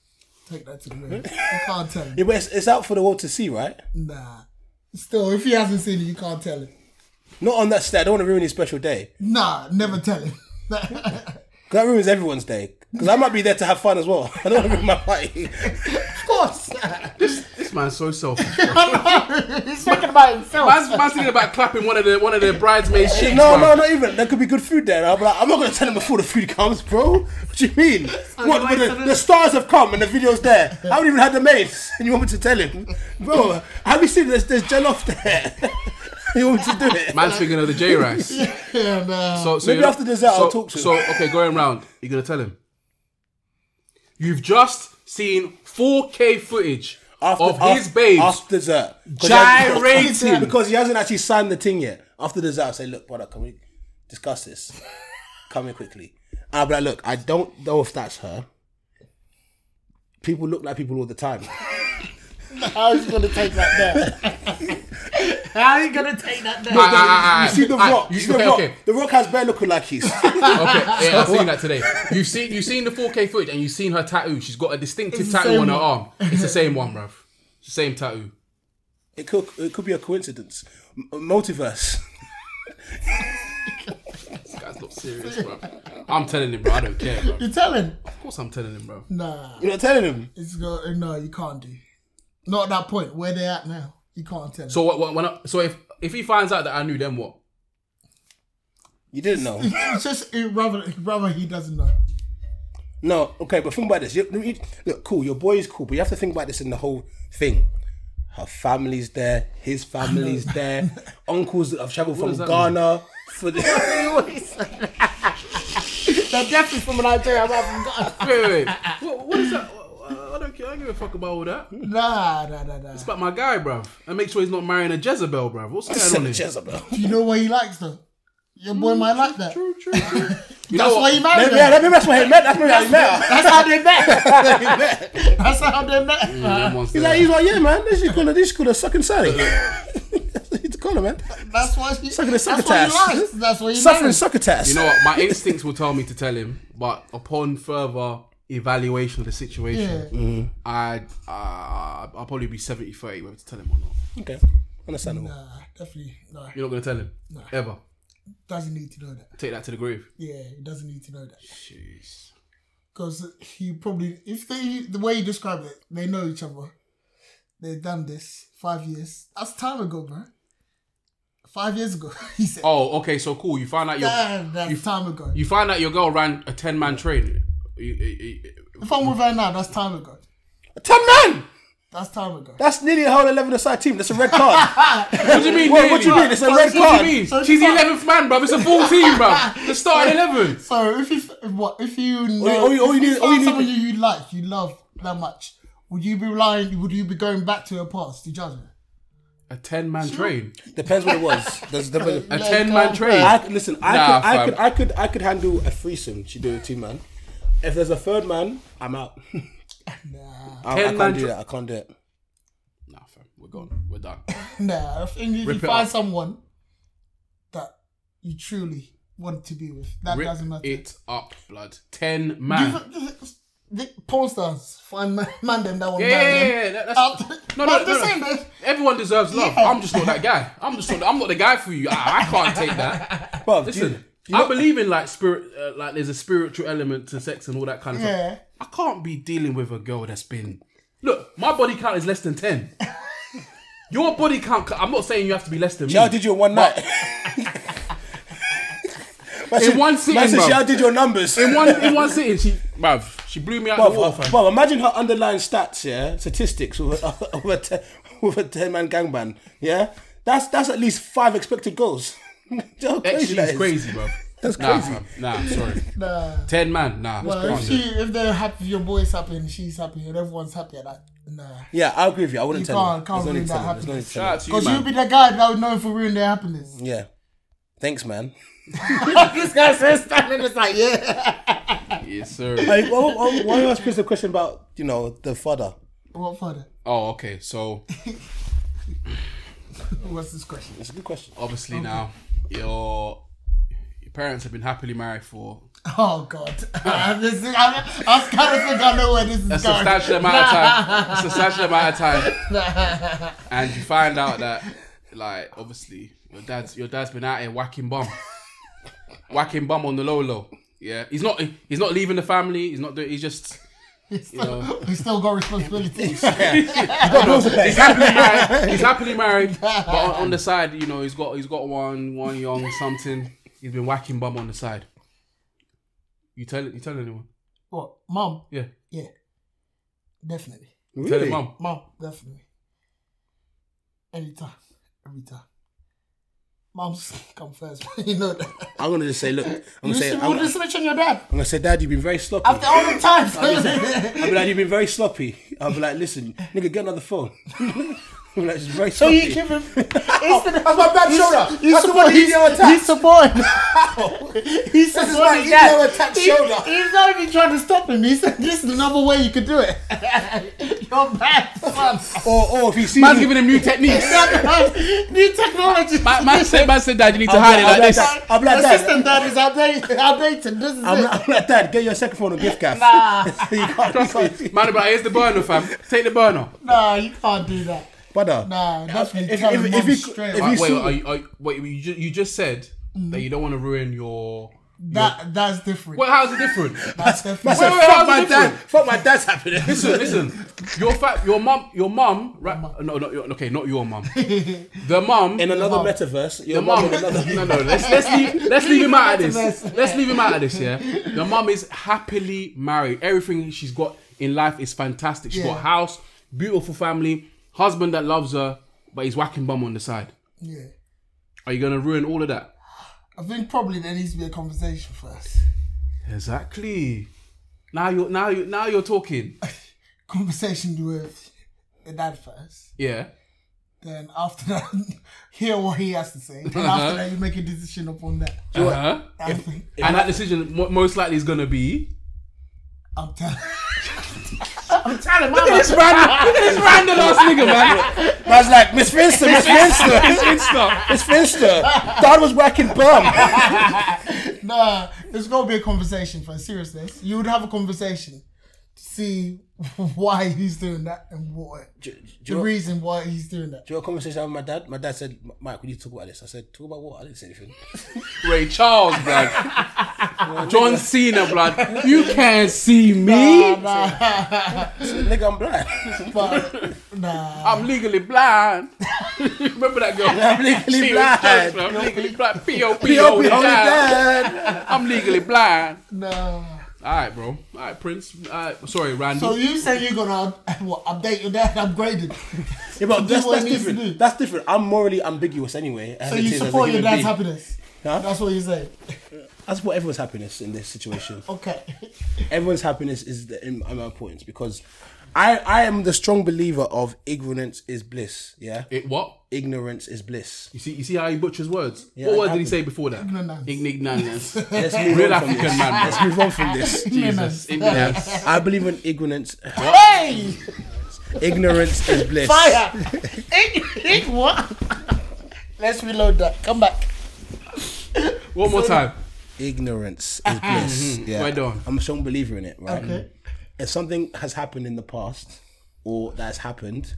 E: Take that to the grave. You can't tell him.
D: Yeah, but it's, it's out for the world to see, right?
E: Nah. Still, if he hasn't seen it, you can't tell him.
D: Not on that state. I don't want to ruin his special day.
E: Nah, never tell him. of
D: 'Cause that ruins everyone's day. Because I might be there to have fun as well. I don't want to ruin my party.
E: course.
C: This man's so selfish.
E: He's thinking about himself.
C: man's, man's thinking about clapping one of the one of the bridesmaids' cheeks.
D: No,
C: bruv.
D: no, not even. There could be good food there. And I'll be like, I'm not going to tell him before the food comes, bro. What do you mean? what?
H: you wait
D: the,
H: till the-
D: the stars have come and the video's there. I haven't even had the mates, and you want me to tell him, bro? Have you seen there's there's gel off there? you want me to do it?
C: Man's thinking of the J rice.
E: Yeah, nah.
C: So, so
D: Maybe
C: you're-
D: after dessert, I'll
C: so-
D: talk to
C: So okay, going round, you're gonna tell him. You've just seen 4K footage of his
D: af-
C: babes.
D: after dessert, 'Cause
C: Gyrating.
D: he hasn't- because he hasn't actually signed the thing yet. After dessert, I'll say, look, brother, can we discuss this? Come here quickly. And I'll be like, look, I don't know if that's her. People look like people all the time.
E: How is he gonna take that there? How are you gonna take that there?
C: Aye, aye, aye, aye.
D: You see the
C: Aye,
D: rock.
C: ah, you-
D: You see the
C: okay,
D: rock.
C: okay.
D: The rock has bare looking like he's.
C: Okay, yeah, I've seen that today. You've seen you've seen the 4K footage and you've seen her tattoo. She's got a distinctive
E: It's the
C: tattoo
E: same
C: on her
E: one.
C: arm. It's the same one, bruv. It's the same tattoo.
D: it could it could be a coincidence, M- a multiverse.
C: This guy's not serious, bruv. I'm telling him, bro. I don't care, bro.
E: You tell him?
C: Of course, I'm telling him, bro.
E: Nah.
D: You're not telling him.
E: It's go uh, no, you can't do. Not at that point where they're at now. You can't tell him.
C: So what? what when I, so if if he finds out that I knew, then what?
D: You didn't know.
E: it's just it, rather rather he doesn't know.
D: No, okay, but think about this. You, you- look, cool. Your boy is cool, but you have to think about this in the whole thing. Her family's there. His family's there. Uncles that have travelled from
C: does that
D: Ghana for the.
E: They're definitely from Nigeria rather than Ghana.
C: Wait, wait, wait. what, what is that? What- I don't care. I don't give a fuck about all that. It's
E: Nah, nah, nah, nah.
C: about my guy, bruv. And make sure he's not marrying a Jezebel, bruv. What's going on here?
D: Jezebel.
E: You know what he likes though? Your boy might like that.
A: True, true, true.
C: You know
E: That's why
C: what?
E: he married
D: Maybe, yeah,
E: her.
D: maybe that's why he met. That's maybe how he met.
E: That's how they met.
D: her.
E: That's how they met.
C: Them ones
D: He's
C: there.
D: like, he's like, yeah, man. This is called a, this is called a sucking Sally. He's called her, man.
E: That's why he.
D: Sucking a
E: that's
D: succotash.
E: why he likes. That's why he
D: Suffering
E: married.
D: succotash.
C: You know what? My instincts will tell me to tell him, but upon further evaluation of the situation,
D: Mm-hmm.
C: I'd uh, I'll probably be 70 30 whether to tell him or not.
D: Okay, understandable.
E: Nah, definitely. Nah,
C: You're not going to tell him? Ever.
E: doesn't need to know that.
C: Take that to the grave.
E: Yeah, he doesn't need to know that.
C: Jeez.
E: Because he probably, if they, the way you describe it, they know each other. They've done this five years. That's time ago, bro. Five years ago, he said.
C: Oh, okay, so cool. You find out your
E: Damn, that's
C: you-
E: time ago.
C: you find out your girl ran a 10 man train. You- you- you-
E: if I'm with her now, that's time ago.
D: Ten man.
E: That's time ago.
D: That's nearly a whole eleven aside team. That's a red card.
C: What do you mean?
D: What- what
C: nearly?
D: you mean? It's a
C: What-
D: red
C: What
D: card.
C: do you mean?
E: So
C: She's the
E: it's
C: 11th
E: not-
C: man, bruv. It's a full team, bruv. The starting 11.
E: So if you, if what, if you know,
D: all you- all you
E: if you
D: need- all
E: find
D: you need-
E: someone you, you like, you love that much, would you be relying? Would you be going back to your past to judge her?
C: A 10 man train.
D: Depends what it was. Does, depends,
C: A 10 man train.
D: uh, I, listen, I,
C: Nah,
D: could, I
C: fam.
D: could, I could, I could handle a threesome. She do a two man. If there's a third man, I'm out. I, I
C: Ten
D: can't
C: man
D: do
C: tr-
D: that. I can't do it.
C: Nah, fam. We're gone. We're done.
E: Nah, I think if
C: Rip
E: you
C: it
E: find
C: up.
E: someone that you truly want to be with, that
C: Rip
E: doesn't matter.
C: it up, blood. 10
E: You
C: man.
E: th- th- th- The porn stars find man, man them that one.
C: Yeah, yeah, yeah, yeah, that- that's- No, no,
E: I'm
C: no,
E: just
C: no.
E: saying that.
C: Everyone deserves love.
E: Yeah.
C: I'm just not that guy. I'm just not. I'm not the guy for you. I, I can't take that.
D: But
C: Listen, I believe in like spirit, uh, like there's a spiritual element to sex and all that kind of
E: Yeah.
C: stuff. I can't be dealing with a girl that's been. Look, my body count is less than ten. Your body count. I'm not saying you have to be less than me.
D: She did you in one night. Man said-
C: one
D: man
C: sitting,
D: said She
C: bruv.
D: outdid your numbers.
C: in one in one sitting. She, bruv, she blew me out the water.
D: Bruv,
C: fam.
D: bruv, uh, imagine her underlying stats, yeah, statistics with a, with a, ten, with a ten man gangbang, yeah. That's that's at least five expected goals. Do you know how
C: Actually,
D: that
C: it's
D: is?
C: crazy, bruv.
D: That's
C: nah,
D: crazy.
C: fam. Nah, sorry.
E: Nah.
C: Ten man. Nah.
E: Well,
C: can't
E: if
C: do it.
E: she, if they're happy, your boy's happy and she's happy and everyone's happy at that. Nah.
D: Yeah, I agree with you. I wouldn't
E: You
D: tell
E: can't-
D: him.
E: can't
D: There's no need
E: ruin
D: to
E: that
D: tell him. There's no need to
C: Shout
D: tell
C: out
D: him.
C: to you,
E: Because
C: man.
E: you'll be the guy that would know if we ruin their happiness.
D: Yeah. Thanks, man.
E: this guy says that and it's like, yeah.
C: Yes, sir.
D: Like, why why- why you ask Chris the question about you know the father?
E: What further?
C: Oh, okay. So
E: What's this question?
D: It's a good question.
C: obviously now your your parents have been happily married for
E: Oh, God. I'm, just, I'm, I'm kind of think I know where this is
C: a
E: going.
C: substantial amount of time. A substantial amount of time, and you find out that like obviously your dad's your dad's been out here whacking bum, whacking bum on the low low. Yeah, he's not he's not leaving the family. He's not doing. He's just. You know,
E: We still got
C: he's
E: responsibilities.
C: happily married. He's happily married, but on, on the side, you know, he's got he's got one one young something. He's been whacking bum on the side. You tell you tell anyone?
E: what? Mom?
C: Yeah.
E: Yeah. Definitely.
C: Tell him, mum.
E: Mom, definitely. Anytime. Every time. Mom's come first. you know that.
D: I'm gonna just say, look, I'm
E: You
D: gonna say,
E: should-
D: I'm,
E: would you
D: I'm
E: snitch on your dad?
D: gonna say, Dad, you've been very sloppy.
E: After all the times.
D: I'll be like, you've been very sloppy. I'll be like, listen, nigga, get another phone. I'll be like, she's very
E: So
D: sloppy.
E: you give him. That's
D: my bad shoulder.
E: He's
D: That's the one
E: supporting.
D: he yelled at.
E: He's supporting. He's supporting
D: he
E: that.
D: yelled at
E: He-
D: shoulder.
E: He's not even trying to stop him. He said, "This is another way you could do it. You're bad, son.
D: Or, or if he sees
C: Man's
D: me,
C: giving him new techniques.
E: New technology.
C: Man, man said, man said, Dad, you need to
D: I'll
C: hide
D: be-
C: it
D: I'll
C: like
D: be
C: this.
D: that. I'm like
E: The
D: that.
E: system that is outdated. outdated. This is
D: I'm
E: it.
D: like, I'm like, Dad, get your second phone on gift card.
E: Nah,
D: you can't, you can't. do-
C: Man, but here's the burner, fam. Take the burner.
E: nah, you can't do that.
D: Brother,
E: Nah, definitely.
D: if-
E: tell
D: if-
E: him
D: if
E: I'm
D: you-
E: straight.
D: if
C: Wait, wait,
D: see-
C: are you, are you, wait you, ju- you just said that you don't want to ruin your.
E: that that's different.
C: Well, how's it different?
E: that's
D: I
E: different.
D: said,
C: wait, wait,
D: fuck
C: how's it
D: my dad.
C: different?
D: Fuck my dad's happiness.
C: listen, listen. Your fa- your mum, your mum, right? No, no, your, okay, not your mum. The mum.
D: In another metaverse, your
C: the mum.
D: mum in another.
C: no, no. Let's let's leave, let's leave him out of this. Let's leave him out of this. Yeah. The mum is happily married. Everything she's got in life is fantastic. She's got
E: Yeah.
C: a house, beautiful family, husband that loves her, but he's whacking bum on the side.
E: yeah.
C: Are you gonna ruin all of that?
E: I think probably there needs to be a conversation first.
C: Exactly. Now you're now you now you're talking.
E: Conversation with the dad first.
C: Yeah.
E: Then after that, hear what he has to say. And
D: Uh-huh.
E: after that, you make a decision upon that.
C: Uh-huh.
E: I think
C: And that decision mo- most likely is gonna be.
E: I'm telling.
C: Look at this random, look at this random ass nigga, man.
D: Man's like, Miss Finster, Miss Finster,
C: It's Insta.
D: Miss Finster. Dad was working bum.
E: Nah, it's gonna be a conversation. For seriousness, you would have a conversation to see why he's doing that and what the
D: Do
E: reason why he's doing that.
D: you know a conversation I had with my dad? My dad said, Mike, we need to talk about this. I said, talk about what? I didn't say anything.
C: Ray Charles, blood. John Cena, blood. You can't see me.
D: Nigga, I'm blind.
E: But nah,
C: I'm legally blind. Remember that girl?
D: I'm legally
C: She was
D: blind.
C: church, bro. I'm legally blind. P.O.P.
D: P.O.P.
C: only
D: only
C: blind.
D: dad.
C: I'm legally blind.
E: nah.
C: All right, bro. All right, Prince. All right, sorry, Randy.
E: So you say you're gonna what, update your dad, upgrade it.
D: Yeah, but that's,
E: what
D: that's
E: it needs to do.
D: different. That's different. I'm morally ambiguous anyway. as
E: So
D: it
E: you
D: is, as a
E: support your
D: human
E: dad's
D: being.
E: happiness.
D: Huh?
E: That's what you say.
D: I support everyone's happiness in this situation.
E: Okay.
D: everyone's happiness is the im- um, importance because I I am the strong believer of ignorance is bliss. Yeah,
C: It what?
D: ignorance is bliss.
C: You see, you see how he butchers words.
D: Yeah,
C: what
D: it
C: word did he
D: happened.
C: say before that?
E: Ignorance.
C: Ignorance.
D: Let's move
C: Real
D: on from
C: African
D: this.
C: man, bro.
D: Let's move on from this.
C: Jesus. Ignorance.
D: Yeah. I believe in ignorance.
E: Hey,
D: Ignorance is bliss.
E: fire! Ig- ig- what? Let's reload that. Come back.
C: One more time.
D: Ignorance is bliss. Yeah.
C: Uh-huh. Mm-hmm. Right on.
D: I'm a strong believer in it. Right.
E: Okay.
D: If something has happened in the past or that's happened,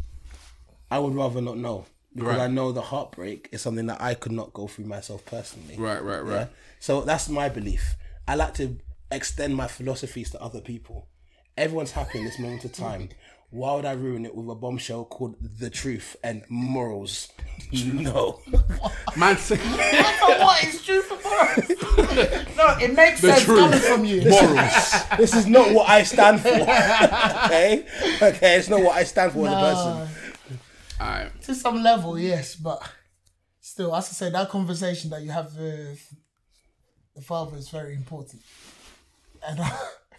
D: I would rather not know because
C: Right.
D: I know the heartbreak is something that I could not go through myself personally.
C: Right, right, right.
D: Yeah? So that's my belief. I like to extend my philosophies to other people. Everyone's happy in this moment of time. Why would I ruin it with a bombshell called the truth and morals? No.
C: Man, say-
E: So what is true for us? no, it makes
C: The
E: sense
C: truth.
E: coming from you.
C: morals.
D: this is not what I stand for. okay? Okay, it's not what I stand for as a person.
C: All right.
E: to some level, yes, but still, as I say, that conversation that you have with the father is very important, and uh,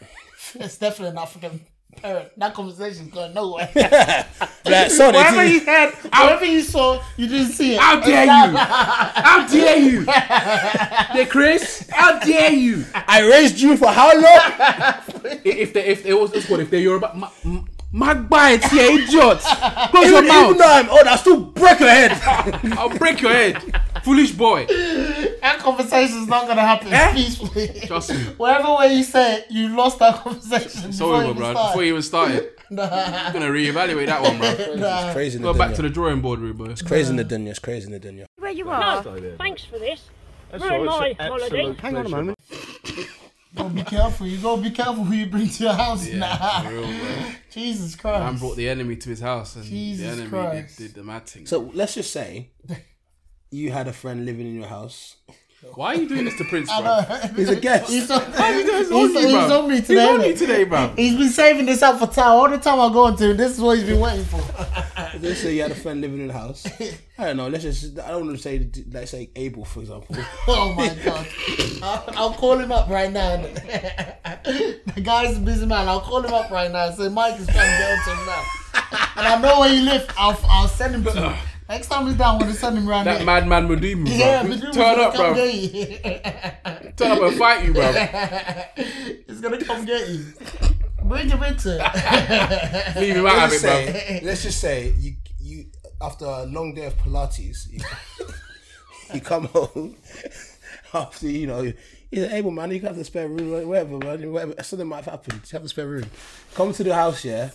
E: it's definitely an African parent. That conversation is going nowhere.
D: Like, son, it
E: whatever
D: is-
E: you had, whatever you saw, you didn't see it.
C: How dare you? How dare you? Yeah, Chris. How dare you?
D: I raised you for how long?
C: If they, if they, what's this called? If they're Yoruba, ma- m- magpie, yeah, idiot. Close your
D: Even, even though
C: mouth.
D: I'm old, I still break your head.
C: I'll break your head. Foolish boy.
E: That conversation is not gonna happen peacefully.
C: Trust me.
E: Whatever way you say it, you lost that conversation.
C: It's over, bro. Before you even started,
E: nah,
C: I'm gonna reevaluate that one, bro.
E: nah.
D: crazy in the
C: Go back
D: dunya.
C: to the drawing board, bro.
D: Crazy in the dunya. It's crazy in the dunya.
G: where you are. Thanks for this. Ruin my holiday.
E: Gotta be careful. You gotta be careful who you bring to your house.
C: Yeah,
E: nah.
C: for real, bro.
E: Jesus Christ.
C: Man brought the enemy to his house, and
E: Jesus
C: the enemy did,
E: Christ.
C: did the mad thing.
D: So let's just say you had a friend living in your house.
C: Why are you doing this to Prince, bro?
D: He's a guest.
E: He's on,
C: He's
E: he's,
C: on you,
E: he's
C: bruv.
E: on me
C: He's
E: today.
C: on you
E: innit?
C: today, bro.
E: He's been saving this up for time. All the time I go into, this is what he's been waiting for.
D: Let's say you had a friend living in the house. I don't know. Let's just. I don't want to say. Let's say Abel, for example.
E: Oh my god! I'll, I'll call him up right now. the guy's a busy man. I'll call him up right now. and Say Mike is trying to get onto him now, and I know where he lives. I'll I'll send him to. Him. Next time he's down, we'll send him around
C: That
E: there.
C: madman would do me, bro.
E: yeah, but you-
C: Turn
E: he's
C: up,
E: gonna
C: bro.
E: come Get you.
C: Turn up and fight you, bro.
E: he's gonna come get you. Bring him into it.
C: Leave him out of it,
D: Let's
C: bro.
D: say. Let's just say you. You after a long day of Pilates, you, you come home after you know. He's like, Abel, man. You can have the spare room, like, whatever, man. Whatever. Something might have happened. You have the spare room. Come to the house, yeah.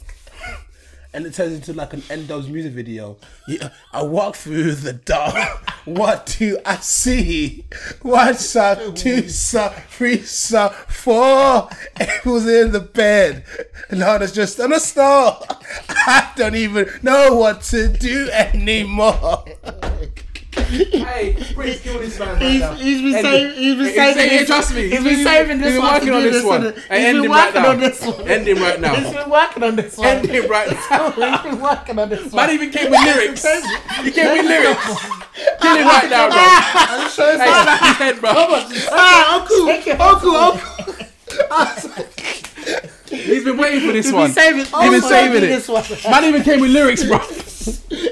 D: and it turns into like an N Dubs music video. Yeah, I walk through the dark. What do I see? One son, two son, three son, four. It was in the bed. Now it's just on a star. I don't even know what to do anymore.
C: Hey, Prince, kill this man right
E: He's,
C: now.
E: he's been
C: End
E: saving.
C: it.
E: He's been
C: He's
E: saving.
C: saying-
E: this-
C: trust me.
E: He's been saving this
C: He's been
E: one.
C: working
E: to
C: on
E: do
C: this one.
E: innit?
C: Hey,
E: He's
C: end
E: been
C: him right
E: working
C: now.
E: on this one.
C: End him right now.
E: He's been working on this one.
C: End him right now.
E: He's been working on this one.
C: Man even came with lyrics. He came with lyrics. Kill him right now, bro.
E: I'm sure it's
C: Hey, slap his head, bro.
E: ah, uncle, uncle, uncle.
C: He's been waiting for this
E: He's been
C: one.
E: saving. He's
C: saving it.
E: This one.
C: Man even came with lyrics, bro.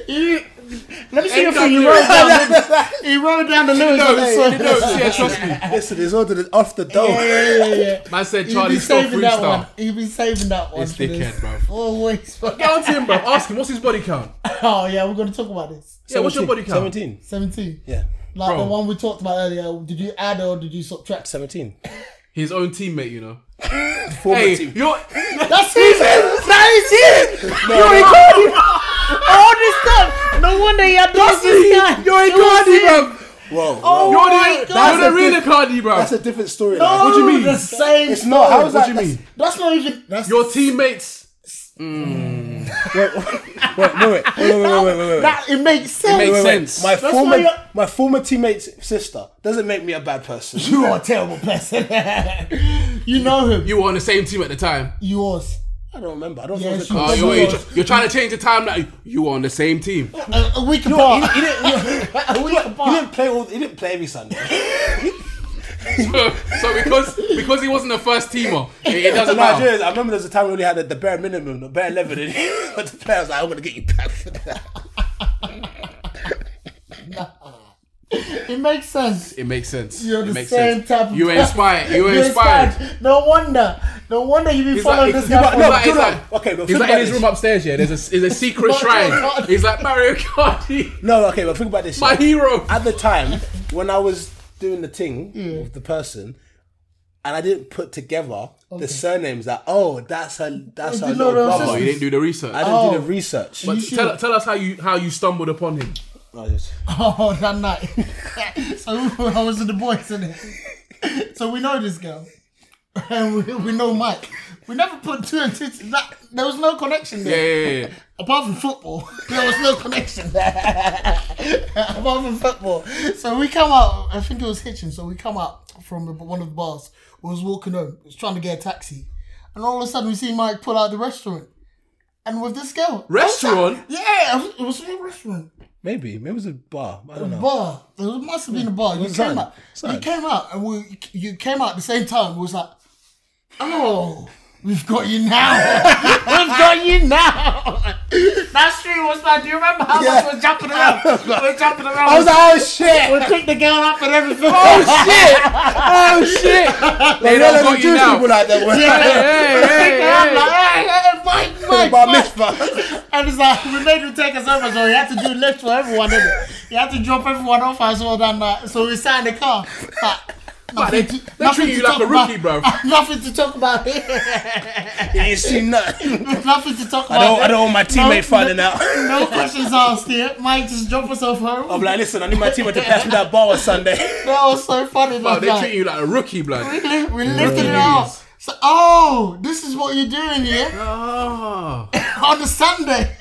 E: You- he wrote down the, he wrote down the lyrics.
C: No,
E: of that song.
C: no, yeah, trust me.
D: Listen, it's all to the, off the door.
E: Yeah, yeah, yeah.
C: Man said
E: He'll
C: Charlie
E: be
C: Scott
E: saving that one.
C: freestyle.
E: He'll be saving that one.
C: It's
E: for this.
C: dickhead, bro.
E: Always. bro.
C: Get on to him, bro. Ask him what's his body count.
E: Oh yeah, we're gonna talk about this.
C: Yeah, what's your body count?
D: 17.
E: Seventeen.
D: Yeah,
E: Like
C: Bro.
E: the one we talked about earlier. Did you add or did you subtract?
D: 17.
C: His own teammate, you know.
D: Four
C: Hey,
D: team.
C: you're
E: That's his. That is him. you recorded all this time. No wonder he had this guy.
C: you're a Cardi, bro.
D: Whoa. whoa.
E: Oh
C: You're
E: my
C: the
E: god.
C: you're the real Cardi, bro.
D: That's a different story.
E: No,
D: like.
C: what do you mean?
E: The same.
D: It's not. How is
C: What
D: that?
C: do you mean?
E: That's not even. That's
C: Your teammates.
D: Wait, wait, no, wait, wait, wait, wait, wait, wait, wait.
E: that. It makes sense.
C: makes
D: Wait, wait,
C: sense.
D: My
E: That's
D: former
E: why you're-
D: my former teammate's sister doesn't make me a bad person.
E: You are a terrible person. you know him.
C: You were on the same team at the time.
E: Yours.
D: I don't remember. I don't
E: Yes,
D: know.
C: Oh,
E: That's
C: you're,
E: what it
C: you're,
E: was.
C: you're trying to change the timeline. You were on the same team.
E: A, a week apart.
D: He, he didn't,
E: a week
D: he
E: apart.
D: didn't play all. He didn't play every Sunday.
C: so so because because he wasn't the first teamer, it, it doesn't
D: No,
C: matter.
D: serious, I remember there was a time we only had the, the bare minimum, the bare eleven, and but the player was like, "I'm gonna get you back for that."
E: It makes sense.
C: It makes sense.
E: You're
C: it
E: the
C: makes
E: same
C: sense.
E: type of
C: You were inspired. You were inspired.
E: No wonder. No wonder you be
C: He's
E: following
C: like,
E: this
C: he's
E: guy.
C: like,
E: for-
D: no,
C: he's like,
D: do
C: he's
D: not.
C: like,
D: Okay, but
C: he's
D: think
C: like in
D: about
C: his
D: this.
C: room upstairs. Yeah, there's a, there's a secret shrine.
E: God.
C: He's like Mario Cardi,
D: No, okay, but think about this.
C: my
D: yeah.
C: hero.
D: At the time, when I was doing the thing with the person, and I didn't put together the surnames that oh, that's her, that's
E: You
D: her
E: know
D: little
E: what I'm
C: Oh,
D: brother.
C: you didn't do the research.
D: I didn't
E: Oh.
D: do the research.
C: But
E: You
C: tell,
E: should.
C: tell us how you how you stumbled upon him.
D: No, it's-
E: Oh, that night. so I was with the boys in it. So we know this girl, and we, we know Mike. We never put two and two. to- that, there was no connection
C: Yeah,
E: there.
C: yeah, yeah, yeah.
E: Apart from football, there was no connection there. Apart from football, so we come out. I think it was Hitchin. So we come out from the- one of the bars. We was walking home. We was trying to get a taxi, and all of a sudden we see Mike pull out the restaurant, and with this girl.
C: Restaurant?
E: Yeah, it was a restaurant
D: Maybe, maybe it was a bar. I don't know.
E: bar. It was- must have been a bar. You
D: was
E: came
D: that?
E: out.
D: Sorry.
E: You came out, and we you came out at the same time. We was like, oh, we've got you now. we've got you now. that street was like, do you remember how much we we're jumping around? We we're jumping around.
D: I was like, oh shit!
E: we picked the girl up and everything.
D: Oh shit! They
C: don't
D: don't
C: got
D: let
C: you
D: you
C: now.
D: people like that.
C: Hey, hey, hey.
E: And I'm like, hey, hey, Mike, Mike,
D: Bar
E: Mike.
D: mitzvah.
E: And it's like, we made him take us over, so he had to do lift for everyone, didn't he? He had to drop everyone off as well that night. So we sat in the car. Like,
C: they-
E: nothing
C: they
E: to-
C: treat
E: nothing
C: you
E: to
C: like a
E: talk
C: rookie,
E: about.
C: bruv.
E: Nothing to talk about here.
D: You ain't seen nothing.
E: Nothing to talk
D: I
E: about.
D: don't, I
E: here.
D: don't want my
E: No-
D: teammate finding
E: no,
D: out.
E: No questions asked here. Mike just dropped us off home.
D: I'm like, listen, I need my teammate to pass me that ball on Sunday.
E: that was so funny.
C: Bro,
E: that
C: Oh, they
E: night.
C: treat you like a rookie, blood.
E: we li- we lifted it up. So, oh, this is what you're doing here
C: Oh,
E: on a Sunday.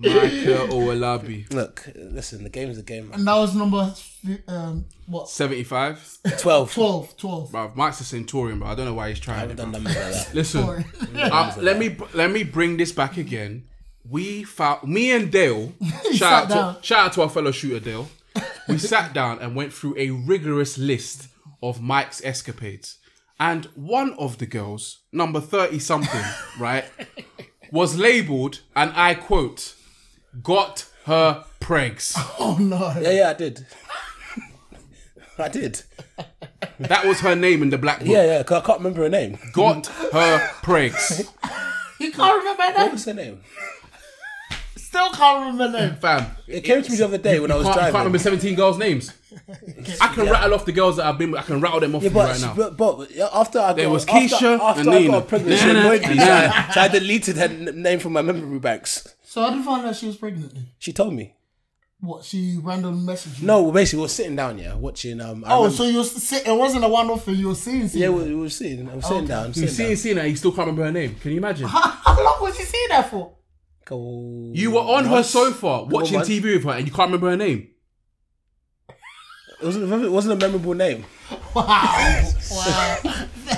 C: Michael Owolabi,
D: Look, listen, the game is a game. man.
E: And that was number f- um, what?
C: seventy-five.
D: 12.
E: 12, 12.
C: Bro, Mike's a Centurion, but I don't know why he's trying it.
D: Done
C: Bro.
D: numbers like that.
C: Listen, uh, let me let me bring this back again. We found me and Dale.
E: sat
C: shout out
E: down.
C: to, shout out to our fellow shooter Dale. We sat down and went through a rigorous list of Mike's escapades, and one of the girls, number thirty something, right, was labelled, and I quote, "Got her pregs."
E: Oh no.
D: Yeah, yeah, I did. I did.
C: That was her name in the black book.
D: Yeah, yeah, because I can't remember her name.
C: Got her pregs,
E: You can't remember her
D: What
E: name?
D: was her name?
E: Still can't remember her name.
C: fam.
D: It came to me the other day when I was
C: can't, can't remember
D: driving.
C: 17 girls' names. I can rattle off the girls that I've been with. I can rattle them off
D: Yeah,
C: for you
D: but,
C: right now.
D: but, but yeah, after I
C: There
D: got,
C: was
D: after,
C: Keisha
D: after
C: and
D: I
C: Nina.
D: got pregnant, she
C: Nina
D: annoyed me,
C: and
D: so I,
C: Nina.
D: so I deleted her n- name from my memory banks.
E: So I didn't find out she was pregnant. then?
D: She told me.
E: What? She randomly messaged you?
D: No, well, basically, we were sitting down, yeah, watching. Um, I
E: Oh,
D: remember-
E: so you were sit- it wasn't a one off and you were seeing
D: yeah,
E: seeing
D: we, we were sitting. I was sitting down.
C: You've
D: Sitting
C: seen,
D: down.
C: seen her, you still can't remember her name. Can you imagine?
E: How long was you seeing her for?
D: Go-
C: You were on her
D: Nuts.
C: sofa watching
D: months.
C: TV with her and you can't remember her name.
D: It wasn't, it wasn't a memorable name.
E: Wow. wow.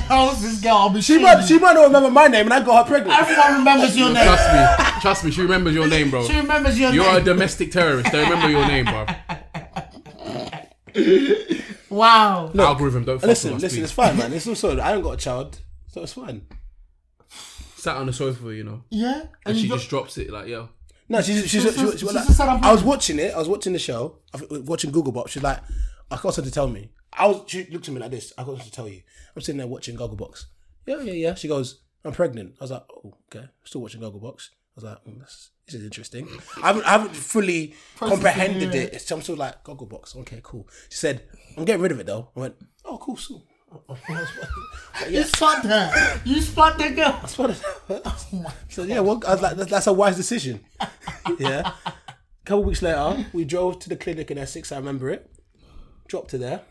E: How's this girl? I'll be
D: She
E: shitting
D: might,
E: you.
D: she might not remember my name, and I got her pregnant.
E: Everyone remembers your name.
C: Trust me. Trust me, she remembers your name, bro.
E: She remembers your
C: You're a
E: name.
C: domestic terrorist. They remember your name, bro.
E: wow.
C: Algorithm, don't fuck
D: Listen,
C: with us,
D: listen, it's
C: please.
D: fine, man. It's also I haven't got a child, so it's fine.
C: Sat on the sofa, you know,
E: Yeah.
C: and she
E: you got-
C: just drops it like, yo.
D: No, she's she's,
E: She-
D: she,
E: she-
D: she, was
E: she
D: like,
E: just said I'm
D: I was watching it. I was watching the show. I was watching Google Box. She's like, I got something to tell me. I was. She looked at me like this. I got something to tell you. I'm sitting there watching Google Box. Yeah, yeah, yeah. She goes, I'm pregnant. I was like, oh, okay. Still watching Google Box. I was like, mm, this, this is interesting. I haven't, I haven't fully comprehended
E: yeah.
D: it. It's some sort of like Google Box. Okay, cool. She said, I'm getting rid of it though. I went, oh, cool, soon.
E: You spot her. You spot the girl.
D: That's what I- so yeah, well, I was like, that's, that's a wise decision. yeah. A couple weeks later, we drove to the clinic in Essex. I remember it. Dropped her there,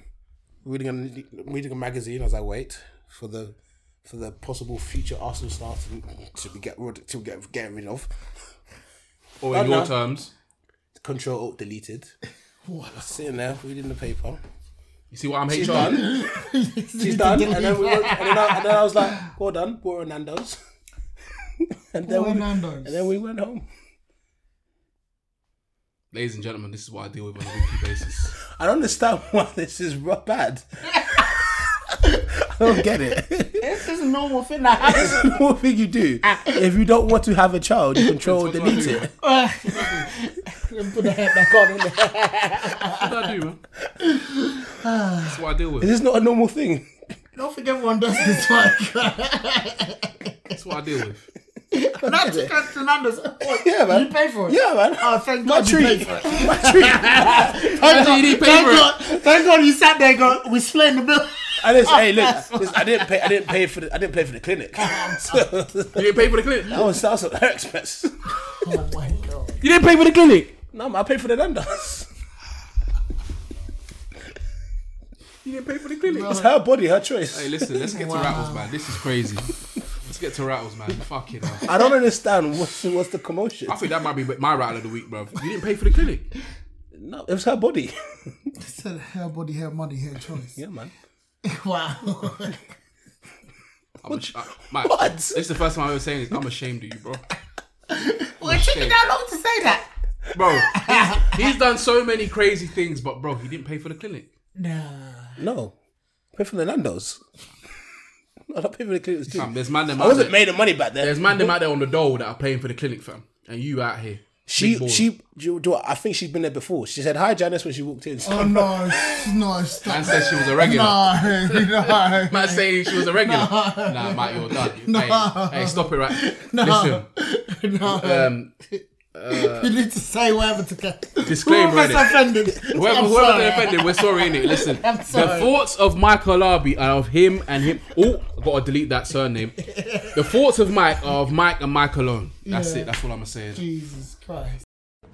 D: reading a reading a magazine as I wait for the for the possible future Arsenal star to, to be get rid to get getting rid of.
C: Or
D: Right
C: in your
D: now.
C: terms,
D: Control Alt deleted. What? Sitting there reading the paper.
C: you see what I'm
D: She's
C: HR.
D: done. She's done. And then, we went, and, then I, and then I was like, well done, Bora Nando's. and then we,
E: Nando's.
D: and then we went home.
C: Ladies and gentlemen, this is what I deal with on a weekly basis.
D: I don't understand why this is ru- bad. I don't get it.
E: This is a normal thing that happens.
D: It's the one thing you do. If you don't want to have a child, you control
C: Ah. It's what
D: delete
C: do I do.
D: Oh, it.
E: Put the head back on in there.
C: What did I do, man? That's what I deal with.
D: This is not a normal thing.
E: Don't think everyone does this like
C: That's what I deal with.
E: Not to cut to Nando's. Oh,
D: Yeah, man.
E: You pay for it.
D: Yeah, man.
E: Oh, thank
D: My
E: God you paid
D: treat.
E: for it.
D: My treat.
E: Thank God,
C: did he pay
E: thank,
C: for it?
E: God, thank God you sat there and go, we're splitting the bill.
D: And listen, hey,
C: Oh,
D: look, listen, I didn't pay. I didn't pay for the. I didn't pay for the clinic. So,
C: You didn't pay for the clinic.
D: I was out at her expense.
E: Oh my God.
C: You didn't pay for the clinic.
D: No, man, I paid for the nandos.
C: You didn't pay for the clinic.
D: It's her body, her choice.
C: Oh, Hey, listen, let's get to rattles, man. This is crazy. Let's get to rattles, man. Fucking hell.
D: I don't understand what's what's the commotion.
C: I think that might be my rattle of the week, bruv. You didn't pay for the clinic.
D: No, it was her body.
E: said hair, body, hair, money, hair, choice.
D: Yeah, man.
E: Wow.
C: I'm ash- I, Mike,
D: What?
C: This is the first time I've ever saying this. I'm ashamed of you, bro.
E: well, it took you
C: shame.
E: that long to say that.
C: Bro, he's, he's done so many crazy things, but bro, he didn't pay for the clinic.
E: Nah.
D: No, pay for the nandos. I don't pay for the clinic. Too.
C: Fam, there's man them
D: I
C: out
D: wasn't
C: there.
D: made of money back then.
C: There's man them out there on the dole that are paying for the clinic, fam. And you out here.
D: she
C: Big ball.
D: she do you- do you- I think she's been there before. She said hi Janice when she walked in. So
E: Oh, no. No, stop.
C: Man said she was a regular.
E: No, no.
C: Man saying she was a regular. Nah, Mike, you're done. Hey, hey, stop it right. Listen,
E: no.
C: um,
E: you need to say whatever to get.
C: Disclaimer,
E: Whoever's
C: innit?
E: offended.
C: Whoever,
E: I'm
C: whoever
E: sorry.
C: they offended, we're sorry, innit? Listen,
E: I'm
C: the
E: sorry.
C: thoughts of Michael Larby and of him and him. Oh, i got to delete that surname. The thoughts of Mike are of Mike and Mike alone. That's
E: Yeah.
C: it. That's all I'm saying.
E: Jesus Christ.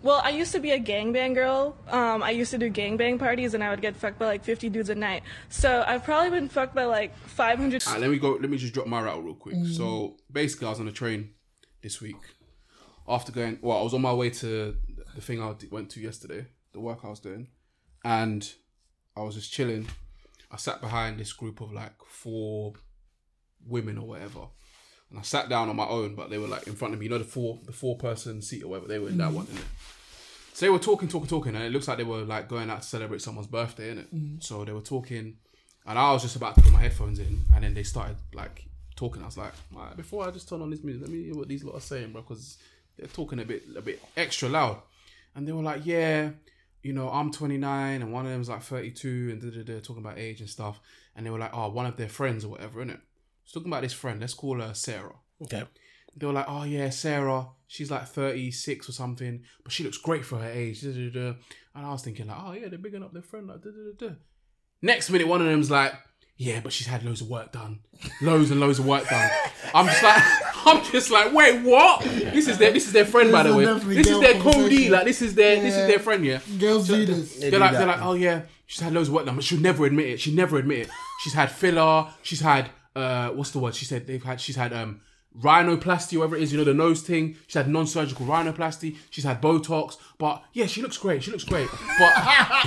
I: Well, I used to be a gangbang girl. Um, I used to do gangbang parties and I would get fucked by like 50 dudes a night. So I've probably been fucked by like 500.
C: All right, Ah, let me go. Let me just drop my rattle real quick. So basically, I was on a train this week after going. Well, I was on my way to the thing I d- went to yesterday, the work I was doing, and I was just chilling. I sat behind this group of like four women or whatever. And I sat down on my own, but they were like in front of me. You know the four the four person seat or whatever. They were in that one, innit? So they were talking, talking, talking, and it looks like they were like going out to celebrate someone's birthday, innit? So they were talking, and I was just about to put my headphones in, and then they started like talking. I was like, "Alright, before I just turn on this music, let me hear what these lot are saying, bro, because they're talking a bit a bit extra loud. And they were like, yeah, you know, I'm 29 and one of them's like 32 and da da da, talking about age and stuff. And they were like, oh, one of their friends or whatever, innit? So talking about this friend, let's call her Sarah
D: okay,
C: they were like, oh yeah, Sarah, she's like 36 or something, but she looks great for her age. duh, duh, duh, duh." And I was thinking, like, oh yeah, they're bigging up their friend. Like, duh, duh, duh, duh." Next minute, one of them's like, yeah, but she's had loads of work done. Loads and loads of work done. I'm just like, I'm just like, wait, what? This is their, this is their friend, by
E: This
C: the
E: is
C: way.
E: definitely
C: This is
E: girl
C: their Cody.
E: conversation.
C: Like, this is their, this
E: Yeah.
C: is their friend, yeah.
E: Girls do this.
C: They're like,
D: do
C: they're
D: that.
C: like, oh yeah, she's had loads of work done, but she'll never admit it. She never admit it. She's had filler. She's had uh, what's the word? She said they've had. She's had um, rhinoplasty, whatever it is. You know the nose thing. She's had non-surgical rhinoplasty. She's had Botox. But yeah, she looks great. She looks great. But,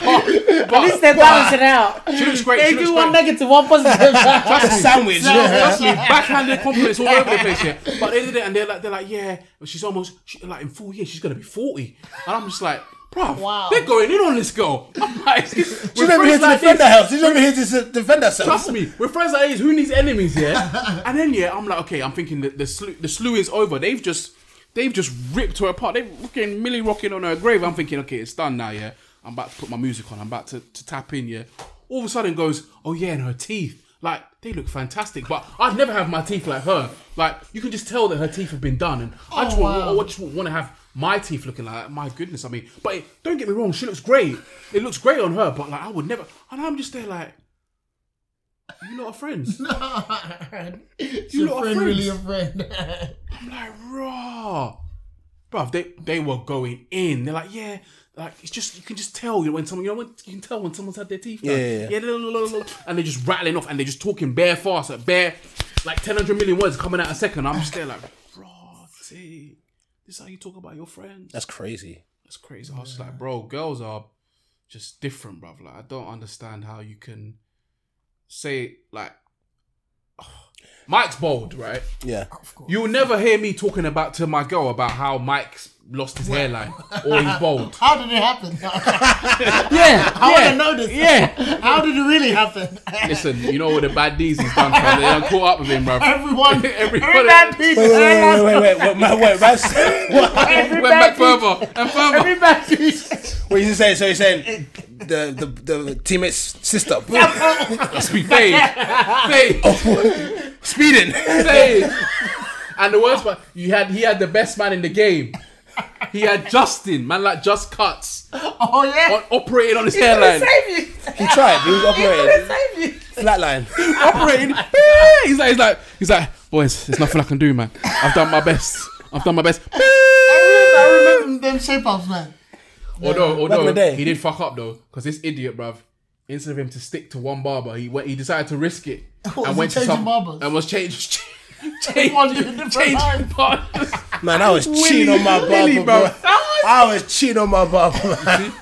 C: but, but
E: They balance it out.
C: she looks great.
E: They
C: she looks
E: do one
C: great.
E: negative, one positive.
D: that's a sandwich.
C: Trust me, backhanded compliments all over the place here. But they did it, and they're like, they're like, yeah, but she's almost she, like in four years she's gonna be forty, and I'm just like, bruv,
E: Wow.
C: they're going in on this girl. I'm like,
D: She's not even here to
C: like
D: defend
C: this,
D: herself. She's not even here to s- defend herself.
C: Trust me, with friends like these, who needs enemies? Yeah, and then yeah, I'm like, okay, I'm thinking that the slew, the slew is over. They've just They've just ripped her apart. They fucking Millie rocking on her grave. I'm thinking, okay, it's done now, yeah. I'm about to put my music on. I'm about to, to tap in, yeah. All of a sudden goes, oh yeah, and her teeth. Like, they look fantastic. But I'd never have my teeth like her. Like, you can just tell that her teeth have been done. And I
D: Oh,
C: just want, I just want to have my teeth looking like that. My goodness, I mean, but it, don't get me wrong, she looks great. It looks great on her, but like, I would never. And I'm just there like, you lot are friends. lot
E: you
C: are
E: your friend
C: friends.
E: really a friend.
C: like raw, bruv. They they were going in. They're like, yeah, like it's just you can just tell you know, when someone you know when you can tell when someone's had their teeth done.
D: Yeah, yeah, yeah.
C: la, la, la, la, and they're just rattling off and they're just talking bare fast, like bare, like ten hundred million words coming out a second. I'm just there like, raw, see, this is how you talk about your friends.
D: That's crazy.
C: That's crazy. I was just like, bro, girls are just different, bruv. Like I don't understand how you can say like. Mike's bold, right?
D: Yeah.
C: You'll never hear me talking about to my girl about how Mike's lost his hairline or he's bald.
E: How did it happen?
C: Yeah,
E: I wanna know this.
C: Yeah,
E: How did it really happen?
C: listen, you know what the bad D's he's done. Bro. They done caught up with him, bro.
E: Everyone,
C: Everybody-
E: every bad piece,
D: Wait, wait,
E: every
D: wait, wait,
E: last-
D: wait, wait, wait, wait, wait, what?
C: Went
E: every
C: back
E: bad piece,
C: further and further.
E: every bad piece.
D: What is he saying? So he's saying the the the teammate's sister
C: Must be fade, fade,
D: speeding.
C: fade. Oh. And the worst part, you had he had the best man in the game. He had Justin, man, like just cuts,
E: Oh yeah,
C: on, operating on his
E: he's gonna
C: hairline.
E: save you.
D: He tried. He was
E: He's
D: operating
E: gonna save you.
D: flatline.
C: operating. He's like, he's like, he's like, boys, there's nothing I can do, man. I've done my best. I've done my best.
E: I remember them shape ups, man.
C: Although,
D: in the
C: although
D: day.
C: he did fuck up though, because this idiot, bruv, instead of him to stick to one barber, he went, he decided to risk it
E: was
C: and
E: he
C: went to
E: changing
C: some
E: barbers?
C: and was changed.
E: Everyone did a different line.
C: Change barbers.
D: Man, I was cheating on my barber,
C: Willy,
D: bro.
C: bro.
D: I was cheating on my barber. man.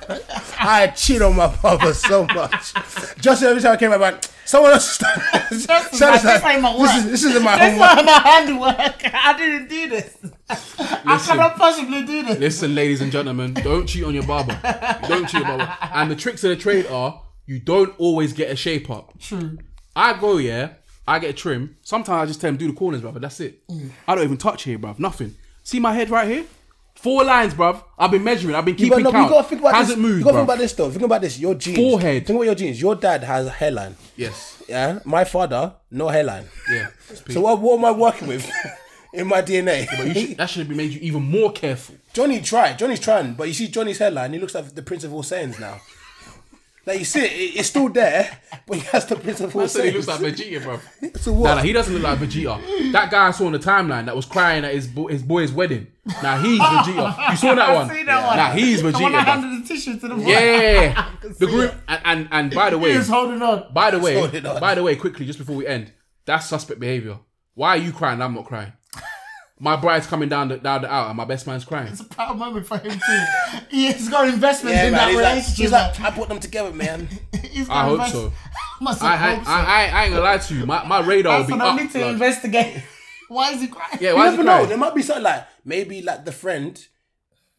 D: I cheat on my barber so much. Just every time I came back, like, someone else. This,
E: This ain't my work.
D: This, is, this isn't my
E: That's
D: homework.
E: not my handiwork. I didn't do this. I cannot possibly do this.
C: Listen, ladies and gentlemen, don't cheat on your barber. Don't cheat on your barber. And the tricks of the trade are you don't always get a shape up.
E: True.
C: I go, yeah, I get a trim. Sometimes I just tell him do the corners, bruv, but that's it.
D: Mm.
C: I don't even touch here, bruv. Nothing. See my head right here? Four lines, bruv. I've been measuring, I've been keeping
D: But no,
C: count.
D: we gotta think about
C: Hasn't
D: this.
C: moved,
D: we gotta think
C: bruv.
D: about this though. Think about this. Your jeans.
C: Forehead.
D: Think about your jeans. Your dad has a hairline.
C: Yes.
D: Yeah. My father, no hairline.
C: Yeah.
D: So what, what am I working with in my DNA?
C: You should, that should have been made you even more careful.
D: Johnny tried. Johnny's trying, but you see Johnny's hairline. He looks like the Prince of All Saiyans now. Like you see, it, it's still there, but he has the Prince of All
C: I said he looks
D: Saiyans.
C: like Vegeta, bro.
D: so what?
C: Nah, nah, he doesn't look like Vegeta. That guy I saw on the timeline that was crying at his bo- his boy's wedding. Now he's Vegeta. You saw that
E: Oh, I
C: one?
E: seen that one.
C: Nah, he's
E: The one I
C: Vegeta. bruv.
E: handed the tissue to the boy.
C: Yeah, the
E: see
C: group
E: it.
C: and, and and by the
E: He
C: way,
E: was holding on.
C: by the way,
D: holding on.
C: by the way, quickly just before we end, that's suspect behavior. Why are you crying? I'm not crying. My bride's coming down the down the aisle, and my best man's crying.
E: It's a proud moment for him too. He's got investment
D: yeah,
E: in
D: man.
E: that
D: He's like,
E: relationship.
D: he's like, I put them together, man.
E: He's got
C: I hope
E: invest-
C: so.
E: Must
C: I
E: have
C: I,
E: hoped so.
C: I, I, I ain't gonna lie to you. My, my radar will be
E: That's what
C: up.
E: I need to
C: blood.
E: investigate. Why is he crying?
C: Yeah,
D: You
C: why is he
D: never know.
C: crying?
D: There might be something like maybe like the friend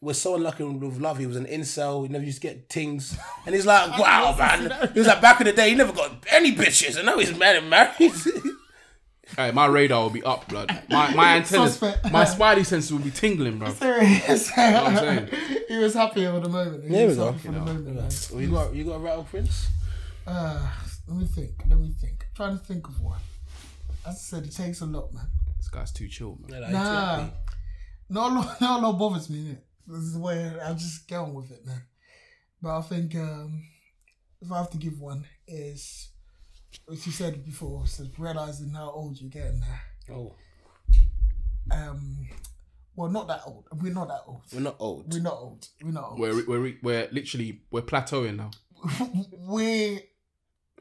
D: was so unlucky with love. He was an incel. He never used to get things, and he's like, wow, man. He was like back in the day, he never got any bitches, and now he's mad and married.
C: Hey, my radar will be up, blood. My my antennas,
E: Suspect.
C: my spidey senses will be tingling, bro.
E: Serious.
C: saying?
E: he was happy over the moment. He
D: There we
E: was
D: go.
E: happy for the moment, man.
D: you got you got a rattle, Prince.
E: Uh, let me think. Let me think. I'm trying to think of one. As I said, it takes a lot, man.
C: This guy's too chill, man.
E: Nah. No, no, no, no bothers me. Innit? This is where I just get on with it, man. But I think um, if I have to give one, is as you said before, so realizing how old you're getting now.
D: Oh,
E: Um, well, not that old. We're not that old.
D: we're not old.
E: We're not old. We're not old.
C: We're we're we're literally we're plateauing now.
E: We're,
C: We're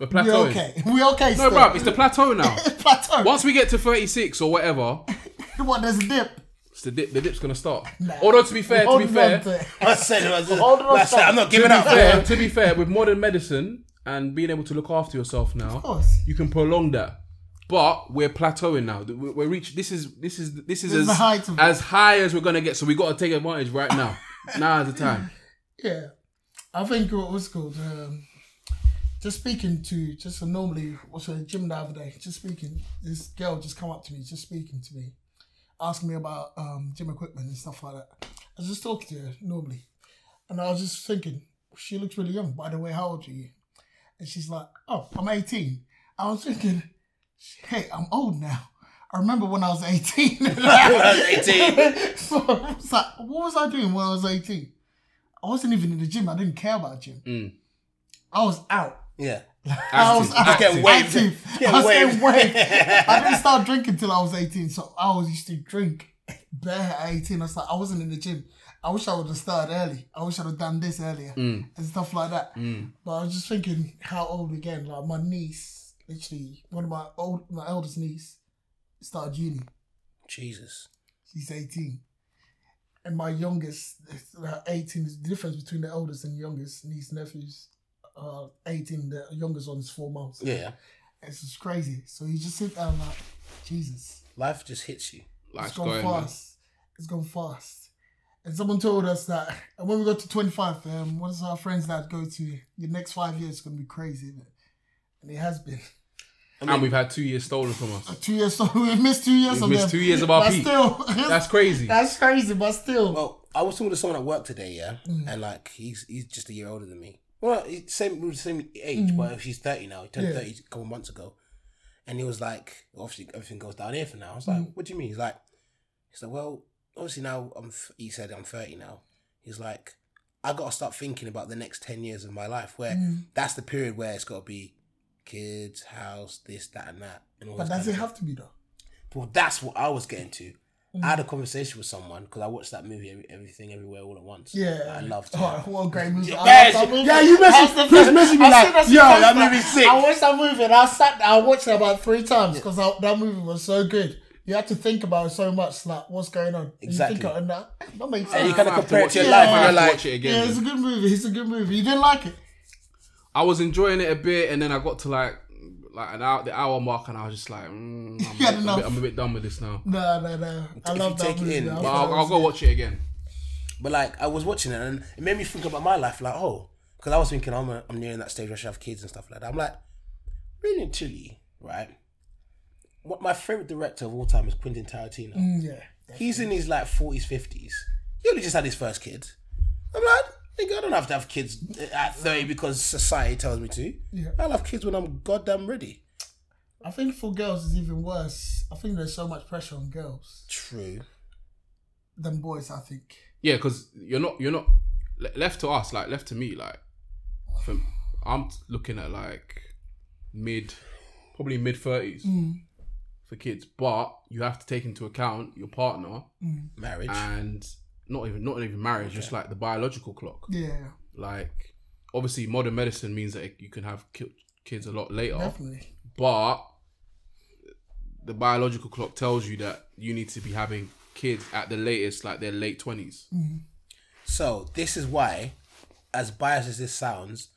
E: we're
C: plateauing.
E: okay. We're okay.
C: No,
E: still.
C: bro, it's the plateau now.
E: plateau.
C: Once we get to thirty six or whatever,
E: What? There's a dip.
C: it's the dip. The dip's gonna start. Although to be fair, to
E: Hold
C: be
E: on
C: fair,
E: to
C: to
E: it.
D: I said, I said,
E: Hold on,
D: I said I'm not giving
C: be
D: up.
C: fair, to be fair, with modern medicine and being able to look after yourself now,
E: course.
C: you can prolong that. But we're plateauing now. We're, we're reach. This is this is this is
E: This is the
C: as
E: height of it.
C: as high as we're gonna get. So we gotta take advantage right now. Now's the time.
E: Yeah, I think what was called. Um, just speaking to just a normally was at a gym the other day. Just speaking, this girl just come up to me, just speaking to me, asking me about um, gym equipment and stuff like that. I was just talking to her normally, and I was just thinking, she looks really young. By the way, how old are you? And she's like, oh, I'm 18. I was thinking, hey, I'm old now. I remember when I was 18.
D: was 18.
E: so I was like, what was I doing when I was 18? I wasn't even in the gym. I didn't care about gym. I was out.
D: Yeah.
E: I was
D: Mm. Active. Get waved.
E: active.
D: Get
E: I was
D: waved.
E: getting waved. I didn't start drinking till I was 18, so I was used to drink bare at 18. I was like, I wasn't in the gym. I wish I would have started early. I wish I'd have done this earlier
D: Mm.
E: and stuff like that. But I was just thinking, how old again? Like my niece, literally one of my old, my eldest niece, started uni.
D: Jesus.
E: She's 18. And my youngest, uh, 18, is the difference between the eldest and youngest niece, nephews, uh, 18, the youngest one is four months.
D: Yeah.
E: It's just crazy. So you just sit there and like, Jesus,
D: Life just hits you.
C: Life's
E: it's gone
C: going, man.
E: fast. It's gone fast. And someone told us that and when we got to 25, um, what is our friends that go to the next five years is going to be crazy, isn't it? And it has been.
C: and we've had two years stolen from us.
E: Two years, so we missed two years
C: We've
E: of
C: missed
E: them.
C: two years of our
E: But
C: peak.
E: still,
C: That's crazy.
E: that's crazy, but still.
D: Well, I was talking to someone at work today, yeah,
E: Mm.
D: and like he's he's just a year older than me. Well, he's same we were the same age, but she's thirty now. He turned
E: Mm. Yeah.
D: thirty a couple months ago, and he was like, obviously everything goes down here for now. I was like,
E: Mm.
D: what do you mean? He's like, he's like, well, obviously now I'm. f- He said I'm thirty now. He's like, I got to start thinking about the next ten years of my life, where
E: Mm.
D: that's the period where it's got to be kids, house, this, that, and that, and all
E: but
D: this
E: does
D: kind
E: it
D: of
E: have to be though?
D: well, that's what I was getting to. I
E: Mm.
D: had a conversation with someone because I watched that movie, Every, Everything Everywhere All at Once.
E: Yeah,
D: that I loved it.
E: Oh, what a great movie! I
D: Yeah,
E: watched that
D: she-
E: movie.
D: yeah, you messaged-
E: That's the
D: please
E: first-
D: message me
E: I've
D: like,
E: seen that
D: "Yo,
E: since
D: that
E: first-
D: movie's sick."
E: I watched that movie and I sat. I watched it about three times because that movie was so good. You had to think about it so much, like what's going on. And
D: Exactly.
E: You think, oh, nah, that makes
D: And
E: sense.
D: you kind
C: I
D: of
C: have to
D: compare it
C: watch
D: to your
C: it.
D: life,
C: I
D: and
E: Yeah.
D: you're
C: have to
D: like,
C: watch it again.
E: yeah,
C: man.
E: it's a good movie. It's a good movie. You didn't like it?
C: I was enjoying it a bit, and then I got to like like an hour, the hour mark, and I was just like, mm, I'm,
E: had
C: a bit,
E: enough.
C: I'm a bit done with this now.
E: No, no, no. I
D: If
E: love
D: you
E: that
D: take it
E: movie.
D: in, but
E: I
C: But
E: thought
C: I'll,
E: it
C: I'll
E: was-
C: go watch it again.
D: but like I was watching it, and it made me think about my life. Like, oh, because I was thinking I'm i I'm nearing that stage where I should have kids and stuff like that. I'm like, really, and truly, right? What my favorite director of all time is Quentin Tarantino.
E: Mm, Yeah.
D: He's in his like forties, fifties. He only just had his first kid. I'm like, nigga, I don't have to have kids at thirty because society tells me to.
E: Yeah.
D: I'll have kids when I'm goddamn ready.
E: I think for girls is even worse. I think there's so much pressure on girls
D: True.
E: than boys. I think.
C: Yeah, because you're not you're not le- left to us like left to me like. From, I'm t- looking at like mid, probably mid thirties
E: Mm.
C: for kids, but you have to take into account your partner
D: Marriage.
C: and not even not even marriage, just like the biological clock.
E: Yeah,
C: Like obviously, modern medicine means that you can have ki- kids a lot
D: Oh.
C: later.
E: definitely.
C: but the biological clock tells you that you need to be having kids at the latest, like their late 20s
D: So this is why, as biased as this sounds,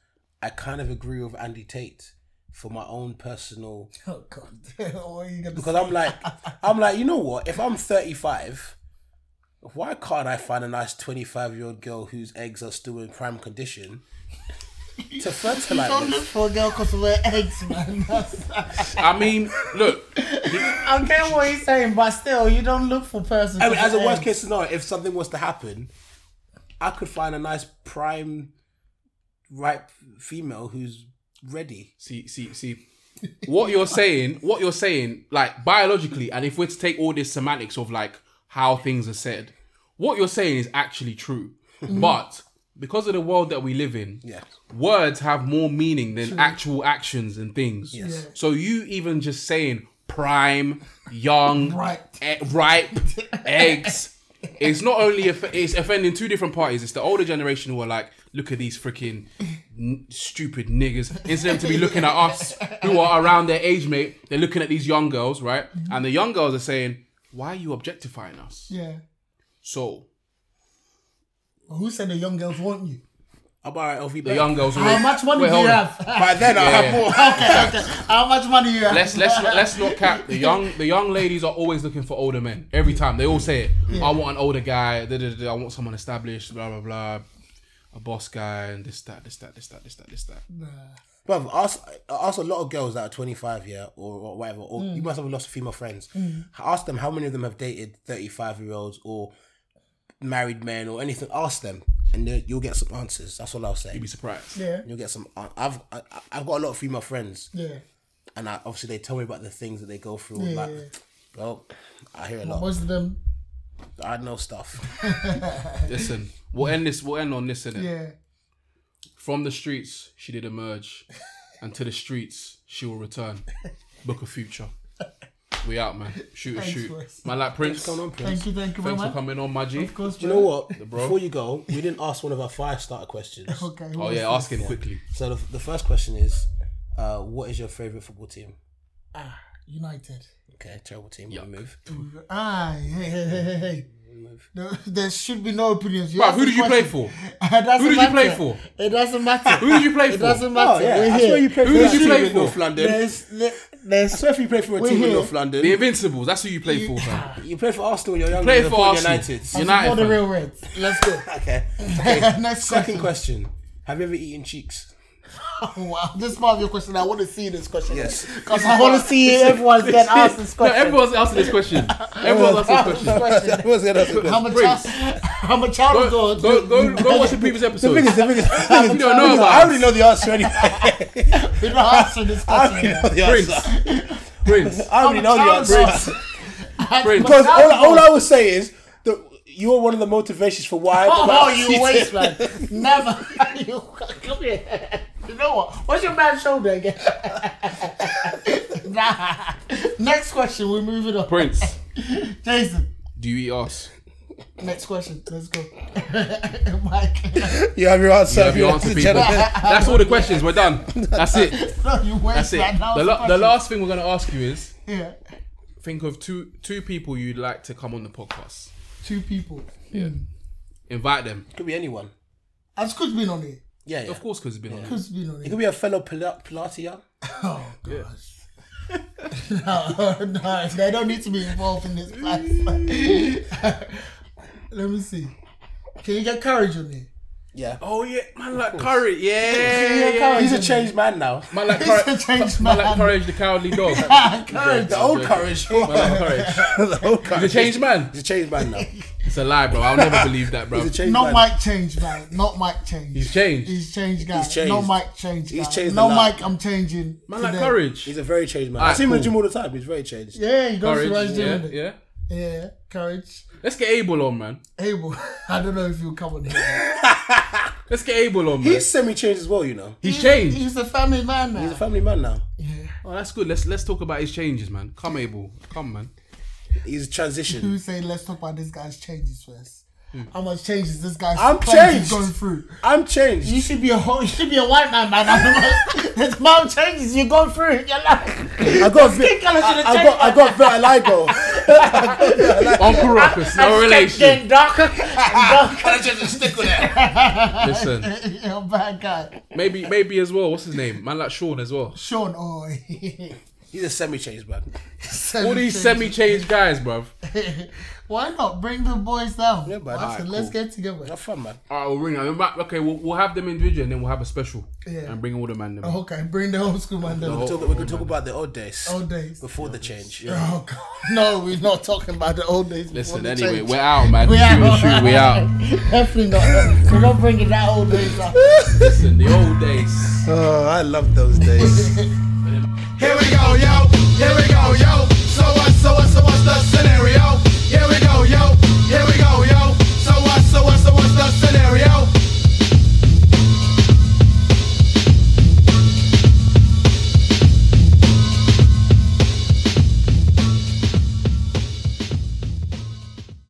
D: I kind of agree with Andy Tate for my own personal
E: Oh God, what are you gonna
D: because I'm like I'm like, you know what? If I'm thirty five, why can't I find a nice twenty five year old girl whose eggs are still in prime condition to fertilize?
E: Don't
D: with?
E: look for a girl because of her eggs, man. That's-
C: I mean, look,
E: I get what he's saying, but still, you don't look for person.
D: I mean,
E: 'cause
D: as a
E: of
D: worst
E: eggs.
D: case scenario, if something was to happen, I could find a nice prime, ripe female who's ready.
C: see, see, see, what you're saying, what you're saying, like biologically, and if we're to take all this semantics of like how things are said, what you're saying is actually true, but because of the world that we live in,
D: Yeah.
C: words have more meaning than actual actions and things.
D: Yes.
C: So you even just saying prime, young,
E: Ripe.
C: e- ripe eggs. It's not only off- it's offending two different parties. It's the older generation who are like, look at these freaking n- stupid niggas. Instead of them to be looking at us who are around their age, mate, they're looking at these young girls, right?
E: Mm-hmm.
C: And the young girls are saying, why are you objectifying us?
E: Yeah.
C: So
E: But who said the young girls want you?
D: I'm alright, LV.
C: the young girls.
E: How much money do you have?
D: By then, I
C: Yeah.
D: have more.
E: okay, okay. How much money you have?
C: let's let's not, let's not cap the young the young ladies are always looking for older men every time they all say it i want an older guy da, da, da, da, i want someone established blah blah blah a boss guy and this that this that this that this that this that
E: Nah.
D: But ask, ask a lot of girls that are 25, yeah, or, or whatever, or
E: Mm.
D: you must have lost female friends. Ask them how many of them have dated 35 year olds or married men or anything. Ask them, and then you'll get some answers. That's all I'll say.
C: You'd be surprised.
E: Yeah.
D: You'll get some. I- I've I, I've got a lot of female friends,
E: Yeah.
D: and I, obviously they tell me about the things that they go through.
E: Yeah,
D: like,
E: yeah,
D: well, I hear a lot.
E: Most of them.
D: I know stuff.
C: Listen, we'll end this. We'll end on this, innit?
E: Yeah.
C: From the streets, she did emerge, and to the streets, she will return. Book a future. We out, man. Shoot a
E: Thanks,
C: shoot.
E: Wes.
C: Man, like Prince.
D: Going on,
C: Thanks
D: Prince.
E: Thank you, thank you very
C: for
E: much.
C: coming on, my G.
E: Of course,
D: Do you know
E: bro.
D: what? Before you go, we didn't ask one of our five starter questions.
E: Okay.
C: Oh
E: what
C: yeah,
E: was
C: ask him quickly.
D: So the, the first question is, uh, what is your favorite football team?
E: this? United.
D: Okay, terrible team.
C: Yuck.
D: We move.
E: Ah, hey, hey, hey, hey, hey. No, there should be no opinions. You
C: Bruh,
E: ask
C: who
E: the
C: did you play
E: question.
C: for?
E: It doesn't
C: Who did you play
E: matter.
C: for?
E: It doesn't matter.
C: Who did you play
E: It
C: for?
E: doesn't matter. We're
D: Oh, I
E: here.
D: swear you play
C: Who
D: for
C: did
D: a
C: you
D: team
C: play
D: in
C: for?
D: North London.
E: There's, there's
D: I swear if you play for a
E: We're
D: team in
E: here.
D: North London,
C: The Invincibles. That's who you play for, fam.
D: you play for Arsenal when you're younger.
C: Play
D: than
C: for
D: Fulham
C: Arsenal.
D: United.
C: United,
E: for the
C: fam.
E: real Reds. Let's go.
D: Okay.
E: Next
D: Second
E: question.
D: question: Have you ever eaten cheeks?
E: Oh, Wow, this part of your question, I want to see this question.
D: Yes.
E: Because I want to see everyone's getting asked this
C: No,
E: question.
C: everyone's asking this question. Everyone's asking this question.
D: That was it, that was it.
E: How much
C: Briggs.
E: hours? How much hours
C: Go,
E: ago?
C: go, go, go watch the previous episode.
D: The biggest, the biggest. the biggest-
C: You don't know about
D: I
C: us.
D: already know the answer anyway.
E: We're not answering this
D: I already
E: question.
D: know
C: Prince.
D: the answer.
C: Prince.
D: I already know the
E: Charles
D: answer.
C: Prince.
D: Because all, all I would say is that you're one of the motivations for why.
E: Oh,
D: why I
E: you
D: cheated.
E: waste, man. Never. you, come here. You know what? What's your man's shoulder again? nah. Next question. We're moving on.
C: Prince.
E: Jason.
C: Do you eat ass?
E: Next question. Let's go. Mike.
D: You have your answer.
C: You have your answer, people.
D: gentlemen.
C: That's all the questions. We're done. That's it.
E: No, you waste,
C: That's it.
E: man. That
C: The,
E: was
C: la- the
E: question.
C: last thing we're gonna ask you is
E: Yeah.
C: think of two two people you'd like to come on the podcast.
E: Two people. Yeah.
C: Invite them.
D: Could be anyone.
E: Has Coach been on it?
D: Yeah, yeah.
C: Of course, because it's been on.
E: Coach been on
D: It
E: it.
D: could be a fellow Pil- Pilatia.
E: Oh, gosh. no, no, they don't need to be involved in this class. Let me see. Can you get courage on it?
D: Yeah.
C: Oh yeah, man like Curry. Yeah,
E: Yeah,
C: yeah.
E: Curry.
D: He's a changed man now.
C: Man like
E: He's
C: Curry.
E: a changed
C: Man
E: man.
C: like Courage the Cowardly Dog.
E: Courage.
D: The old courage.
C: Man like Courage.
D: the old courage.
C: He's a changed man.
D: He's a changed man now.
C: It's a lie, bro. I'll never believe that, bro.
D: He's a changed
E: Not
D: man.
E: Mike change, man. Not Mike change.
C: He's changed.
E: He's changed, guy.
D: He's changed.
E: Not Mike change. Guy.
D: He's changed
E: No
D: a lot.
E: Mike, I'm changing.
C: Man like
E: today.
C: Courage.
D: He's a very changed man.
C: Alright,
D: I see him in the
C: cool.
D: gym all the time. He's very changed.
E: Yeah, he goes to
C: Courage.
E: Raj
C: Yeah,
E: yeah, yeah.
C: yeah.
E: yeah, courage.
C: Let's get Abel on, man.
E: Abel, I don't know if you'll come on here.
C: Let's get Abel on, man.
D: He's semi-changed as well, you know.
C: He's changed.
E: He's a family man now.
D: He's a family man now.
C: Oh, that's good. Let's let's talk about his changes, man. Come, Abel. Come, man.
D: He's transitioned.
E: Who say let's talk about this guy's changes first? How much changes this guy's
D: I'm
E: plans
D: changed.
E: is going through?
D: I'm changed.
E: You should be a whole, you should be a white man, man. There's amount of changes you're going through in your life.
D: I got, vi-
E: Skin colour
D: I,
E: should've
D: I got, I got vitiligo.
C: Uncle Ruckus, no relation.
E: Getting darker and darker.
C: Listen,
E: you're a bad guy.
C: maybe maybe as well. What's his name? Man like Sean as well.
E: Sean, oh.
D: He's a semi-changed man.
C: All these semi-changed guys, bruv.
E: Why not bring the boys down?
D: Yeah, but-
E: I said,
D: alright,
E: let's
D: cool.
E: get together.
D: Have fun, man.
C: All right, we'll ring. them. Right, Okay, we'll, we'll have them individually, and then we'll have a special,
E: Yeah.
C: and bring all the man. Them.
E: Oh, Okay, bring the whole school man down.
C: whole-
D: Talk- we can talk about the old days
E: old days.
D: before the change.
E: Oh God. No, we're not talking about the old days. before
C: Listen,
E: the
C: anyway,
E: change.
C: we're out, man.
E: We
C: We
E: out.
C: out. Shoot, we out.
E: Definitely not. We're not bringing that old days up.
C: Listen, the old days.
D: Oh, I love those days.
B: Here we go, yo.